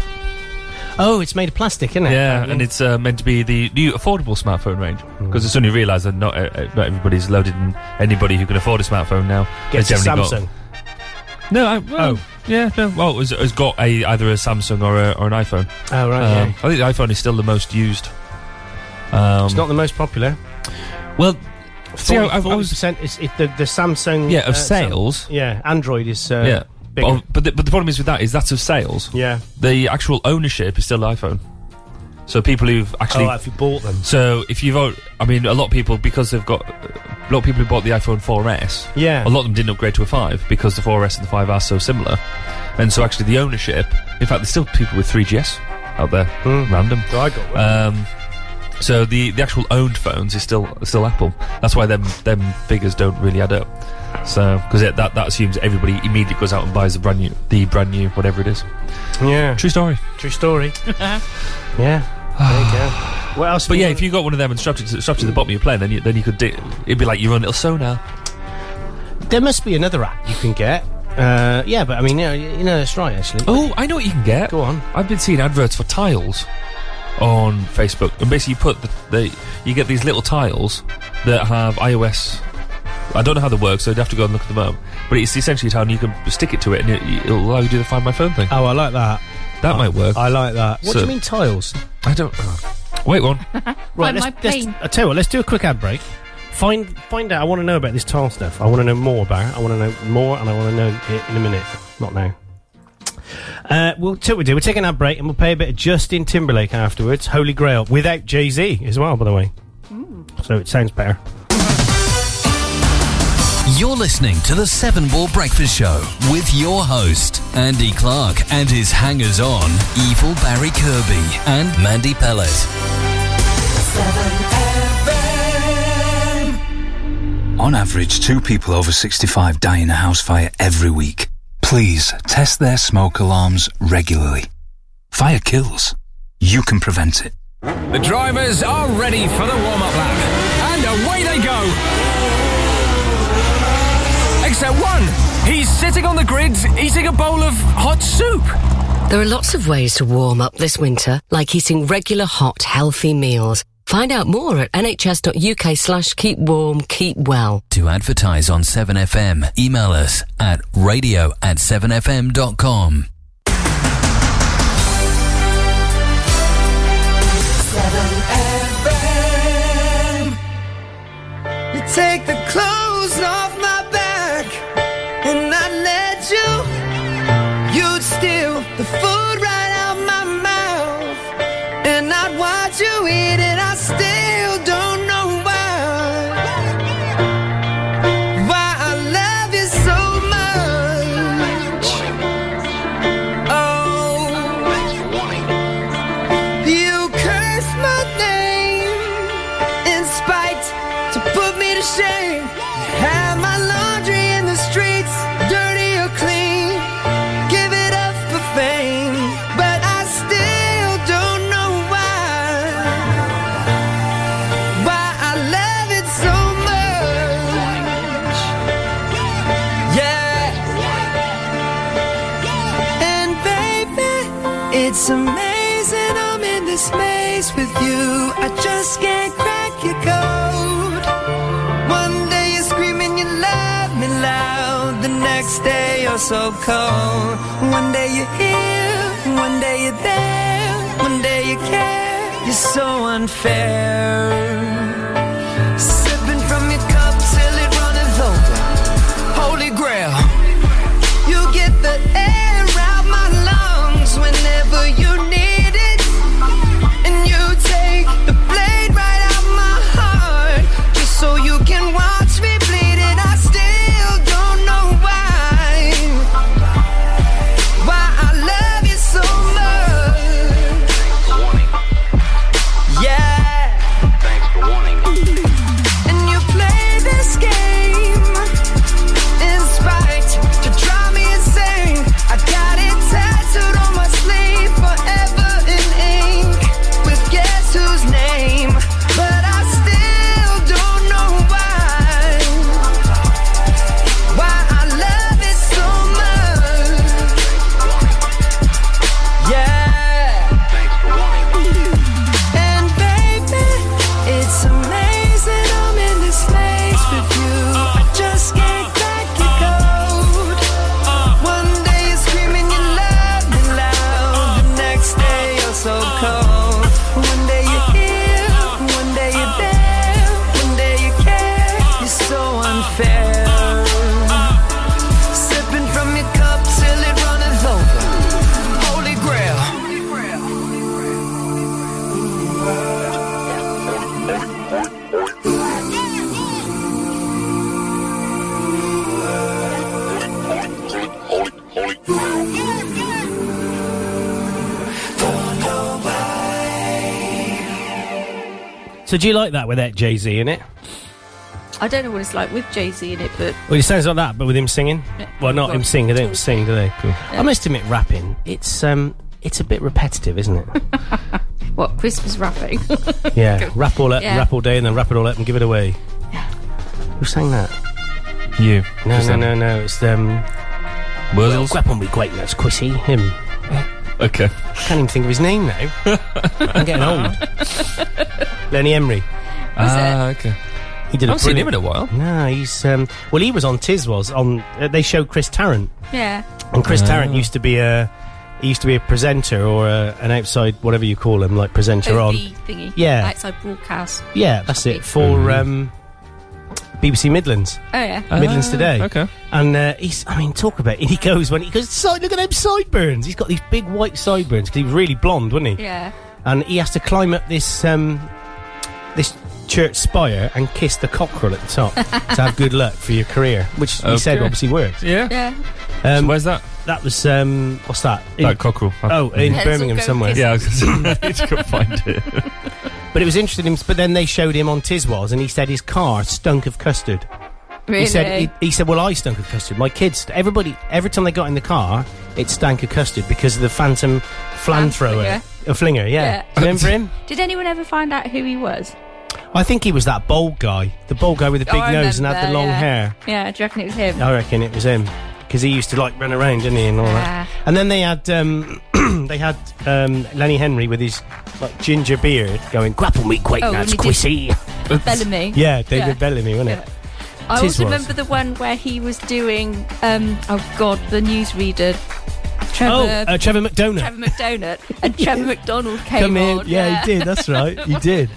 [SPEAKER 2] Oh, it's made of plastic, isn't it?
[SPEAKER 3] Yeah, and it's uh, meant to be the new affordable smartphone range
[SPEAKER 2] Hmm.
[SPEAKER 3] because it's only realised that not uh, uh, not everybody's loaded, and anybody who can afford a smartphone now
[SPEAKER 2] Gets a
[SPEAKER 3] has generally
[SPEAKER 2] Samsung. Oh.
[SPEAKER 3] Got, no, I, well, yeah, no, well, it's, it's got a either a Samsung or a, or an iPhone.
[SPEAKER 2] Oh, right,
[SPEAKER 3] Um,
[SPEAKER 2] yeah.
[SPEAKER 3] I think the iPhone is still the most used. Um,
[SPEAKER 2] it's not the most popular.
[SPEAKER 3] Well, see, I, I've always
[SPEAKER 2] I've always percent is it, the the Samsung uh,
[SPEAKER 3] Yeah, of
[SPEAKER 2] Sam-
[SPEAKER 3] sales.
[SPEAKER 2] yeah, Android is uh,
[SPEAKER 3] yeah. But,
[SPEAKER 2] bigger.
[SPEAKER 3] but, the, but the problem is with that is that's of sales.
[SPEAKER 2] Yeah.
[SPEAKER 3] The actual ownership is still iPhone. So people who've actually
[SPEAKER 2] oh, if you bought them,
[SPEAKER 3] So if you've, al- I mean, a lot of people because they've got a lot of people who bought the iPhone 4S.
[SPEAKER 2] Yeah.
[SPEAKER 3] A lot of them didn't upgrade to a five because the 4S and the 5 are so similar, and so actually the ownership. In fact, there's still people with 3GS out there, random.
[SPEAKER 2] Hmm. Oh, I got
[SPEAKER 3] Um, so the, the actual owned phones is still still Apple. That's why them them figures don't really add up. So because that that assumes everybody immediately goes out and buys the brand new the brand new whatever it is.
[SPEAKER 2] yeah,
[SPEAKER 3] True story.
[SPEAKER 2] true story. yeah, there you go. What else?
[SPEAKER 3] But yeah, if you got one of them and strapped it to, strapped it to the bottom of your plane, then you, then you could di- it'd be like your own little sonar.
[SPEAKER 2] There must be another app you can get. Uh, yeah, but I mean, yeah, you know, that's right. Actually,
[SPEAKER 3] Oh, I know what you can get. Go
[SPEAKER 2] on.
[SPEAKER 3] I've been seeing adverts for tiles on Facebook, and basically you put the, the you get these little tiles that have iOS. I don't know how they work, so you'd have to go and look at them up. But it's essentially a tile, and you can stick it to it, and it, it'll allow you to do the Find My Phone thing.
[SPEAKER 2] Oh, I like that.
[SPEAKER 3] That might work.
[SPEAKER 2] I like that. What do
[SPEAKER 3] So-
[SPEAKER 2] you mean tiles?
[SPEAKER 3] I don't. uh, Wait one.
[SPEAKER 2] Right,
[SPEAKER 7] Find
[SPEAKER 2] let's,
[SPEAKER 7] my
[SPEAKER 2] let's-
[SPEAKER 7] plane.
[SPEAKER 2] I tell you what, let's do a quick ad break. Find find out. I want to know about this tile stuff. I want to know more about. it. I want to know more, and I want to know it in a minute. Not now. Uh, we'll tell you what we do. We'll take an ad break, and we'll play a bit of Justin Timberlake afterwards. Holy Grail without Jay Z as well, by the way.
[SPEAKER 7] Mm.
[SPEAKER 2] So it sounds better.
[SPEAKER 1] You're listening to the Seven Ball Breakfast Show with your host, Andy Clark, and his hangers on, Evil Barry Kirby and Mandy Pellet.
[SPEAKER 4] On average, two people over 65 die in a house fire every week. Please test their smoke alarms regularly. Fire kills. You can prevent it.
[SPEAKER 13] The drivers are ready for the warm up lap. And away they go. Except one. He's sitting on the grid eating a bowl of hot soup.
[SPEAKER 15] There are lots of ways to warm up this winter, like eating regular hot, healthy meals. Find out more at nhs.uk slash keep warm, keep well.
[SPEAKER 1] To advertise on 7FM, email us at radio at 7FM.com.
[SPEAKER 18] You take the clothes off my back and I let you. You'd steal the food right out my mouth and I'd watch you eat it. I still don't know why. Why I love you so much. Oh, you curse my name in spite to put me to shame. Have my laundry in the streets, dirty or clean. Give it up for fame, but I still don't know why. Why I love it so much. Yeah. And baby, it's amazing I'm in this maze with you. I just can't crack your code. One day you're screaming you love me loud. The next day you're so cold. One day you're here, one day you're there, one day you care. You're so unfair. Sipping from your cup till it runneth over. Holy grail. You get the air out my lungs whenever you need it. And you take the blade right out my heart just so you can watch me bleed it. I still don't know why. Why I love you so much.
[SPEAKER 2] So do you like that with that Jay Z in it?
[SPEAKER 7] I don't know what it's like with Jay Z in it, but
[SPEAKER 2] Well, it sounds like that, but with him singing.
[SPEAKER 7] Yeah.
[SPEAKER 2] Well, not him singing. They don't sing, do they? I must admit, rapping. It's um, it's a bit repetitive, isn't it?
[SPEAKER 7] what Christmas wrapping?
[SPEAKER 2] yeah, rap all up,
[SPEAKER 7] Yeah.
[SPEAKER 2] rap all day, and then wrap it all up and give it away. Who sang that?
[SPEAKER 3] You.
[SPEAKER 2] No,
[SPEAKER 3] Just that.
[SPEAKER 2] no, no, no. It's um. Well, grab on with greatness, Quissy. Him.
[SPEAKER 3] Okay.
[SPEAKER 2] Can't even think of his name now. I'm getting old. Lenny Emery.
[SPEAKER 3] Ah, okay.
[SPEAKER 2] He did.
[SPEAKER 3] I haven't seen him in a
[SPEAKER 2] while. No, he's um. Well, he was on Tiz was on. Uh, they showed Chris Tarrant.
[SPEAKER 7] yeah.
[SPEAKER 2] And
[SPEAKER 3] Ah.
[SPEAKER 2] Chris Tarrant used to be a he used to be a presenter or a, an outside whatever you call him, like presenter on.
[SPEAKER 7] OB thingy.
[SPEAKER 2] Yeah.
[SPEAKER 7] Outside broadcast.
[SPEAKER 2] Yeah, that's it for
[SPEAKER 3] Mm-hmm.
[SPEAKER 2] um, BBC Midlands.
[SPEAKER 7] Oh yeah.
[SPEAKER 3] Ah,
[SPEAKER 2] Midlands today. Okay. And uh, he's, I mean, talk about it. He goes when he goes. "Side- Look at them sideburns. He's got these big white sideburns because he was really blonde, wasn't he?
[SPEAKER 7] Yeah.
[SPEAKER 2] And he has to climb up this um, this church spire and kiss the cockerel at the top to have good luck for your career, which he said
[SPEAKER 3] Okay.
[SPEAKER 2] obviously works.
[SPEAKER 3] Yeah.
[SPEAKER 7] Yeah.
[SPEAKER 2] Um,
[SPEAKER 3] where's that?
[SPEAKER 2] That was um, what's that?
[SPEAKER 3] That cockerel.
[SPEAKER 2] Oh, in
[SPEAKER 3] Let's all
[SPEAKER 2] Birmingham
[SPEAKER 3] go
[SPEAKER 2] somewhere.
[SPEAKER 3] kiss. Yeah, I was gonna say, I need to go find it.
[SPEAKER 2] but it was interesting. him- But then they showed him on Tiswas, and he said his car stunk of custard. He said,
[SPEAKER 7] Really?
[SPEAKER 2] he, he said, well, I stunk of custard. My kids, st- everybody, every time they got in the car, it stank of custard because of the phantom flamethrower. A flinger, yeah. Do you remember him?
[SPEAKER 7] Did anyone ever find out who he was?
[SPEAKER 2] I think he was that bald guy. The bald guy with the
[SPEAKER 7] Oh,
[SPEAKER 2] big
[SPEAKER 7] I
[SPEAKER 2] nose and had the
[SPEAKER 7] remember,
[SPEAKER 2] long
[SPEAKER 7] yeah.
[SPEAKER 2] hair. Oh,
[SPEAKER 7] Yeah, do you reckon it was him?
[SPEAKER 2] I reckon it was him because he used to like run around, didn't he, and all that. And then they had um, they had um, Lenny Henry with his like ginger beard going grapple me quake
[SPEAKER 7] Oh,
[SPEAKER 2] nuts
[SPEAKER 7] and he
[SPEAKER 2] quissy.
[SPEAKER 7] Bellamy.
[SPEAKER 2] yeah, David Bellamy, wasn't it?
[SPEAKER 7] I
[SPEAKER 2] Tis
[SPEAKER 7] also
[SPEAKER 2] was.
[SPEAKER 7] remember the one where he was doing, um, oh god, the newsreader. Trevor,
[SPEAKER 2] Oh, uh, Trevor McDonald.
[SPEAKER 7] Trevor McDonut. And Trevor McDonald came
[SPEAKER 2] Come in,
[SPEAKER 7] on.
[SPEAKER 2] yeah, he did. That's right, he did.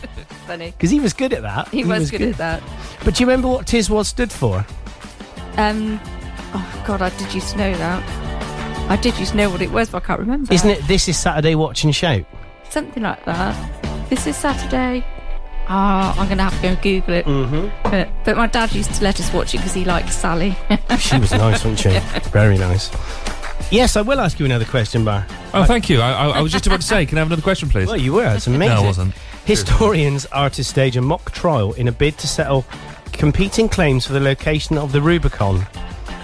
[SPEAKER 7] Funny.
[SPEAKER 2] Because he was good at that.
[SPEAKER 7] He, was, good, at that.
[SPEAKER 2] But do you remember what Tiz was stood for?
[SPEAKER 7] Um, oh god, I did used to know that. I did used to know what it was, but I can't remember.
[SPEAKER 2] Isn't it? This is Saturday. Watch and shout.
[SPEAKER 7] Something like that. This is Saturday. Ah, I'm going to have to go and Google it.
[SPEAKER 2] Mm-hmm.
[SPEAKER 7] But, but my dad used to let us watch it because he liked Sally.
[SPEAKER 2] She was nice, wasn't she? Very nice. Yes, I will ask you another question, Bar.
[SPEAKER 3] Oh, thank you. I, I, I was just about to say, can I have another question, please?
[SPEAKER 2] Well, you were. That's amazing.
[SPEAKER 3] No, I wasn't.
[SPEAKER 2] Historians are to stage a mock trial in a bid to settle competing claims for the location of the Rubicon.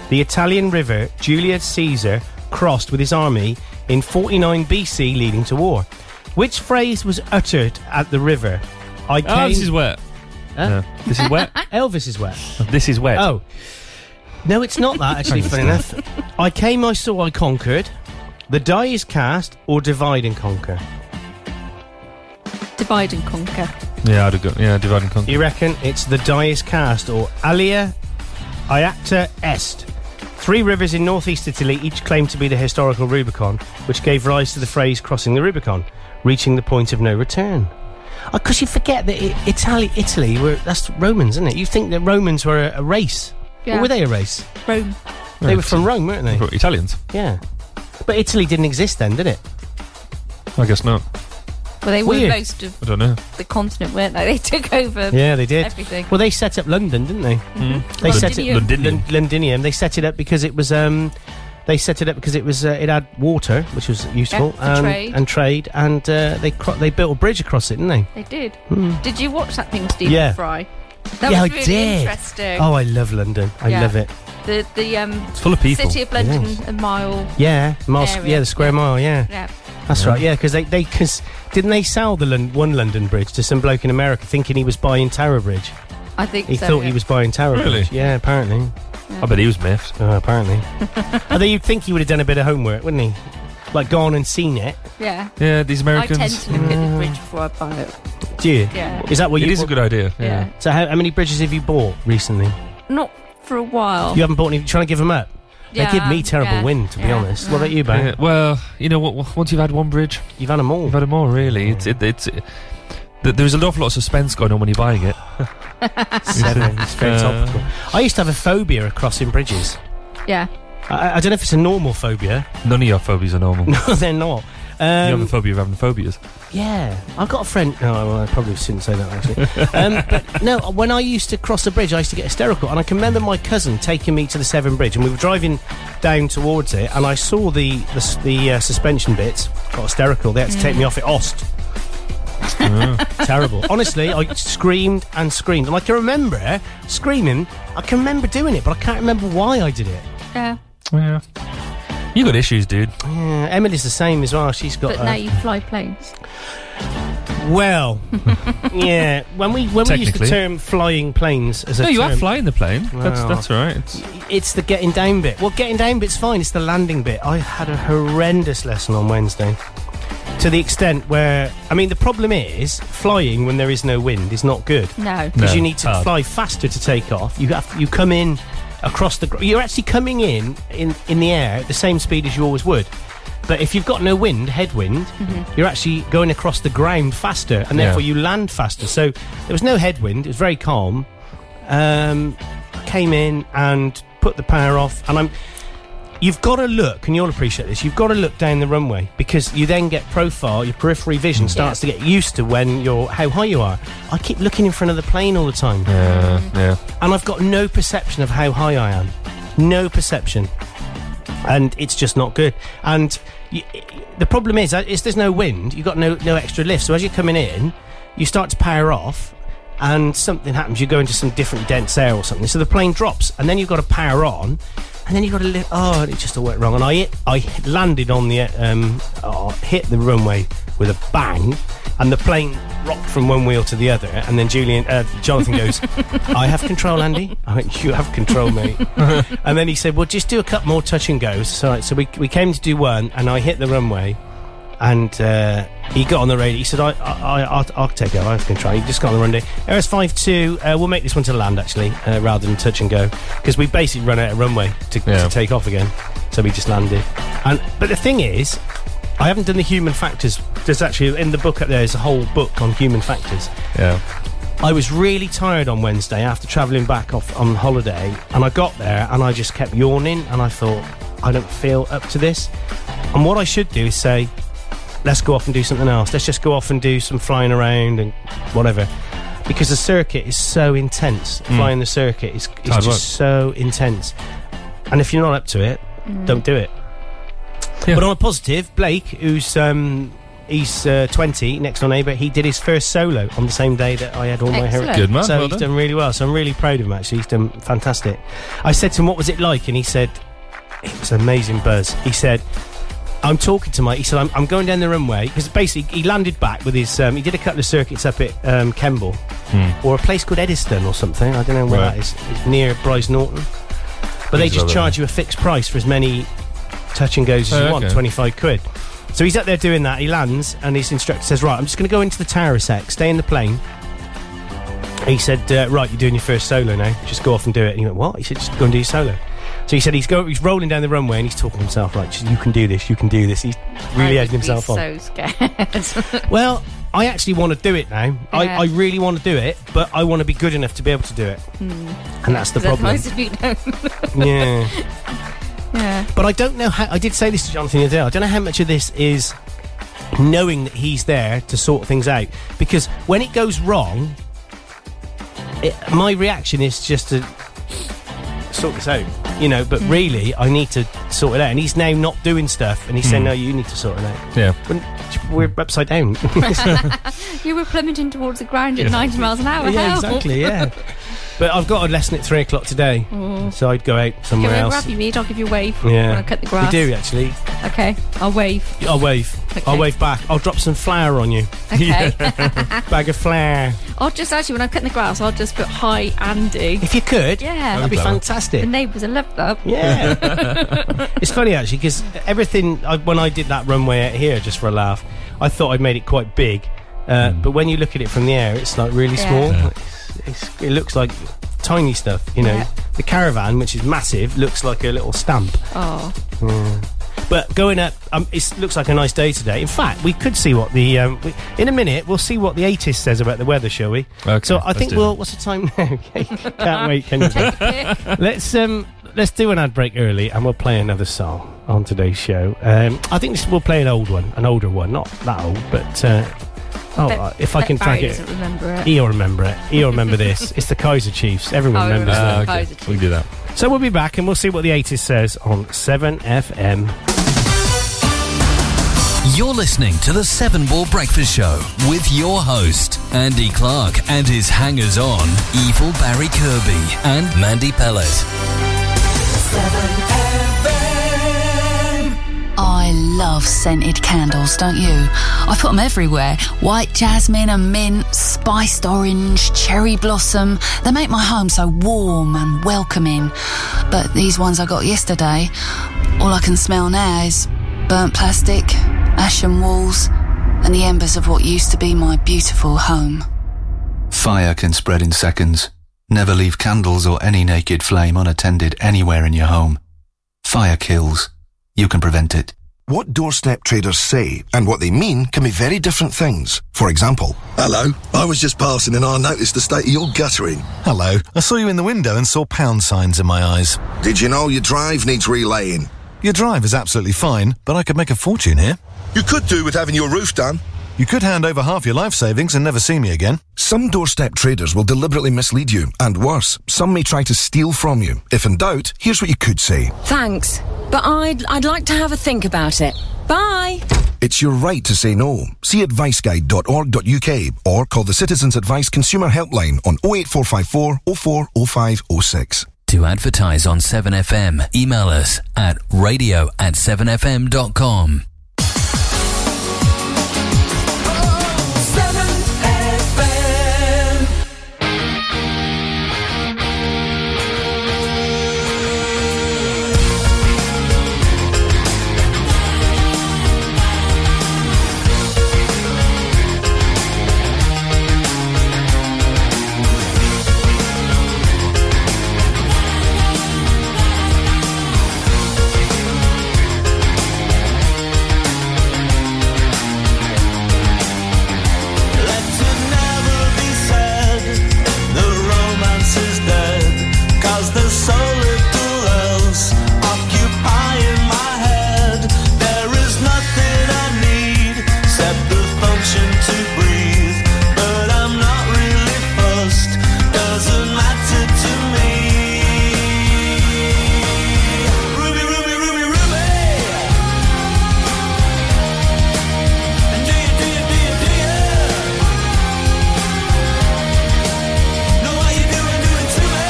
[SPEAKER 2] The Italian river Julius Caesar crossed with his army in 49 BC, leading to war. Which phrase was uttered at the river? I came.
[SPEAKER 3] Oh, this is wet. No. This is wet.
[SPEAKER 2] Elvis is wet.
[SPEAKER 3] This is wet.
[SPEAKER 2] Oh. No, it's not that, actually, funny enough. I came, I saw, I conquered. The die is cast, or divide and conquer.
[SPEAKER 7] Divide and conquer.
[SPEAKER 3] Yeah, I'd have got. Yeah, divide and conquer.
[SPEAKER 2] You reckon it's the die is cast, or Alia Iacta Est? Three rivers in northeast Italy each claim to be the historical Rubicon, which gave rise to the phrase crossing the Rubicon, reaching the point of no return. Because you forget that I- Italy, Italy were that's Romans, isn't it? You think that Romans were a, a race.
[SPEAKER 7] Yeah.
[SPEAKER 2] Or were they a race?
[SPEAKER 7] Rome.
[SPEAKER 2] They were from Rome, weren't they?
[SPEAKER 3] Italians.
[SPEAKER 2] Yeah. But Italy didn't exist then, did it?
[SPEAKER 3] I guess not.
[SPEAKER 7] Well, they
[SPEAKER 2] Weird.
[SPEAKER 7] were most of
[SPEAKER 3] I don't know.
[SPEAKER 7] the continent, weren't they? They took over.
[SPEAKER 2] Yeah, they did.
[SPEAKER 7] Everything.
[SPEAKER 2] Well, they set up London, didn't they?
[SPEAKER 7] Mhm.
[SPEAKER 2] They set it
[SPEAKER 7] Londinium.
[SPEAKER 2] Londinium. Londinium. They set it up because it was um, they set it up because it was uh, it had water, which was useful,
[SPEAKER 7] Yeah, for
[SPEAKER 2] um,
[SPEAKER 7] trade.
[SPEAKER 2] and trade, and uh, they cro- they built a bridge across it, didn't they?
[SPEAKER 7] They did.
[SPEAKER 2] Hmm.
[SPEAKER 7] Did you watch that thing, Stephen
[SPEAKER 2] Yeah.
[SPEAKER 7] Fry? That
[SPEAKER 2] yeah,
[SPEAKER 7] was
[SPEAKER 2] I
[SPEAKER 7] really
[SPEAKER 2] did.
[SPEAKER 7] interesting.
[SPEAKER 2] Oh, I love London. I
[SPEAKER 7] Yeah.
[SPEAKER 2] love it.
[SPEAKER 7] The the um.
[SPEAKER 2] It's full of people.
[SPEAKER 7] City of London,
[SPEAKER 2] Yes.
[SPEAKER 7] a mile.
[SPEAKER 2] Yeah, miles,
[SPEAKER 7] area.
[SPEAKER 2] yeah, the square mile. Yeah,
[SPEAKER 7] Yeah.
[SPEAKER 2] that's right. Yeah, because they they cause didn't they sell the Lon- one London bridge to some bloke in America, thinking he was buying Tower Bridge.
[SPEAKER 7] I think
[SPEAKER 2] He
[SPEAKER 7] so,
[SPEAKER 2] thought he
[SPEAKER 7] yeah.
[SPEAKER 2] was buying Tower
[SPEAKER 3] Really?
[SPEAKER 2] Bridge. Yeah, apparently.
[SPEAKER 3] I bet he was miffed.
[SPEAKER 2] Oh, apparently. Although you'd think he would have done a bit of homework, wouldn't he? Like gone and seen it. Mm.
[SPEAKER 7] Yeah.
[SPEAKER 3] Yeah, these Americans. Mm.
[SPEAKER 7] I tend to look at the bridge before I buy it.
[SPEAKER 2] Do you?
[SPEAKER 7] Yeah.
[SPEAKER 2] Is that what
[SPEAKER 3] It
[SPEAKER 2] you?
[SPEAKER 3] is a good idea, yeah. Yeah.
[SPEAKER 2] So how, how many bridges have you bought recently?
[SPEAKER 7] Not for a while.
[SPEAKER 2] You haven't bought any. You're trying to give them up. they give me
[SPEAKER 7] Yeah,
[SPEAKER 2] terrible
[SPEAKER 7] yeah,
[SPEAKER 2] wind, to be
[SPEAKER 7] yeah.
[SPEAKER 2] honest. What about you, Ben?
[SPEAKER 3] Yeah, well, you know, what- what- once you've had one bridge,
[SPEAKER 2] you've had them all. You've
[SPEAKER 3] had them all, really. It's it, it's. It, th- there's an awful lot of suspense going on when you're buying it.
[SPEAKER 2] It's very- it's very
[SPEAKER 3] Uh,
[SPEAKER 2] topical. I used to have a phobia of crossing bridges.
[SPEAKER 7] Yeah.
[SPEAKER 2] I, I don't know if it's a normal phobia.
[SPEAKER 3] None of your phobias are normal.
[SPEAKER 2] No, they're not. Um,
[SPEAKER 3] you have a phobia of Uh, having phobias.
[SPEAKER 2] Yeah, I've got a friend. No, well, I probably shouldn't say that actually. um, but no, when I used to cross the bridge, I used to get hysterical, and I can remember my cousin taking me to the Severn Bridge, and we were driving down towards it, and I saw the the, s- the uh, suspension bits. Got hysterical. They had to take me off it. Ost.
[SPEAKER 3] Ah.
[SPEAKER 2] Terrible. Honestly, I screamed and screamed. And I can remember screaming. I can remember doing it, but I can't remember why I did it.
[SPEAKER 7] Yeah.
[SPEAKER 3] Yeah. You got issues, dude.
[SPEAKER 2] Yeah, Emily's the same as well. She's got.
[SPEAKER 7] But
[SPEAKER 2] uh,
[SPEAKER 7] now you fly planes.
[SPEAKER 2] Well, yeah. When we when we use the
[SPEAKER 3] Technically.
[SPEAKER 2] term flying planes as a
[SPEAKER 3] No, you are
[SPEAKER 2] term-
[SPEAKER 3] flying the plane. That's
[SPEAKER 2] Well,
[SPEAKER 3] that's all right.
[SPEAKER 2] It's the getting down bit. Well, getting down bit's fine. It's the landing bit. I had a horrendous lesson on Wednesday, to the extent where I mean the problem is flying when there is no wind is not good.
[SPEAKER 7] No.
[SPEAKER 2] because
[SPEAKER 7] No.
[SPEAKER 2] you need to
[SPEAKER 7] Hard.
[SPEAKER 2] fly faster to take off. You have you come in across the. gr- You're actually coming in in in the air at the same speed as you always would. But if you've got no wind, headwind, you're actually going across the ground faster, and
[SPEAKER 3] Yeah.
[SPEAKER 2] therefore you land faster. So there was no headwind; it was very calm. Um, came in and put the power off, and I'm. You've got to look, and you'll appreciate this. You've got to look down the runway because you then get profile. Your periphery vision starts to get used to when you're how high you are. I keep looking in front of the plane all the time.
[SPEAKER 3] Yeah, yeah.
[SPEAKER 2] And I've got no perception of how high I am. No perception. And it's just not good. And y the problem is, uh, is there's no wind. You've got no, no extra lift. So as you're coming in, you start to power off and something happens. You go into some different dense air or something. So the plane drops and then you've got to power on and then you've got to lift. Oh, and it just all went wrong. And I, hit, I hit- landed on the, uh, um, oh, hit the runway with a bang and the plane rocked from one wheel to the other. And then Julian, uh, Jonathan goes, I have control, Andy. I went, you have control, mate. and then he said, well, just do a couple more touch and goes. So, so we, we came to do one, and I hit the runway, and uh, he got on the radio. He said, I, I, I, I'll, I'll take it. I have control. He just got on the runway. RS 5 2, uh, we'll make this one to land, actually, uh, rather than touch and go, because we basically run out of runway to, to take off again. So we just landed. And But the thing is, I haven't done the human factors. There's actually, in the book up there is a whole book on human factors.
[SPEAKER 3] Yeah.
[SPEAKER 2] I was really tired on Wednesday after travelling back off on holiday, and I got there and I just kept yawning, and I thought, I don't feel up to this. And what I should do is say, let's go off and do something else. Let's just go off and do some flying around and whatever. Because the circuit is so intense.
[SPEAKER 3] Mm.
[SPEAKER 2] Flying the circuit is, is
[SPEAKER 3] Hard
[SPEAKER 2] just
[SPEAKER 3] work.
[SPEAKER 2] so intense. And if you're not up to it,
[SPEAKER 3] Mm.
[SPEAKER 2] don't do it. But on a positive, Blake, who's um, he's uh, 20, next door neighbour, he did his first solo on the same day that I had all my
[SPEAKER 3] Excellent.
[SPEAKER 2] heritage.
[SPEAKER 3] Good man,
[SPEAKER 2] So
[SPEAKER 3] well
[SPEAKER 2] he's
[SPEAKER 3] done.
[SPEAKER 2] done really well. So I'm really proud of him. Actually, he's done fantastic. I said to him, "What was it like?" And he said, "It was amazing, Buzz." He said. I'm talking to my. He said, "I'm, I'm going down the runway because basically he landed back with his. Um, he did a couple of circuits up at um, Kemble, or a place called Eddiston or something. I don't know where
[SPEAKER 3] Hmm. Right.
[SPEAKER 2] that is. It's near Bryce Norton, but they
[SPEAKER 3] These are
[SPEAKER 2] just
[SPEAKER 3] the-
[SPEAKER 2] charge you a fixed price for as many touch and goes as
[SPEAKER 3] Oh,
[SPEAKER 2] you want,
[SPEAKER 3] okay.
[SPEAKER 2] 25 quid. So he's up there doing that. He lands, and his instructor says, "Right, I'm just going to go into the tower a sec. Stay in the plane." He said, uh, "Right, you're doing your first solo now. Just go off and do it." And he went, "What?" He said, "Just go and do your solo." So he said he's go, he's rolling down the runway and he's talking to himself like, "You can do this. You can do this." He's really
[SPEAKER 7] I would
[SPEAKER 2] edging
[SPEAKER 7] be
[SPEAKER 2] himself on.
[SPEAKER 7] So scared.
[SPEAKER 2] Well, I actually want to do it now. I,
[SPEAKER 7] Yeah.
[SPEAKER 2] I really want to do it, but I want to be good enough to be able to do it. And that's the problem.
[SPEAKER 7] Otherwise, if you don't.
[SPEAKER 2] yeah.
[SPEAKER 7] yeah.
[SPEAKER 2] But I don't know how. I did say this to Jonathan the other day. I don't know how much of this is knowing that he's there to sort things out. Because when it goes wrong, it, my reaction is just to sort this out, you know.
[SPEAKER 7] Mm.
[SPEAKER 2] But really, I need to sort it out. And he's now not doing stuff, and he's saying,
[SPEAKER 7] Mm.
[SPEAKER 3] Hmm.
[SPEAKER 2] "No, you need to sort it out."
[SPEAKER 3] Yeah.
[SPEAKER 2] When- we're upside down.
[SPEAKER 7] you were plummeting towards the ground at
[SPEAKER 2] Yeah.
[SPEAKER 7] 90 miles an hour.
[SPEAKER 2] yeah,
[SPEAKER 7] help.
[SPEAKER 2] exactly. Yeah. But I've got a lesson at three o'clock today,
[SPEAKER 7] Oh.
[SPEAKER 2] so I'd go out
[SPEAKER 7] Can
[SPEAKER 2] somewhere
[SPEAKER 7] I
[SPEAKER 2] else.
[SPEAKER 7] grab you, Mead? I'll give you a wave when
[SPEAKER 2] Yeah,
[SPEAKER 7] I cut the grass.
[SPEAKER 2] we do actually.
[SPEAKER 7] Okay, I'll wave.
[SPEAKER 2] I'll wave. I'll wave back. I'll drop some flour on you.
[SPEAKER 7] Okay.
[SPEAKER 2] Bag of flour.
[SPEAKER 7] I'll just actually, when I'm cutting the grass, I'll just put hi, Andy.
[SPEAKER 2] If you could,
[SPEAKER 7] Yeah.
[SPEAKER 2] that'd be
[SPEAKER 7] The
[SPEAKER 2] fantastic.
[SPEAKER 7] neighbours will love that.
[SPEAKER 2] Yeah. it's funny actually because everything I, when I did that runway out here just for a laugh, I thought I'd made it quite big, uh, but when you look at it from the air, it's like really
[SPEAKER 3] Yeah.
[SPEAKER 2] small.
[SPEAKER 3] Yeah.
[SPEAKER 2] It's, it's, it looks like tiny stuff, you know.
[SPEAKER 3] Yeah.
[SPEAKER 2] The caravan, which is massive, looks like a little stamp.
[SPEAKER 7] oh.
[SPEAKER 2] Yeah. But going up, um, it looks like a nice day today. In fact, we could see what the um, we, in a minute we'll see what the 80s says about the weather, shall we?
[SPEAKER 3] Okay,
[SPEAKER 2] so I
[SPEAKER 3] let's
[SPEAKER 2] think
[SPEAKER 3] do
[SPEAKER 2] we'll.
[SPEAKER 3] that.
[SPEAKER 2] What's the time now? Okay, Can't wait, can you? let's um, let's do an ad break early, and we'll play another song on today's show. Um, I think this, we'll play an old one, an older one, not that old, but. Uh, Oh,
[SPEAKER 7] Bet-
[SPEAKER 2] uh, if I
[SPEAKER 7] bet
[SPEAKER 2] can
[SPEAKER 7] Barry
[SPEAKER 2] drag it.
[SPEAKER 7] doesn't remember it.
[SPEAKER 2] He'll remember it. He'll remember this. It's the Kaiser Chiefs. Everyone
[SPEAKER 7] Oh, I
[SPEAKER 2] remembers
[SPEAKER 7] remember
[SPEAKER 2] that.
[SPEAKER 7] the Ah, okay. Kaiser Chiefs.
[SPEAKER 3] We do that.
[SPEAKER 2] So we'll be back and we'll see what the 80s says on 7FM.
[SPEAKER 1] You're listening to the Seven Ball Breakfast Show with your host, Andy Clark, and his hangers on, Evil Barry Kirby and Mandy Pellet.
[SPEAKER 19] I love scented candles, don't you? I put them everywhere white jasmine and mint, spiced orange, cherry blossom. They make my home so warm and welcoming. But these ones I got yesterday, all I can smell now is burnt plastic, ashen walls, and the embers of what used to be my beautiful home.
[SPEAKER 4] Fire can spread in seconds. Never leave candles or any naked flame unattended anywhere in your home. Fire kills. You can prevent it.
[SPEAKER 20] What doorstep traders say and what they mean can be very different things. For example,
[SPEAKER 21] Hello, I was just passing and I noticed the state of your guttering.
[SPEAKER 22] Hello, I saw you in the window and saw pound signs in my eyes.
[SPEAKER 21] Did you know your drive needs relaying?
[SPEAKER 22] Your drive is absolutely fine, but I could make a fortune here.
[SPEAKER 21] You could do with having your roof done.
[SPEAKER 22] You could hand over half your life savings and never see me again.
[SPEAKER 20] some doorstep traders will deliberately mislead you, and worse, some may try to steal from you. If in doubt, here's what you could say.
[SPEAKER 6] Thanks, but I'd, I'd like to have a think about it. Bye!
[SPEAKER 20] It's your right to say no. See adviceguide.org.uk or call the Citizens Advice Consumer Helpline on 08454 040506.
[SPEAKER 1] To advertise on 7FM, email us at radio at 7fm.com.
[SPEAKER 9] Let it never be said the romance is dead, 'cause there's so little else occupying my head. There is nothing I need except the function to breathe, but I'm not really fussed. Doesn't matter to me. Ruby, Ruby, Ruby, Ruby. And do you, do you, do you, do you? Know why you do it, do it to me.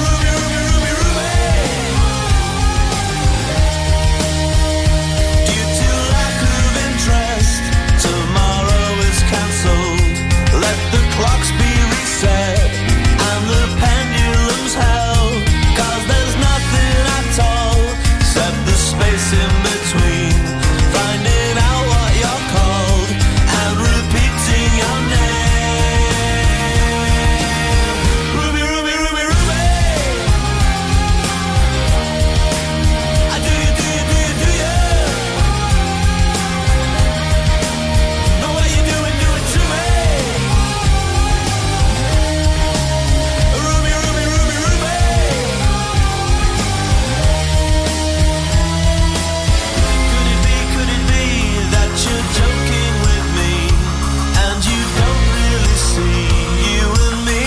[SPEAKER 9] Ruby, Ruby, Ruby, Ruby. Due to lack of interest, tomorrow is cancelled. Let the clocks be reset and the pendulums held. 'Cause there's nothing at all except the space in between. Finding out what you're called and repeating your name. Ruby, Ruby, Ruby, Ruby. I do you, do you, do you, do you? Know what you do and do it to me. Ruby, Ruby, Ruby, Ruby. Could it be, could it be that you're joking with me? And you don't really see you and me.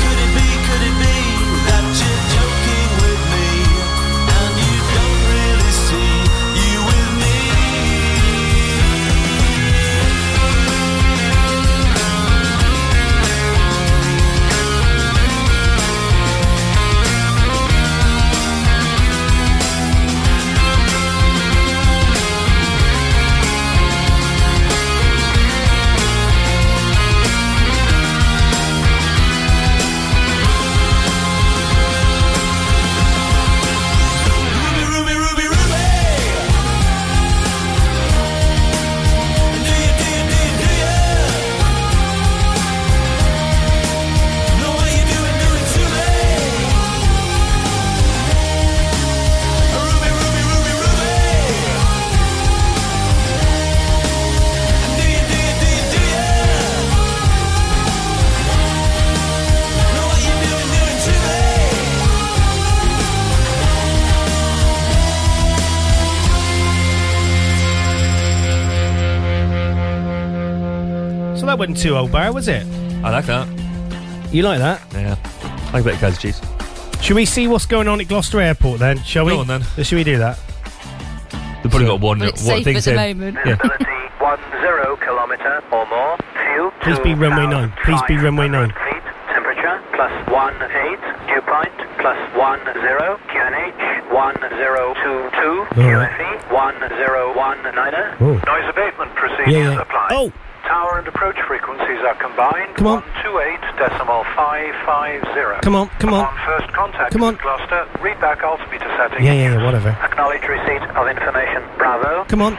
[SPEAKER 9] Could it be, could it be that you're joking with me? And you don't really see you with me. Ruby, Ruby, Ruby.
[SPEAKER 2] So that wasn't too old, Barry, was it?
[SPEAKER 3] I like that.
[SPEAKER 2] You like that?
[SPEAKER 3] Yeah. I like a bit of cottage cheese.
[SPEAKER 2] Should we see what's going on at Gloucester Airport then? Shall we? Go on then. Should we do that?
[SPEAKER 3] They've probably got one,
[SPEAKER 2] Well, it's
[SPEAKER 3] one
[SPEAKER 2] safe
[SPEAKER 3] thing
[SPEAKER 2] at the
[SPEAKER 3] saying-
[SPEAKER 2] moment.
[SPEAKER 3] Yeah.
[SPEAKER 9] One zero kilometer or more. Fuel.
[SPEAKER 2] Please be runway nine. Please be runway nine.
[SPEAKER 9] Temperature plus one eight. Dew point plus one zero. QNH one zero two two.
[SPEAKER 2] All right.
[SPEAKER 9] UFE one zero one niner.
[SPEAKER 2] Oh.
[SPEAKER 9] Noise abatement procedures
[SPEAKER 2] Yeah, yeah.
[SPEAKER 9] apply. Oh. Tower and approach frequencies are combined.
[SPEAKER 2] Come on.
[SPEAKER 9] Two eight decimal five five zero.
[SPEAKER 2] Come on, come on.
[SPEAKER 9] Upon first contact
[SPEAKER 2] Come on.
[SPEAKER 9] with Gloucester, read back altimeter setting.
[SPEAKER 2] Yeah, yeah, yeah, whatever.
[SPEAKER 9] Acknowledge receipt of information. Bravo.
[SPEAKER 2] Come on.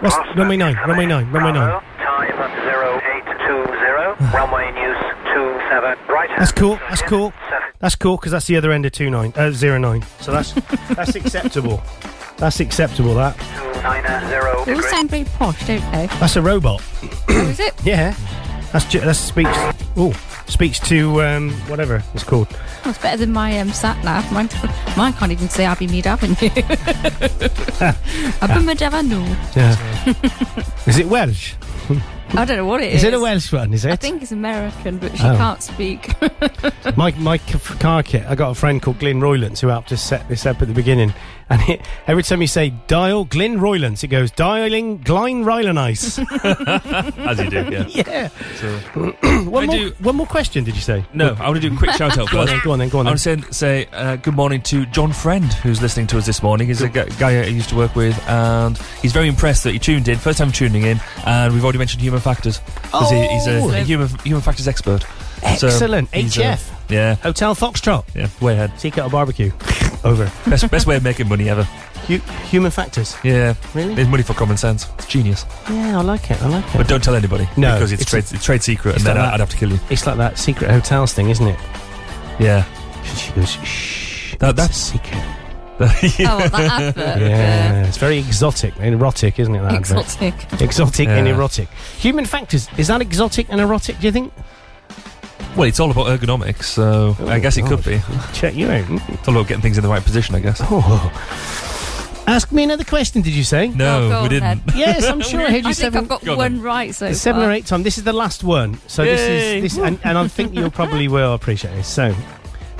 [SPEAKER 2] What's runway nine? Runway nine. Runway nine.
[SPEAKER 9] Time 0820, runway news 27 right.
[SPEAKER 2] That's cool. That's cool. That's cool because that's the other end of two nine uh, zero nine. So that's that's acceptable. That's acceptable. That
[SPEAKER 9] 290
[SPEAKER 7] They all
[SPEAKER 9] degrees.
[SPEAKER 7] sound very posh, don't they?
[SPEAKER 2] that's a robot.
[SPEAKER 7] Oh, is it?
[SPEAKER 2] Yeah. That's ju- that's speech. Oh, speaks to um whatever it's called.
[SPEAKER 7] That's better than my um, sat nav. Mine, mine can't even say Abbey Mead Avenue. Abbey Mead Avenue.
[SPEAKER 2] Yeah. is it Welsh?
[SPEAKER 7] I don't know what it is.
[SPEAKER 2] Is it a Welsh one? Is it?
[SPEAKER 7] I think it's American, but she
[SPEAKER 2] Oh.
[SPEAKER 7] can't speak.
[SPEAKER 2] my my c- f- car kit. I got a friend called Glyn Roylance who helped us set this up at the beginning. And it, every time you say dial Glyn Roylance, it goes dialing Glyn Rylanice.
[SPEAKER 3] As you do, yeah.
[SPEAKER 2] Yeah.
[SPEAKER 3] So-
[SPEAKER 2] one, more, one more question, did you say?
[SPEAKER 3] No, I want to do a quick shout out
[SPEAKER 2] Go
[SPEAKER 3] first.
[SPEAKER 2] on then, go on then, go on
[SPEAKER 3] I
[SPEAKER 2] then.
[SPEAKER 3] want to say, say uh, good morning to John Friend, who's listening to us this morning. He's a gu- guy I used to work with, and he's very impressed that he tuned in. First time tuning in, and we've already mentioned human factors. 'cause he- he's a,
[SPEAKER 2] Oh.
[SPEAKER 3] human, human factors expert. So
[SPEAKER 2] Excellent.
[SPEAKER 3] he's, uh,
[SPEAKER 2] HF.
[SPEAKER 3] yeah.
[SPEAKER 2] Hotel Foxtrot.
[SPEAKER 3] Yeah, way ahead.
[SPEAKER 2] Seek out a barbecue. Over.
[SPEAKER 3] Best, best way of making money ever.
[SPEAKER 2] human factors.
[SPEAKER 3] Yeah.
[SPEAKER 2] Really?
[SPEAKER 3] There's money for common sense. It's genius.
[SPEAKER 2] Yeah, I like it. I like it.
[SPEAKER 3] But don't tell anybody.
[SPEAKER 2] No,
[SPEAKER 3] Because it's,
[SPEAKER 2] it's-
[SPEAKER 3] trade, it's trade secret,
[SPEAKER 2] it's
[SPEAKER 3] and then
[SPEAKER 2] like
[SPEAKER 3] I-
[SPEAKER 2] that.
[SPEAKER 3] I'd have to kill you.
[SPEAKER 2] It's like that secret hotels thing, isn't it?
[SPEAKER 3] Yeah.
[SPEAKER 2] She goes, shh.
[SPEAKER 3] That, that's
[SPEAKER 2] secret.
[SPEAKER 3] oh,
[SPEAKER 7] that advert.
[SPEAKER 2] Yeah, it's very exotic and erotic, isn't it? That advert?
[SPEAKER 7] Exotic.
[SPEAKER 2] Exotic and
[SPEAKER 3] Yeah.
[SPEAKER 2] erotic. Human factors. Is that exotic and erotic, do you think?
[SPEAKER 3] Well, it's all about ergonomics, so I guess it could be.
[SPEAKER 2] Oh, Check you out.
[SPEAKER 3] It's all about getting things in the right position, I guess.
[SPEAKER 2] Oh. Ask me another question, did you say?
[SPEAKER 3] No,
[SPEAKER 7] Oh, Go
[SPEAKER 3] we
[SPEAKER 7] on
[SPEAKER 3] didn't.
[SPEAKER 7] then.
[SPEAKER 2] Oh, Yes, I'm sure I heard you
[SPEAKER 7] think
[SPEAKER 2] seven-
[SPEAKER 7] I've got
[SPEAKER 2] Go on
[SPEAKER 7] one
[SPEAKER 2] then.
[SPEAKER 7] right so
[SPEAKER 2] It's seven
[SPEAKER 7] far.
[SPEAKER 2] or eight times. This is the last one. So
[SPEAKER 7] Yay.
[SPEAKER 2] this is this, and, and I think you'll probably will appreciate this. So,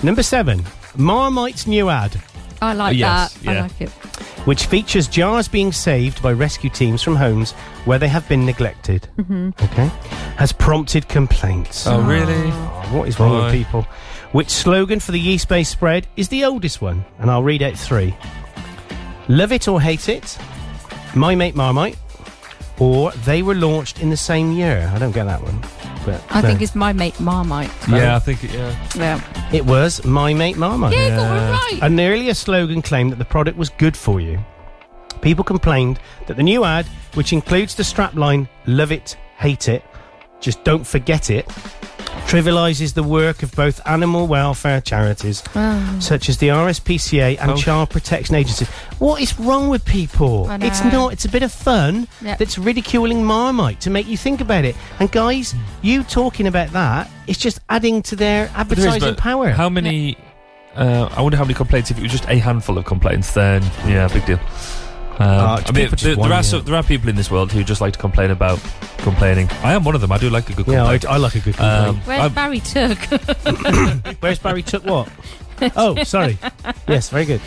[SPEAKER 2] number seven, Marmite's new ad,
[SPEAKER 7] I like
[SPEAKER 2] Yes,
[SPEAKER 7] that. I
[SPEAKER 2] yeah.
[SPEAKER 7] like it.
[SPEAKER 2] which features jars being saved by rescue teams from homes where they have been neglected.
[SPEAKER 7] hmm
[SPEAKER 2] Okay, has prompted complaints.
[SPEAKER 3] Oh, really?
[SPEAKER 2] Oh, what is wrong
[SPEAKER 3] Why?
[SPEAKER 2] with people? Which slogan for the yeast-based spread is the oldest one? And I'll read out three: Love it or hate it, my mate Marmite, or they were launched in the same year. I don't get that one. But
[SPEAKER 7] I
[SPEAKER 2] no.
[SPEAKER 7] think it's my mate Marmite.
[SPEAKER 3] Yeah, I think it, yeah.
[SPEAKER 7] Yeah.
[SPEAKER 2] It was My Mate Marmite.
[SPEAKER 7] Yeah, you got one Yeah. right.
[SPEAKER 2] An earlier slogan claimed that the product was good for you. People complained that the new ad, which includes the strapline "Love it, hate it, just don't forget it," trivialises the work of both animal welfare charities
[SPEAKER 7] Oh.
[SPEAKER 2] such as the RSPCA and
[SPEAKER 3] Oh.
[SPEAKER 2] Child Protection Agency. What is wrong with people?
[SPEAKER 7] I
[SPEAKER 2] It's
[SPEAKER 7] know.
[SPEAKER 2] not. It's a bit of fun
[SPEAKER 7] Yep.
[SPEAKER 2] that's ridiculing Marmite to make you think about it. And guys, you talking about that, it's just adding to their
[SPEAKER 3] But there is,
[SPEAKER 2] advertising
[SPEAKER 3] but
[SPEAKER 2] power.
[SPEAKER 3] How many? Uh, I wonder how many complaints. If it was just a handful of complaints, then yeah, big deal. Um,
[SPEAKER 2] Ah,
[SPEAKER 3] I
[SPEAKER 2] it's
[SPEAKER 3] mean,
[SPEAKER 2] people just
[SPEAKER 3] there, there
[SPEAKER 2] one,
[SPEAKER 3] are
[SPEAKER 2] yeah.
[SPEAKER 3] so, there are people in this world who just like to complain about complaining. I am one of them. I do like a good
[SPEAKER 2] Yeah,
[SPEAKER 3] complaint.
[SPEAKER 2] I- I like a good
[SPEAKER 3] Um,
[SPEAKER 7] Where's
[SPEAKER 3] I'm-
[SPEAKER 7] Barry Turk?
[SPEAKER 2] Where's Barry took what? oh, sorry. Yes, very good.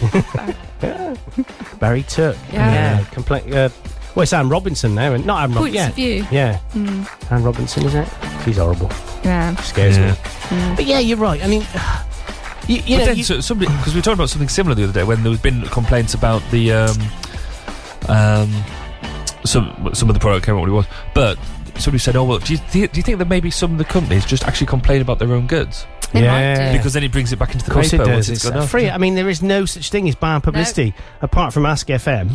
[SPEAKER 2] Barry Turk.
[SPEAKER 7] Yeah.
[SPEAKER 2] Compla- uh, well, it's Anne Robinson now, and not Anne Robinson.
[SPEAKER 7] Points
[SPEAKER 2] yeah.
[SPEAKER 7] of view.
[SPEAKER 2] Yeah.
[SPEAKER 7] Mm,
[SPEAKER 2] Anne Robinson, is it? She's horrible.
[SPEAKER 7] yeah.
[SPEAKER 2] Scares me.
[SPEAKER 7] Mm.
[SPEAKER 2] But yeah, you're right. I mean, you, you
[SPEAKER 3] but
[SPEAKER 2] know,
[SPEAKER 3] then
[SPEAKER 2] you-
[SPEAKER 3] so, somebody because we were talking about something similar the other day when there's been complaints about the um, um, some some of the product I can't remember what it was, but somebody said, "Oh well, do you, do you do you think that maybe some of the companies just actually complain about their own goods?"
[SPEAKER 7] They might do.
[SPEAKER 3] because then it brings it back into the
[SPEAKER 2] Of course
[SPEAKER 3] paper
[SPEAKER 2] it
[SPEAKER 3] once
[SPEAKER 2] does.
[SPEAKER 3] it's
[SPEAKER 2] It's
[SPEAKER 3] gone out.
[SPEAKER 2] free. I mean, there is no such thing as bad publicity apart from Ask FM.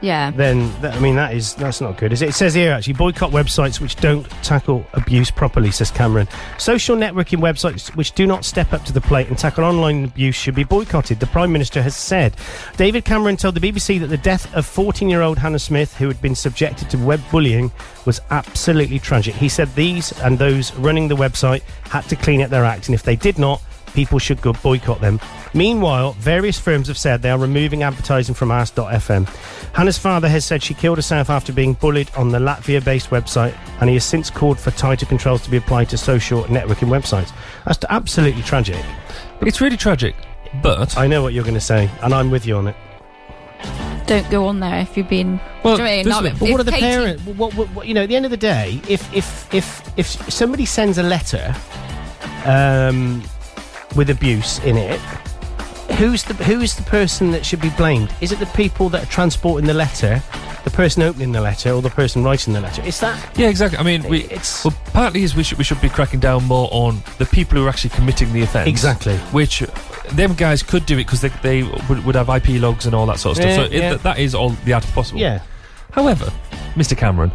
[SPEAKER 7] Yeah.
[SPEAKER 2] Then, th- I mean, that is that's not good, is it? It says here actually, boycott websites which don't tackle abuse properly, says Cameron. Social networking websites which do not step up to the plate and tackle online abuse should be boycotted. The Prime Minister has said. David Cameron told the BBC that the death of 14-year-old Hannah Smith, who had been subjected to web bullying, was absolutely tragic. He said these and those running the website had to clean up their act, and if they did not, people should go boycott them. Meanwhile, various firms have said they are removing advertising from Ask.fm. Hannah's father has said she killed herself after being bullied on the Latvia based website, and he has since called for tighter controls to be applied to social networking websites. That's absolutely tragic.
[SPEAKER 3] It's really tragic, but
[SPEAKER 2] I know what you're going to say, and I'm with you on it.
[SPEAKER 7] Don't go on there if you're being.
[SPEAKER 2] Well,
[SPEAKER 7] do you know what I mean? Not-
[SPEAKER 2] listen, but
[SPEAKER 7] if
[SPEAKER 2] what are the
[SPEAKER 7] Katie-
[SPEAKER 2] parents? What, what, what, you know, at the end of the day, if if if if somebody sends a letter um, with abuse in it, who's the who's the person that should be blamed? Is it the people that are transporting the letter, the person opening the letter, or the person writing the letter? It's that
[SPEAKER 3] Yeah, exactly. I mean, we, it's well, partly is we should we should be cracking down more on the people who are actually committing the offence.
[SPEAKER 2] Exactly.
[SPEAKER 3] Which uh, them guys could do it because they, they would, would have IP logs and all that sort of
[SPEAKER 2] Yeah,
[SPEAKER 3] stuff. So
[SPEAKER 2] yeah.
[SPEAKER 3] it, that is all the art of possible.
[SPEAKER 2] Yeah.
[SPEAKER 3] However, Mr. Cameron,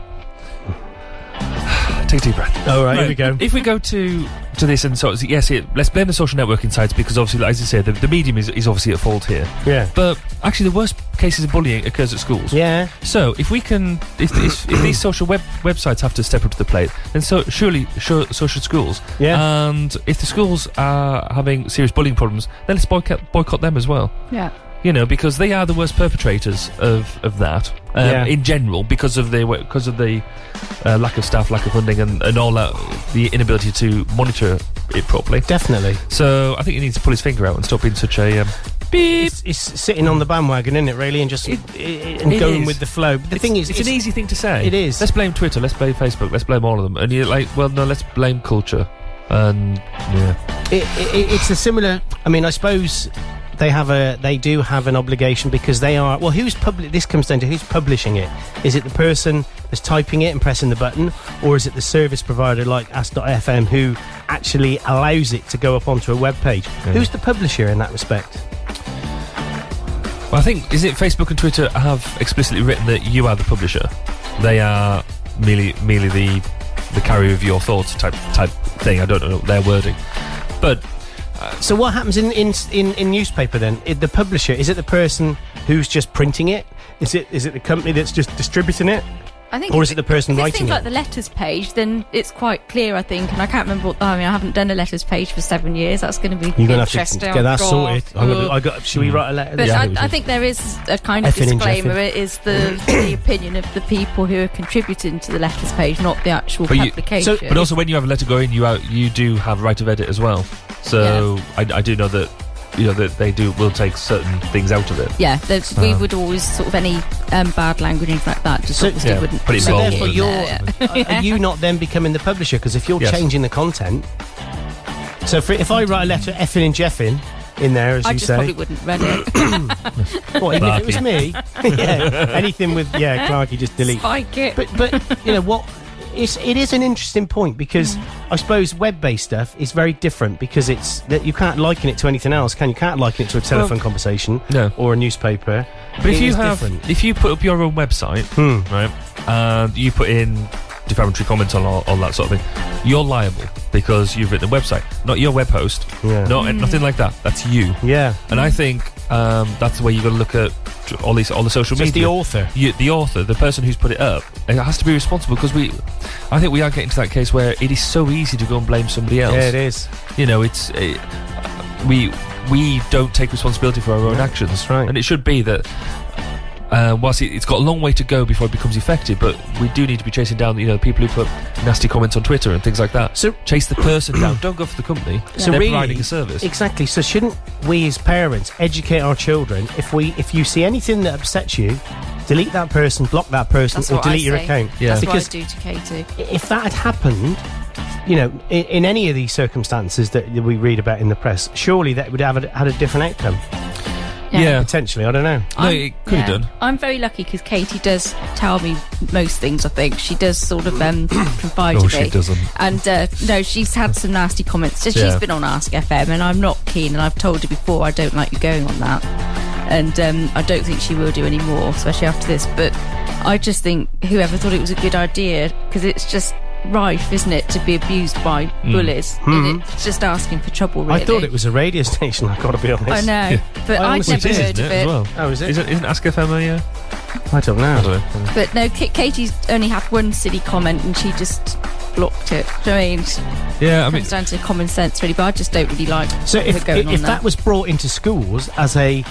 [SPEAKER 3] take a deep breath.
[SPEAKER 2] All right,
[SPEAKER 3] No,
[SPEAKER 2] here we go.
[SPEAKER 3] If we go to to this and so yes, it, let's blame the social networking sites because obviously, like, as you say, the, the medium is, is obviously at fault here.
[SPEAKER 2] Yeah.
[SPEAKER 3] But actually, the worst cases of bullying occurs at schools.
[SPEAKER 2] Yeah.
[SPEAKER 3] So if we can, if, if, if these social web websites have to step up to the plate, then so surely sure, so should schools. Yeah. And if the schools are having serious bullying problems, then let's boycott boycott them as well.
[SPEAKER 7] Yeah.
[SPEAKER 3] You know, because they are the worst perpetrators of of that um,
[SPEAKER 2] Yeah.
[SPEAKER 3] in general, because of the because of the uh, lack of staff, lack of funding, and, and all that, the inability to monitor it properly.
[SPEAKER 2] Definitely.
[SPEAKER 3] So I think he needs to pull his finger out and stop being such a. Um,
[SPEAKER 2] It's, it's sitting on the bandwagon, isn't it? Really, and just i- i- and
[SPEAKER 3] it
[SPEAKER 2] going
[SPEAKER 3] is.
[SPEAKER 2] with the flow. But the
[SPEAKER 3] It's-
[SPEAKER 2] thing is,
[SPEAKER 3] it's an easy thing to say.
[SPEAKER 2] It is.
[SPEAKER 3] Let's blame Twitter. Let's blame Facebook. Let's blame all of them. And you're like, well, no, let's blame culture. And yeah,
[SPEAKER 2] it, it, it's a similar. I mean, I suppose they have a they do have an obligation because they are well. Who's public? This comes down to who's publishing it. Is it the person that's typing it and pressing the button, or is it the service provider like Ask.fm who actually allows it to go up onto a web page? Who's the publisher in that respect?
[SPEAKER 3] well, I think is it Facebook and Twitter have explicitly written that you are the publisher. They are merely merely the the carrier of your thoughts type type thing. I don't know their wording, but
[SPEAKER 2] So what happens in in in, in newspaper then? I- the publisher is it the person who's just printing it? Is it is it the company that's just distributing it?
[SPEAKER 7] I think
[SPEAKER 2] or
[SPEAKER 7] if
[SPEAKER 2] is it the person
[SPEAKER 7] if it's
[SPEAKER 2] writing
[SPEAKER 7] things
[SPEAKER 2] it?
[SPEAKER 7] like the letters page, then it's quite clear, I think. And I can't remember. What, I mean, I haven't done a letters page for seven years. That's going to be
[SPEAKER 2] You're gonna have to
[SPEAKER 7] interesting. oh
[SPEAKER 2] get that
[SPEAKER 7] God.
[SPEAKER 2] sorted. I'm gonna be, I got. Should we
[SPEAKER 7] Mm.
[SPEAKER 2] write a letter?
[SPEAKER 7] But I, I think there is a kind of
[SPEAKER 2] Effing and
[SPEAKER 7] disclaimer.
[SPEAKER 2] jeffing.
[SPEAKER 7] It is the, the opinion of the people who are contributing to the letters page, not the actual publication.
[SPEAKER 3] but also when you have a letter going, you out you do have right of edit as well. So I, I do know that you know that they do will take certain things out of it.
[SPEAKER 7] yeah, there's- we
[SPEAKER 3] Ah.
[SPEAKER 7] would always sort of any um, bad language and things like that. Just obviously
[SPEAKER 3] yeah,
[SPEAKER 7] wouldn't.
[SPEAKER 3] put it
[SPEAKER 7] be
[SPEAKER 2] So
[SPEAKER 7] in
[SPEAKER 2] therefore,
[SPEAKER 7] there.
[SPEAKER 2] you're
[SPEAKER 7] Yeah.
[SPEAKER 2] are, are you not then becoming the publisher? Because if you're
[SPEAKER 3] Yes.
[SPEAKER 2] changing the content, so for, if I write a letter effing and jeffing in there, as
[SPEAKER 7] I
[SPEAKER 2] you
[SPEAKER 7] just
[SPEAKER 2] say,
[SPEAKER 7] probably wouldn't read it.
[SPEAKER 2] What, even if it was me?
[SPEAKER 7] Clarky.
[SPEAKER 2] yeah, anything with yeah, Clarky just delete.
[SPEAKER 7] Spike it.
[SPEAKER 2] But but you know what? It's, it is an interesting point because
[SPEAKER 7] Mm.
[SPEAKER 2] I suppose web-based stuff is very different because it's that you can't liken it to anything else, can you? Can't liken it to a telephone conversation or a newspaper.
[SPEAKER 3] But
[SPEAKER 2] It
[SPEAKER 3] if you
[SPEAKER 2] is
[SPEAKER 3] have,
[SPEAKER 2] different.
[SPEAKER 3] if you put up your own website,
[SPEAKER 2] Hmm.
[SPEAKER 3] right, and you put in defamatory comments on all, all that sort of thing, you're liable because you've written a website, not your web host, not
[SPEAKER 2] Mm.
[SPEAKER 3] nothing like that. That's you.
[SPEAKER 2] Yeah.
[SPEAKER 3] And I think um, that's the way you got to look at tr- all these, all the social
[SPEAKER 2] So it's
[SPEAKER 3] media.
[SPEAKER 2] the author.
[SPEAKER 3] You, the author, the person who's put it up, it has to be responsible because we, I think we are getting to that case where it is so easy to go and blame somebody else.
[SPEAKER 2] Yeah, it is.
[SPEAKER 3] You know, it's it, we we don't take responsibility for our own actions. right. And it should be that uh, whilst it, it's got a long way to go before it becomes effective, but we do need to be chasing down, you know, people who put nasty comments on Twitter and things like that.
[SPEAKER 2] So
[SPEAKER 3] chase the person down. Don't go for the company.
[SPEAKER 2] So
[SPEAKER 3] They're
[SPEAKER 2] really,
[SPEAKER 3] providing a service.
[SPEAKER 2] Exactly. So shouldn't we as parents educate our children if we if you see anything that upsets you, delete that person, block that person,
[SPEAKER 7] That's
[SPEAKER 2] or
[SPEAKER 7] what I
[SPEAKER 2] delete your
[SPEAKER 7] say.
[SPEAKER 2] account.
[SPEAKER 7] That's
[SPEAKER 2] Because
[SPEAKER 7] what I do to Katie.
[SPEAKER 2] if that had happened, you know, in, in any of these circumstances that we read about in the press, surely that would have a, had a different outcome.
[SPEAKER 7] Yeah. Yeah.
[SPEAKER 2] potentially. I don't know.
[SPEAKER 7] I'm- yeah. I'm very lucky because Katie does tell me most things. I think she does sort of um, confide
[SPEAKER 3] No,
[SPEAKER 7] to
[SPEAKER 3] she
[SPEAKER 7] me.
[SPEAKER 3] doesn't.
[SPEAKER 7] And uh, no, she's had some nasty comments. She's
[SPEAKER 3] Yeah.
[SPEAKER 7] been on Ask FM, and I'm not keen. And I've told her before I don't like you going on that, and um, I don't think she will do anymore, especially after this. But I just think whoever thought it was a good idea because it's just rife, isn't it, to be abused by
[SPEAKER 2] Mm.
[SPEAKER 7] bullies?
[SPEAKER 2] Mhm.
[SPEAKER 7] And it's just asking for trouble. Really.
[SPEAKER 2] I thought it was a radio station. I got to be honest.
[SPEAKER 7] I know, Yeah. but I'd
[SPEAKER 2] honestly
[SPEAKER 7] never
[SPEAKER 2] did.
[SPEAKER 7] heard of it.
[SPEAKER 2] Oh, is it?
[SPEAKER 3] Isn't, isn't Ask FM a? Uh,
[SPEAKER 2] I don't know.
[SPEAKER 7] But no, K- Katie's only had one silly comment and she just blocked it. Do you know what I mean?
[SPEAKER 3] Yeah, I
[SPEAKER 7] comes
[SPEAKER 3] mean-
[SPEAKER 7] down to common sense really, but I just don't really like
[SPEAKER 2] So
[SPEAKER 7] her
[SPEAKER 2] if,
[SPEAKER 7] going
[SPEAKER 2] if
[SPEAKER 7] on
[SPEAKER 2] that was brought into schools as a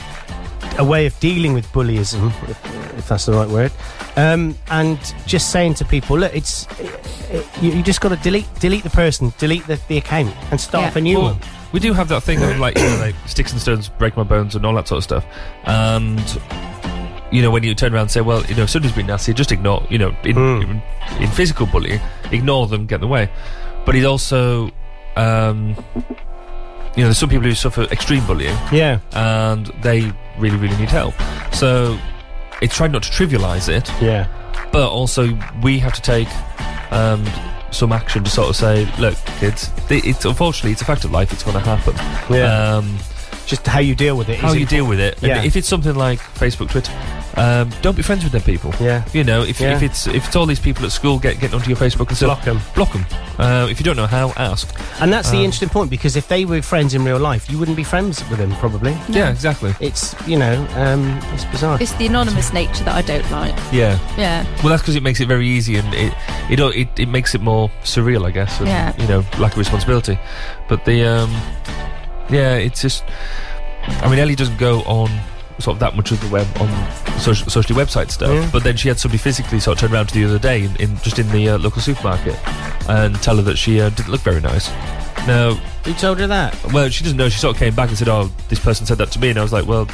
[SPEAKER 2] a way of dealing with bullyism, if, if that's the right word, um, and just saying to people, look, it's it, you, you just got to delete delete the person, delete the, the account, and start up a new
[SPEAKER 3] Well,
[SPEAKER 2] one.
[SPEAKER 3] We do have that thing of like, you know, like sticks and stones break my bones and all that sort of stuff. And you know, when you turn around and say, well, you know, if somebody's been nasty, just ignore. You know, in, in, in physical bullying, ignore them, get in the way. But he's also, um, you know, there's some people who suffer extreme bullying.
[SPEAKER 2] Yeah.
[SPEAKER 3] and they really, really need help. So it's trying not to trivialise it.
[SPEAKER 2] Yeah.
[SPEAKER 3] But also, we have to take um, some action to sort of say, look, kids, th- it's unfortunately it's a fact of life. It's going to happen.
[SPEAKER 2] Yeah.
[SPEAKER 3] Um,
[SPEAKER 2] Just how you deal with it.
[SPEAKER 3] How
[SPEAKER 2] is
[SPEAKER 3] you
[SPEAKER 2] important.
[SPEAKER 3] deal with it. And
[SPEAKER 2] Yeah.
[SPEAKER 3] if it's something like Facebook, Twitter, um, don't be friends with them people.
[SPEAKER 2] Yeah.
[SPEAKER 3] You know, if,
[SPEAKER 2] Yeah.
[SPEAKER 3] if it's if it's all these people at school get getting onto your Facebook and stuff,
[SPEAKER 2] Block 'em.
[SPEAKER 3] Block them. Uh, if you don't know how, ask.
[SPEAKER 2] And that's the
[SPEAKER 3] Um,
[SPEAKER 2] interesting point because if they were friends in real life, you wouldn't be friends with them probably.
[SPEAKER 3] Yeah, exactly.
[SPEAKER 2] It's you know, um, it's bizarre.
[SPEAKER 7] It's the anonymous nature that I don't like.
[SPEAKER 3] Yeah.
[SPEAKER 7] Yeah.
[SPEAKER 3] Well, that's because it makes it very easy, and it it it, it makes it more surreal, I guess. And,
[SPEAKER 7] Yeah.
[SPEAKER 3] You know, lack of responsibility, but the um, yeah, it's just. I mean, Ellie doesn't go on sort of that much of the web on social, socially website stuff,
[SPEAKER 2] Yeah.
[SPEAKER 3] but then she had somebody physically sort of turn around to the other day in, in just in the uh, local supermarket and tell her that she uh, didn't look very nice. Now,
[SPEAKER 2] who told her that?
[SPEAKER 3] Well, she doesn't know. She sort of came back and said, "Oh, this person said that to me," and I was like, "Well,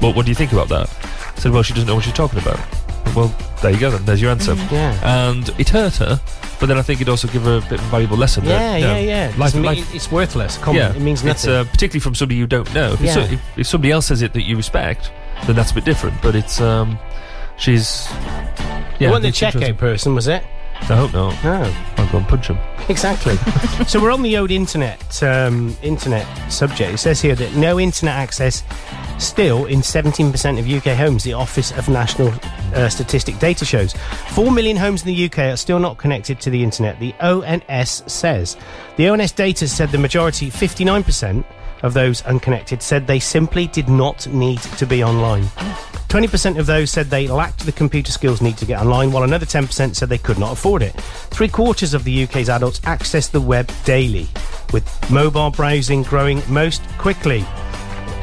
[SPEAKER 3] well, what do you think about that? I said, well, she doesn't know what she's talking about. Well, there you go then. There's your answer.
[SPEAKER 2] Mm, yeah.
[SPEAKER 3] And it hurt her, but then I think it also gave her a bit of a valuable lesson.
[SPEAKER 2] Yeah,
[SPEAKER 3] that, no,
[SPEAKER 2] yeah, yeah. It
[SPEAKER 3] Life,
[SPEAKER 2] doesn't mean-
[SPEAKER 3] life,
[SPEAKER 2] it's worthless. Comment. It means
[SPEAKER 3] it's,
[SPEAKER 2] nothing.
[SPEAKER 3] uh, particularly from somebody you don't know. If, so,
[SPEAKER 2] Yeah.
[SPEAKER 3] if, if somebody else says it that you respect, then that's a bit different. But it's um, she's yeah.
[SPEAKER 2] it wasn't the
[SPEAKER 3] it's interesting.
[SPEAKER 2] Checo person, was it?
[SPEAKER 3] I hope not.
[SPEAKER 2] No.
[SPEAKER 3] I'll go and punch him.
[SPEAKER 2] Exactly. so we're on the old internet um, internet subject. It says here that no internet access still in 17% of UK homes. The Office of National uh, Statistic data shows four million homes in the UK are still not connected to the internet. The ONS says the ONS data said the majority, 59%. Of those unconnected said they simply did not need to be online. 20% of those said they lacked the computer skills needed to get online, while another 10% said they could not afford it. Three quarters of the UK's adults access the web daily, with mobile browsing growing most quickly.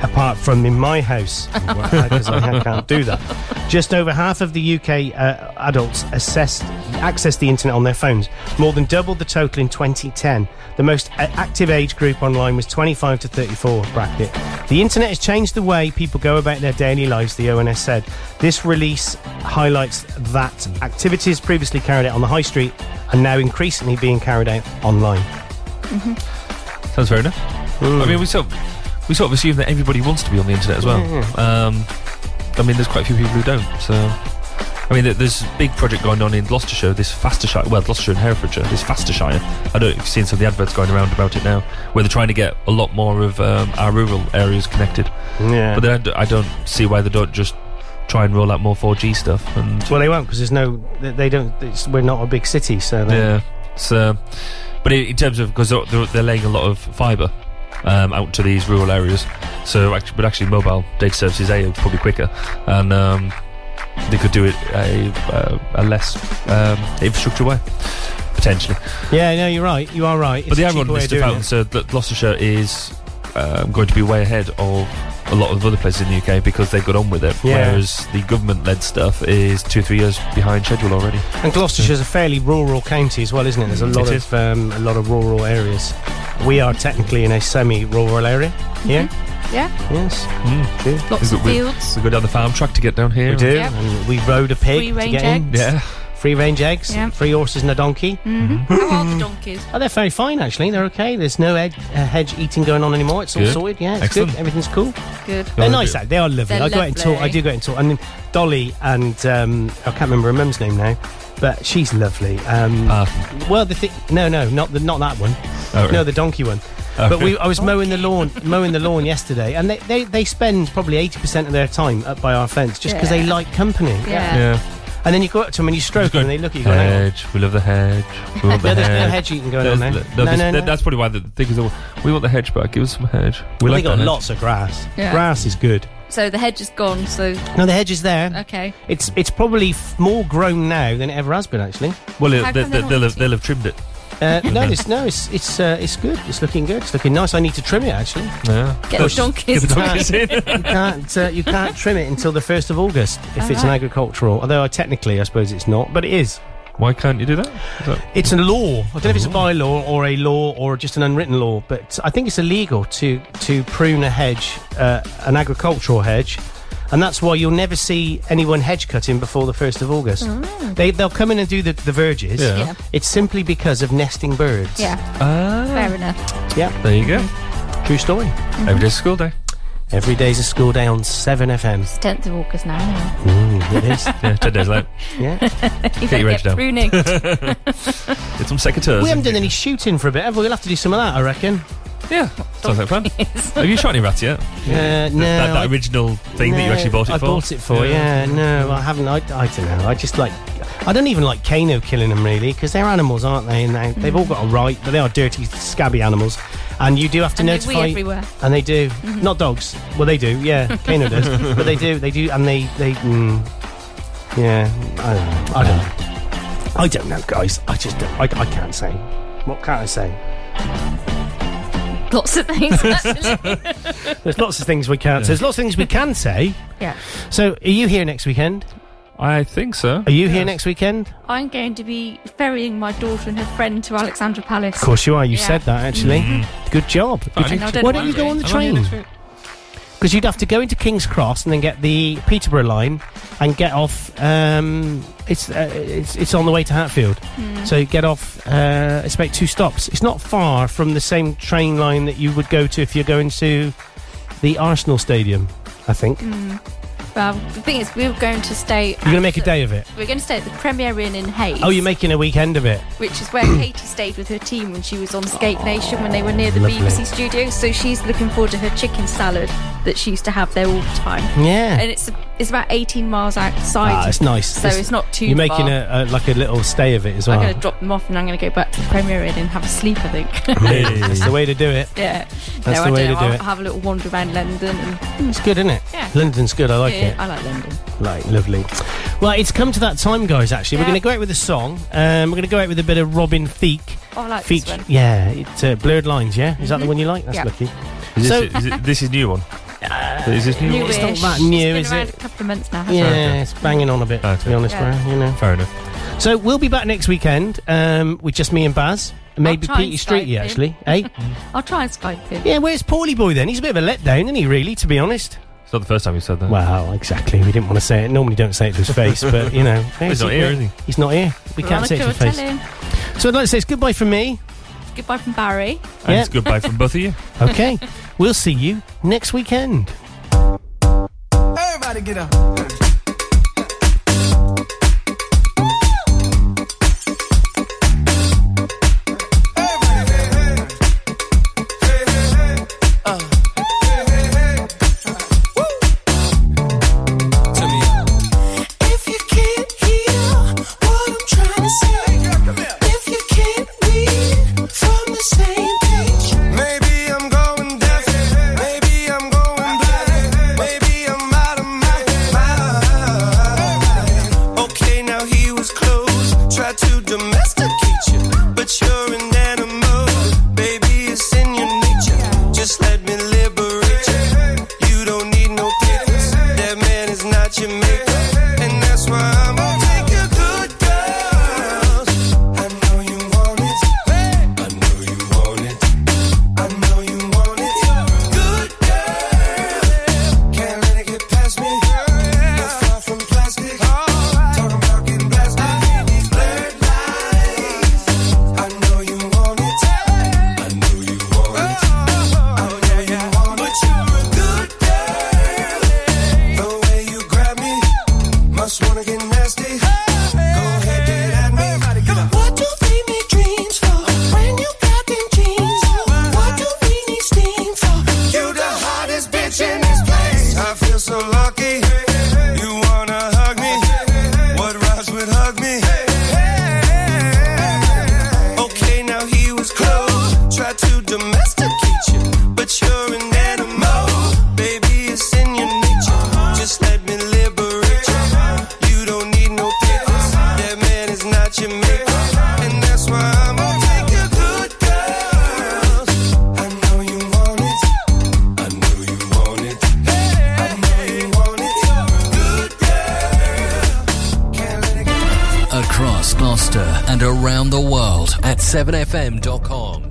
[SPEAKER 2] Apart from in my house, because I can't do that. Just over half of the UK uh, adults assessed, access the internet on their phones, more than double the total in 2010. The most a- active age group online was 25 to 34 bracket. The internet has changed the way people go about their daily lives, the ONS said. This release highlights that activities previously carried out on the high street are now increasingly being carried out online.
[SPEAKER 3] Sounds fair enough. I mean, we sort of, we sort of assume that everybody wants to be on the internet as well.
[SPEAKER 2] Yeah,
[SPEAKER 3] Um, I mean, there's quite a few people who don't. So, I mean, there- there's a big project going on in Gloucestershire, this Fastershire, well, Gloucestershire and Herefordshire, this Fastershire. I don't know if you've seen some of the adverts going around about it now, where they're trying to get a lot more of um, our rural areas connected.
[SPEAKER 2] Yeah.
[SPEAKER 3] But then I d- I don't see why they don't just try and roll out more 4G stuff. And
[SPEAKER 2] Well, they won't because there's no, they- they don't, it's, we're not a big city, so they,
[SPEAKER 3] yeah. So, but in, in terms of because they're, they're, they're laying a lot of fibre um, out to these rural areas, so actually, but actually mobile data services a are probably quicker, and um, they could do it a, uh, a, a less um, infrastructure way potentially.
[SPEAKER 2] Yeah, no, you're right. You are right. It's
[SPEAKER 3] but the
[SPEAKER 2] a cheaper
[SPEAKER 3] irony
[SPEAKER 2] way
[SPEAKER 3] is
[SPEAKER 2] of doing
[SPEAKER 3] about
[SPEAKER 2] it.
[SPEAKER 3] so that Gloucestershire is um, going to be way ahead of a lot of other places in the UK because they've got on with it,
[SPEAKER 2] Yeah.
[SPEAKER 3] whereas the government-led stuff is two three years behind schedule already.
[SPEAKER 2] And Gloucestershire's a fairly rural county as well, isn't it? There's a
[SPEAKER 3] Mm,
[SPEAKER 2] lot
[SPEAKER 3] it
[SPEAKER 2] of um, a lot of rural areas. We are technically in a semi-rural area. Yeah.
[SPEAKER 7] Yeah.
[SPEAKER 2] Yes.
[SPEAKER 3] Mm.
[SPEAKER 2] True.
[SPEAKER 7] Lots of
[SPEAKER 3] we,
[SPEAKER 7] fields.
[SPEAKER 3] We go down the farm track to get down here.
[SPEAKER 2] We do.
[SPEAKER 7] Yep.
[SPEAKER 2] And we rode a pig to
[SPEAKER 7] Free-range
[SPEAKER 2] get in.
[SPEAKER 7] eggs. Yeah.
[SPEAKER 2] Free range eggs.
[SPEAKER 7] Yeah.
[SPEAKER 2] Three horses and a donkey.
[SPEAKER 7] hmm How are the donkeys?
[SPEAKER 2] Oh, they're very fine actually. They're okay. There's no ed- uh, hedge eating going on anymore. It's all
[SPEAKER 7] Good.
[SPEAKER 2] sorted. Yeah, it's
[SPEAKER 7] Excellent.
[SPEAKER 2] good. Everything's cool.
[SPEAKER 7] Good.
[SPEAKER 2] They're nice. Though. They are lovely.
[SPEAKER 7] They're
[SPEAKER 2] I go out and talk. I
[SPEAKER 7] lovely.
[SPEAKER 2] do go out and talk. And then Dolly and um, I can't remember her mum's name now, but she's lovely. Um, well, the thing. No, no, not the not that one.
[SPEAKER 3] Ah. Oh, right.
[SPEAKER 2] No, the donkey one.
[SPEAKER 3] Oh,
[SPEAKER 2] But we,
[SPEAKER 3] okay.
[SPEAKER 2] I was mowing the lawn, mowing the lawn yesterday, and they, they, they spend probably eighty percent of their time up by our fence just because they
[SPEAKER 3] Yeah.
[SPEAKER 2] like company.
[SPEAKER 3] Yeah. Yeah.
[SPEAKER 2] And then you go up to them and you stroke them, and they look at you. Going, "Hang on."
[SPEAKER 3] Hedge. We love the hedge. We want the
[SPEAKER 2] No, there's
[SPEAKER 3] hedge.
[SPEAKER 2] no hedge eating going on
[SPEAKER 3] There's-
[SPEAKER 2] there.
[SPEAKER 3] No,
[SPEAKER 2] No,
[SPEAKER 3] this- that-
[SPEAKER 2] no, no.
[SPEAKER 3] That's probably why the thing is, we want the hedge back. Give us some hedge. We
[SPEAKER 2] Well,
[SPEAKER 3] like eh?"
[SPEAKER 2] they got
[SPEAKER 3] the hedge.
[SPEAKER 2] lots of grass.
[SPEAKER 7] Yeah.
[SPEAKER 2] Grass is good.
[SPEAKER 7] So the hedge is gone. So
[SPEAKER 2] No, the hedge is there.
[SPEAKER 7] okay.
[SPEAKER 2] It's it's probably f- more grown now than it ever has been actually.
[SPEAKER 3] Well,
[SPEAKER 7] How
[SPEAKER 3] it, they,
[SPEAKER 7] come
[SPEAKER 3] they,
[SPEAKER 7] they're not
[SPEAKER 3] they'll, have, they'll have trimmed it.
[SPEAKER 2] Uh, no, it's no, it's it's uh, it's good. It's looking good. It's looking nice. I need to trim it actually.
[SPEAKER 3] Yeah.
[SPEAKER 7] Get the donkeys
[SPEAKER 2] You can't,
[SPEAKER 7] in.
[SPEAKER 2] you can't, uh, you can't trim it until the first of August if it's an
[SPEAKER 7] Alright.
[SPEAKER 2] agricultural. Although uh, technically, I suppose it's not, but it is.
[SPEAKER 3] Why can't you do that?
[SPEAKER 2] It's a law. I don't know if it's a bylaw or a law or just an unwritten law, but I think it's illegal to to prune a hedge, uh, an agricultural hedge, and that's why you'll never see anyone hedge cutting before the first of August.
[SPEAKER 7] Mm.
[SPEAKER 2] They they'll come in and do the, the verges.
[SPEAKER 7] Yeah. Yeah.
[SPEAKER 2] It's simply because of nesting birds.
[SPEAKER 7] Yeah.
[SPEAKER 3] Ah.
[SPEAKER 7] Fair enough.
[SPEAKER 2] Yeah.
[SPEAKER 3] There you go.
[SPEAKER 2] True story.
[SPEAKER 7] Mm-hmm.
[SPEAKER 3] Every day's a school day.
[SPEAKER 2] Every day's a school day on 7FM.
[SPEAKER 7] It's 10th of August now, anyway.
[SPEAKER 2] Mm, it is.
[SPEAKER 3] Yeah, 10 days late.
[SPEAKER 2] Yeah.
[SPEAKER 7] you
[SPEAKER 3] Get
[SPEAKER 7] better
[SPEAKER 3] your edge
[SPEAKER 7] get
[SPEAKER 3] down.
[SPEAKER 7] pruning.
[SPEAKER 3] Get some secateurs.
[SPEAKER 2] We haven't done any shooting for a bit, have we? We'll have to do some of that, I reckon.
[SPEAKER 3] Yeah. Sounds like fun. Have you shot any rats yet?
[SPEAKER 2] Uh,
[SPEAKER 3] Th-
[SPEAKER 2] no,
[SPEAKER 3] That, that
[SPEAKER 2] I-
[SPEAKER 3] original thing that you
[SPEAKER 2] No,
[SPEAKER 3] actually bought it
[SPEAKER 2] I
[SPEAKER 3] for?
[SPEAKER 2] bought it for, yeah. No, I haven't. I, I don't know. I just like. I don't even like Kano killing them, really, because they're animals, aren't they? And they, they've all got a right, but they are dirty, scabby animals. And you do have to
[SPEAKER 7] And they wee
[SPEAKER 2] notify.
[SPEAKER 7] everywhere. Mm-hmm.
[SPEAKER 2] And they do. Not dogs. Well, they do, yeah. Kano does. But they do, they do, and they. they mm, yeah, I don't know. I don't know. I don't know, guys. I just. Don't, I, I can't say. What can I say?
[SPEAKER 7] Lots of things, actually.
[SPEAKER 2] There's lots of things we can't say. There's lots of things we can say.
[SPEAKER 7] yeah.
[SPEAKER 2] So, are you here next weekend?
[SPEAKER 3] I think so.
[SPEAKER 2] Are you here next weekend?
[SPEAKER 7] I'm going to be ferrying my daughter and her friend to Alexandra Palace.
[SPEAKER 2] Of course you are. You
[SPEAKER 7] Yeah. Mm-hmm.
[SPEAKER 2] said that actually.
[SPEAKER 3] Mm-hmm.
[SPEAKER 2] Good job.
[SPEAKER 7] I
[SPEAKER 2] Good
[SPEAKER 7] need
[SPEAKER 2] job.
[SPEAKER 7] to-
[SPEAKER 2] Why don't you go on the
[SPEAKER 7] I'm on here
[SPEAKER 2] train?
[SPEAKER 7] next week.
[SPEAKER 2] Because you'd have to go into King's Cross and then get the Peterborough line and get off. Um, it's, uh, it's it's on the way to Hatfield. So you get off. Uh, it's about two stops. It's not far from the same train line that you would go to if you're going to the Arsenal Stadium. I think
[SPEAKER 7] Mm. Well, the thing is, we're going to stay.
[SPEAKER 2] you're going to make a day of it.
[SPEAKER 7] We're going to stay at the Premier Inn in Hayes.
[SPEAKER 2] Oh, you're making a weekend of it.
[SPEAKER 7] which is where Katie stayed with her team when she was on Skate Nation when they were near the
[SPEAKER 2] lovely.
[SPEAKER 7] BBC studio. So she's looking forward to her chicken salad that she used to have there all the time.
[SPEAKER 2] Yeah.
[SPEAKER 7] and it's it's about 18 miles outside.
[SPEAKER 2] Ah, it's nice.
[SPEAKER 7] So it's, not too.
[SPEAKER 2] You're
[SPEAKER 7] far.
[SPEAKER 2] making a, a like a little stay of it as well.
[SPEAKER 7] I'm going to drop them off and I'm going to go back to the Premier Inn and have a sleep. I think.
[SPEAKER 2] That's the way to do it.
[SPEAKER 7] yeah.
[SPEAKER 2] That's the
[SPEAKER 7] I
[SPEAKER 2] way to
[SPEAKER 7] don't know.
[SPEAKER 2] do
[SPEAKER 7] I'll
[SPEAKER 2] it.
[SPEAKER 7] have a little wander around London. And
[SPEAKER 2] It's good, isn't it?
[SPEAKER 7] Yeah.
[SPEAKER 2] London's good. I like
[SPEAKER 7] yeah,
[SPEAKER 2] it.
[SPEAKER 7] I like London.
[SPEAKER 2] Like, lovely. Well, it's come to that time, guys, actually. We're
[SPEAKER 7] Yeah.
[SPEAKER 2] going to go out with a song. Um, we're going to go out with a bit of Robin Thicke.
[SPEAKER 7] Oh, I like this one.
[SPEAKER 2] Yeah, it's uh, Blurred Lines, yeah? Is that the
[SPEAKER 7] Mhm.
[SPEAKER 2] one you like? That's
[SPEAKER 7] Yeah.
[SPEAKER 2] lucky.
[SPEAKER 3] Is this,
[SPEAKER 2] So-
[SPEAKER 3] is it, this is new one. is this new?
[SPEAKER 7] Newish.
[SPEAKER 2] It's not that new,
[SPEAKER 7] It's
[SPEAKER 2] is
[SPEAKER 7] been around
[SPEAKER 2] it?
[SPEAKER 7] a couple of months now. hasn't
[SPEAKER 2] Yeah,
[SPEAKER 7] it?
[SPEAKER 2] it's banging on a bit, to be honest,
[SPEAKER 7] Yeah.
[SPEAKER 2] man, you know.
[SPEAKER 3] Fair enough.
[SPEAKER 2] So we'll be back next weekend um, with just me and Baz. And Maybe
[SPEAKER 7] try and
[SPEAKER 2] Petey Streety,
[SPEAKER 7] Skype him.
[SPEAKER 2] actually. eh?
[SPEAKER 7] I'll try and Skype him.
[SPEAKER 2] Yeah, where's Paulie Boy then? He's a bit of a letdown, isn't he, really, to be honest?
[SPEAKER 3] It's not the first time you said that.
[SPEAKER 2] Well, exactly. We didn't want to say it. Normally, don't say it to his face, but you know,
[SPEAKER 3] He's not here, is he?
[SPEAKER 2] He's not here. We can't
[SPEAKER 7] Veronica
[SPEAKER 2] say it to
[SPEAKER 7] will
[SPEAKER 2] his face.
[SPEAKER 7] tell him.
[SPEAKER 2] So I'd like to say it's goodbye from me.
[SPEAKER 7] Goodbye from Barry.
[SPEAKER 3] And it's goodbye from both of you.
[SPEAKER 2] Okay, we'll see you next weekend.
[SPEAKER 13] Everybody get up.
[SPEAKER 18] If you can't hear what I'm trying to say, if you can't read from the same page, maybe I'm going deaf, maybe I'm going blind, maybe I'm out of my mind. Okay, now he was close, tried to domesticate you, but you're an animal, baby, it's in your nature. Just let me liberate you. You don't need no papers. That man is not your maker. And that's why I'm gonna take your good girls. I know you want it. I know you want it. I know you want it. Good girl. Can't let it get past me. Not far from plastic. Talking about getting blasted. Blurred lines.
[SPEAKER 15] and around the world at 7fm.com.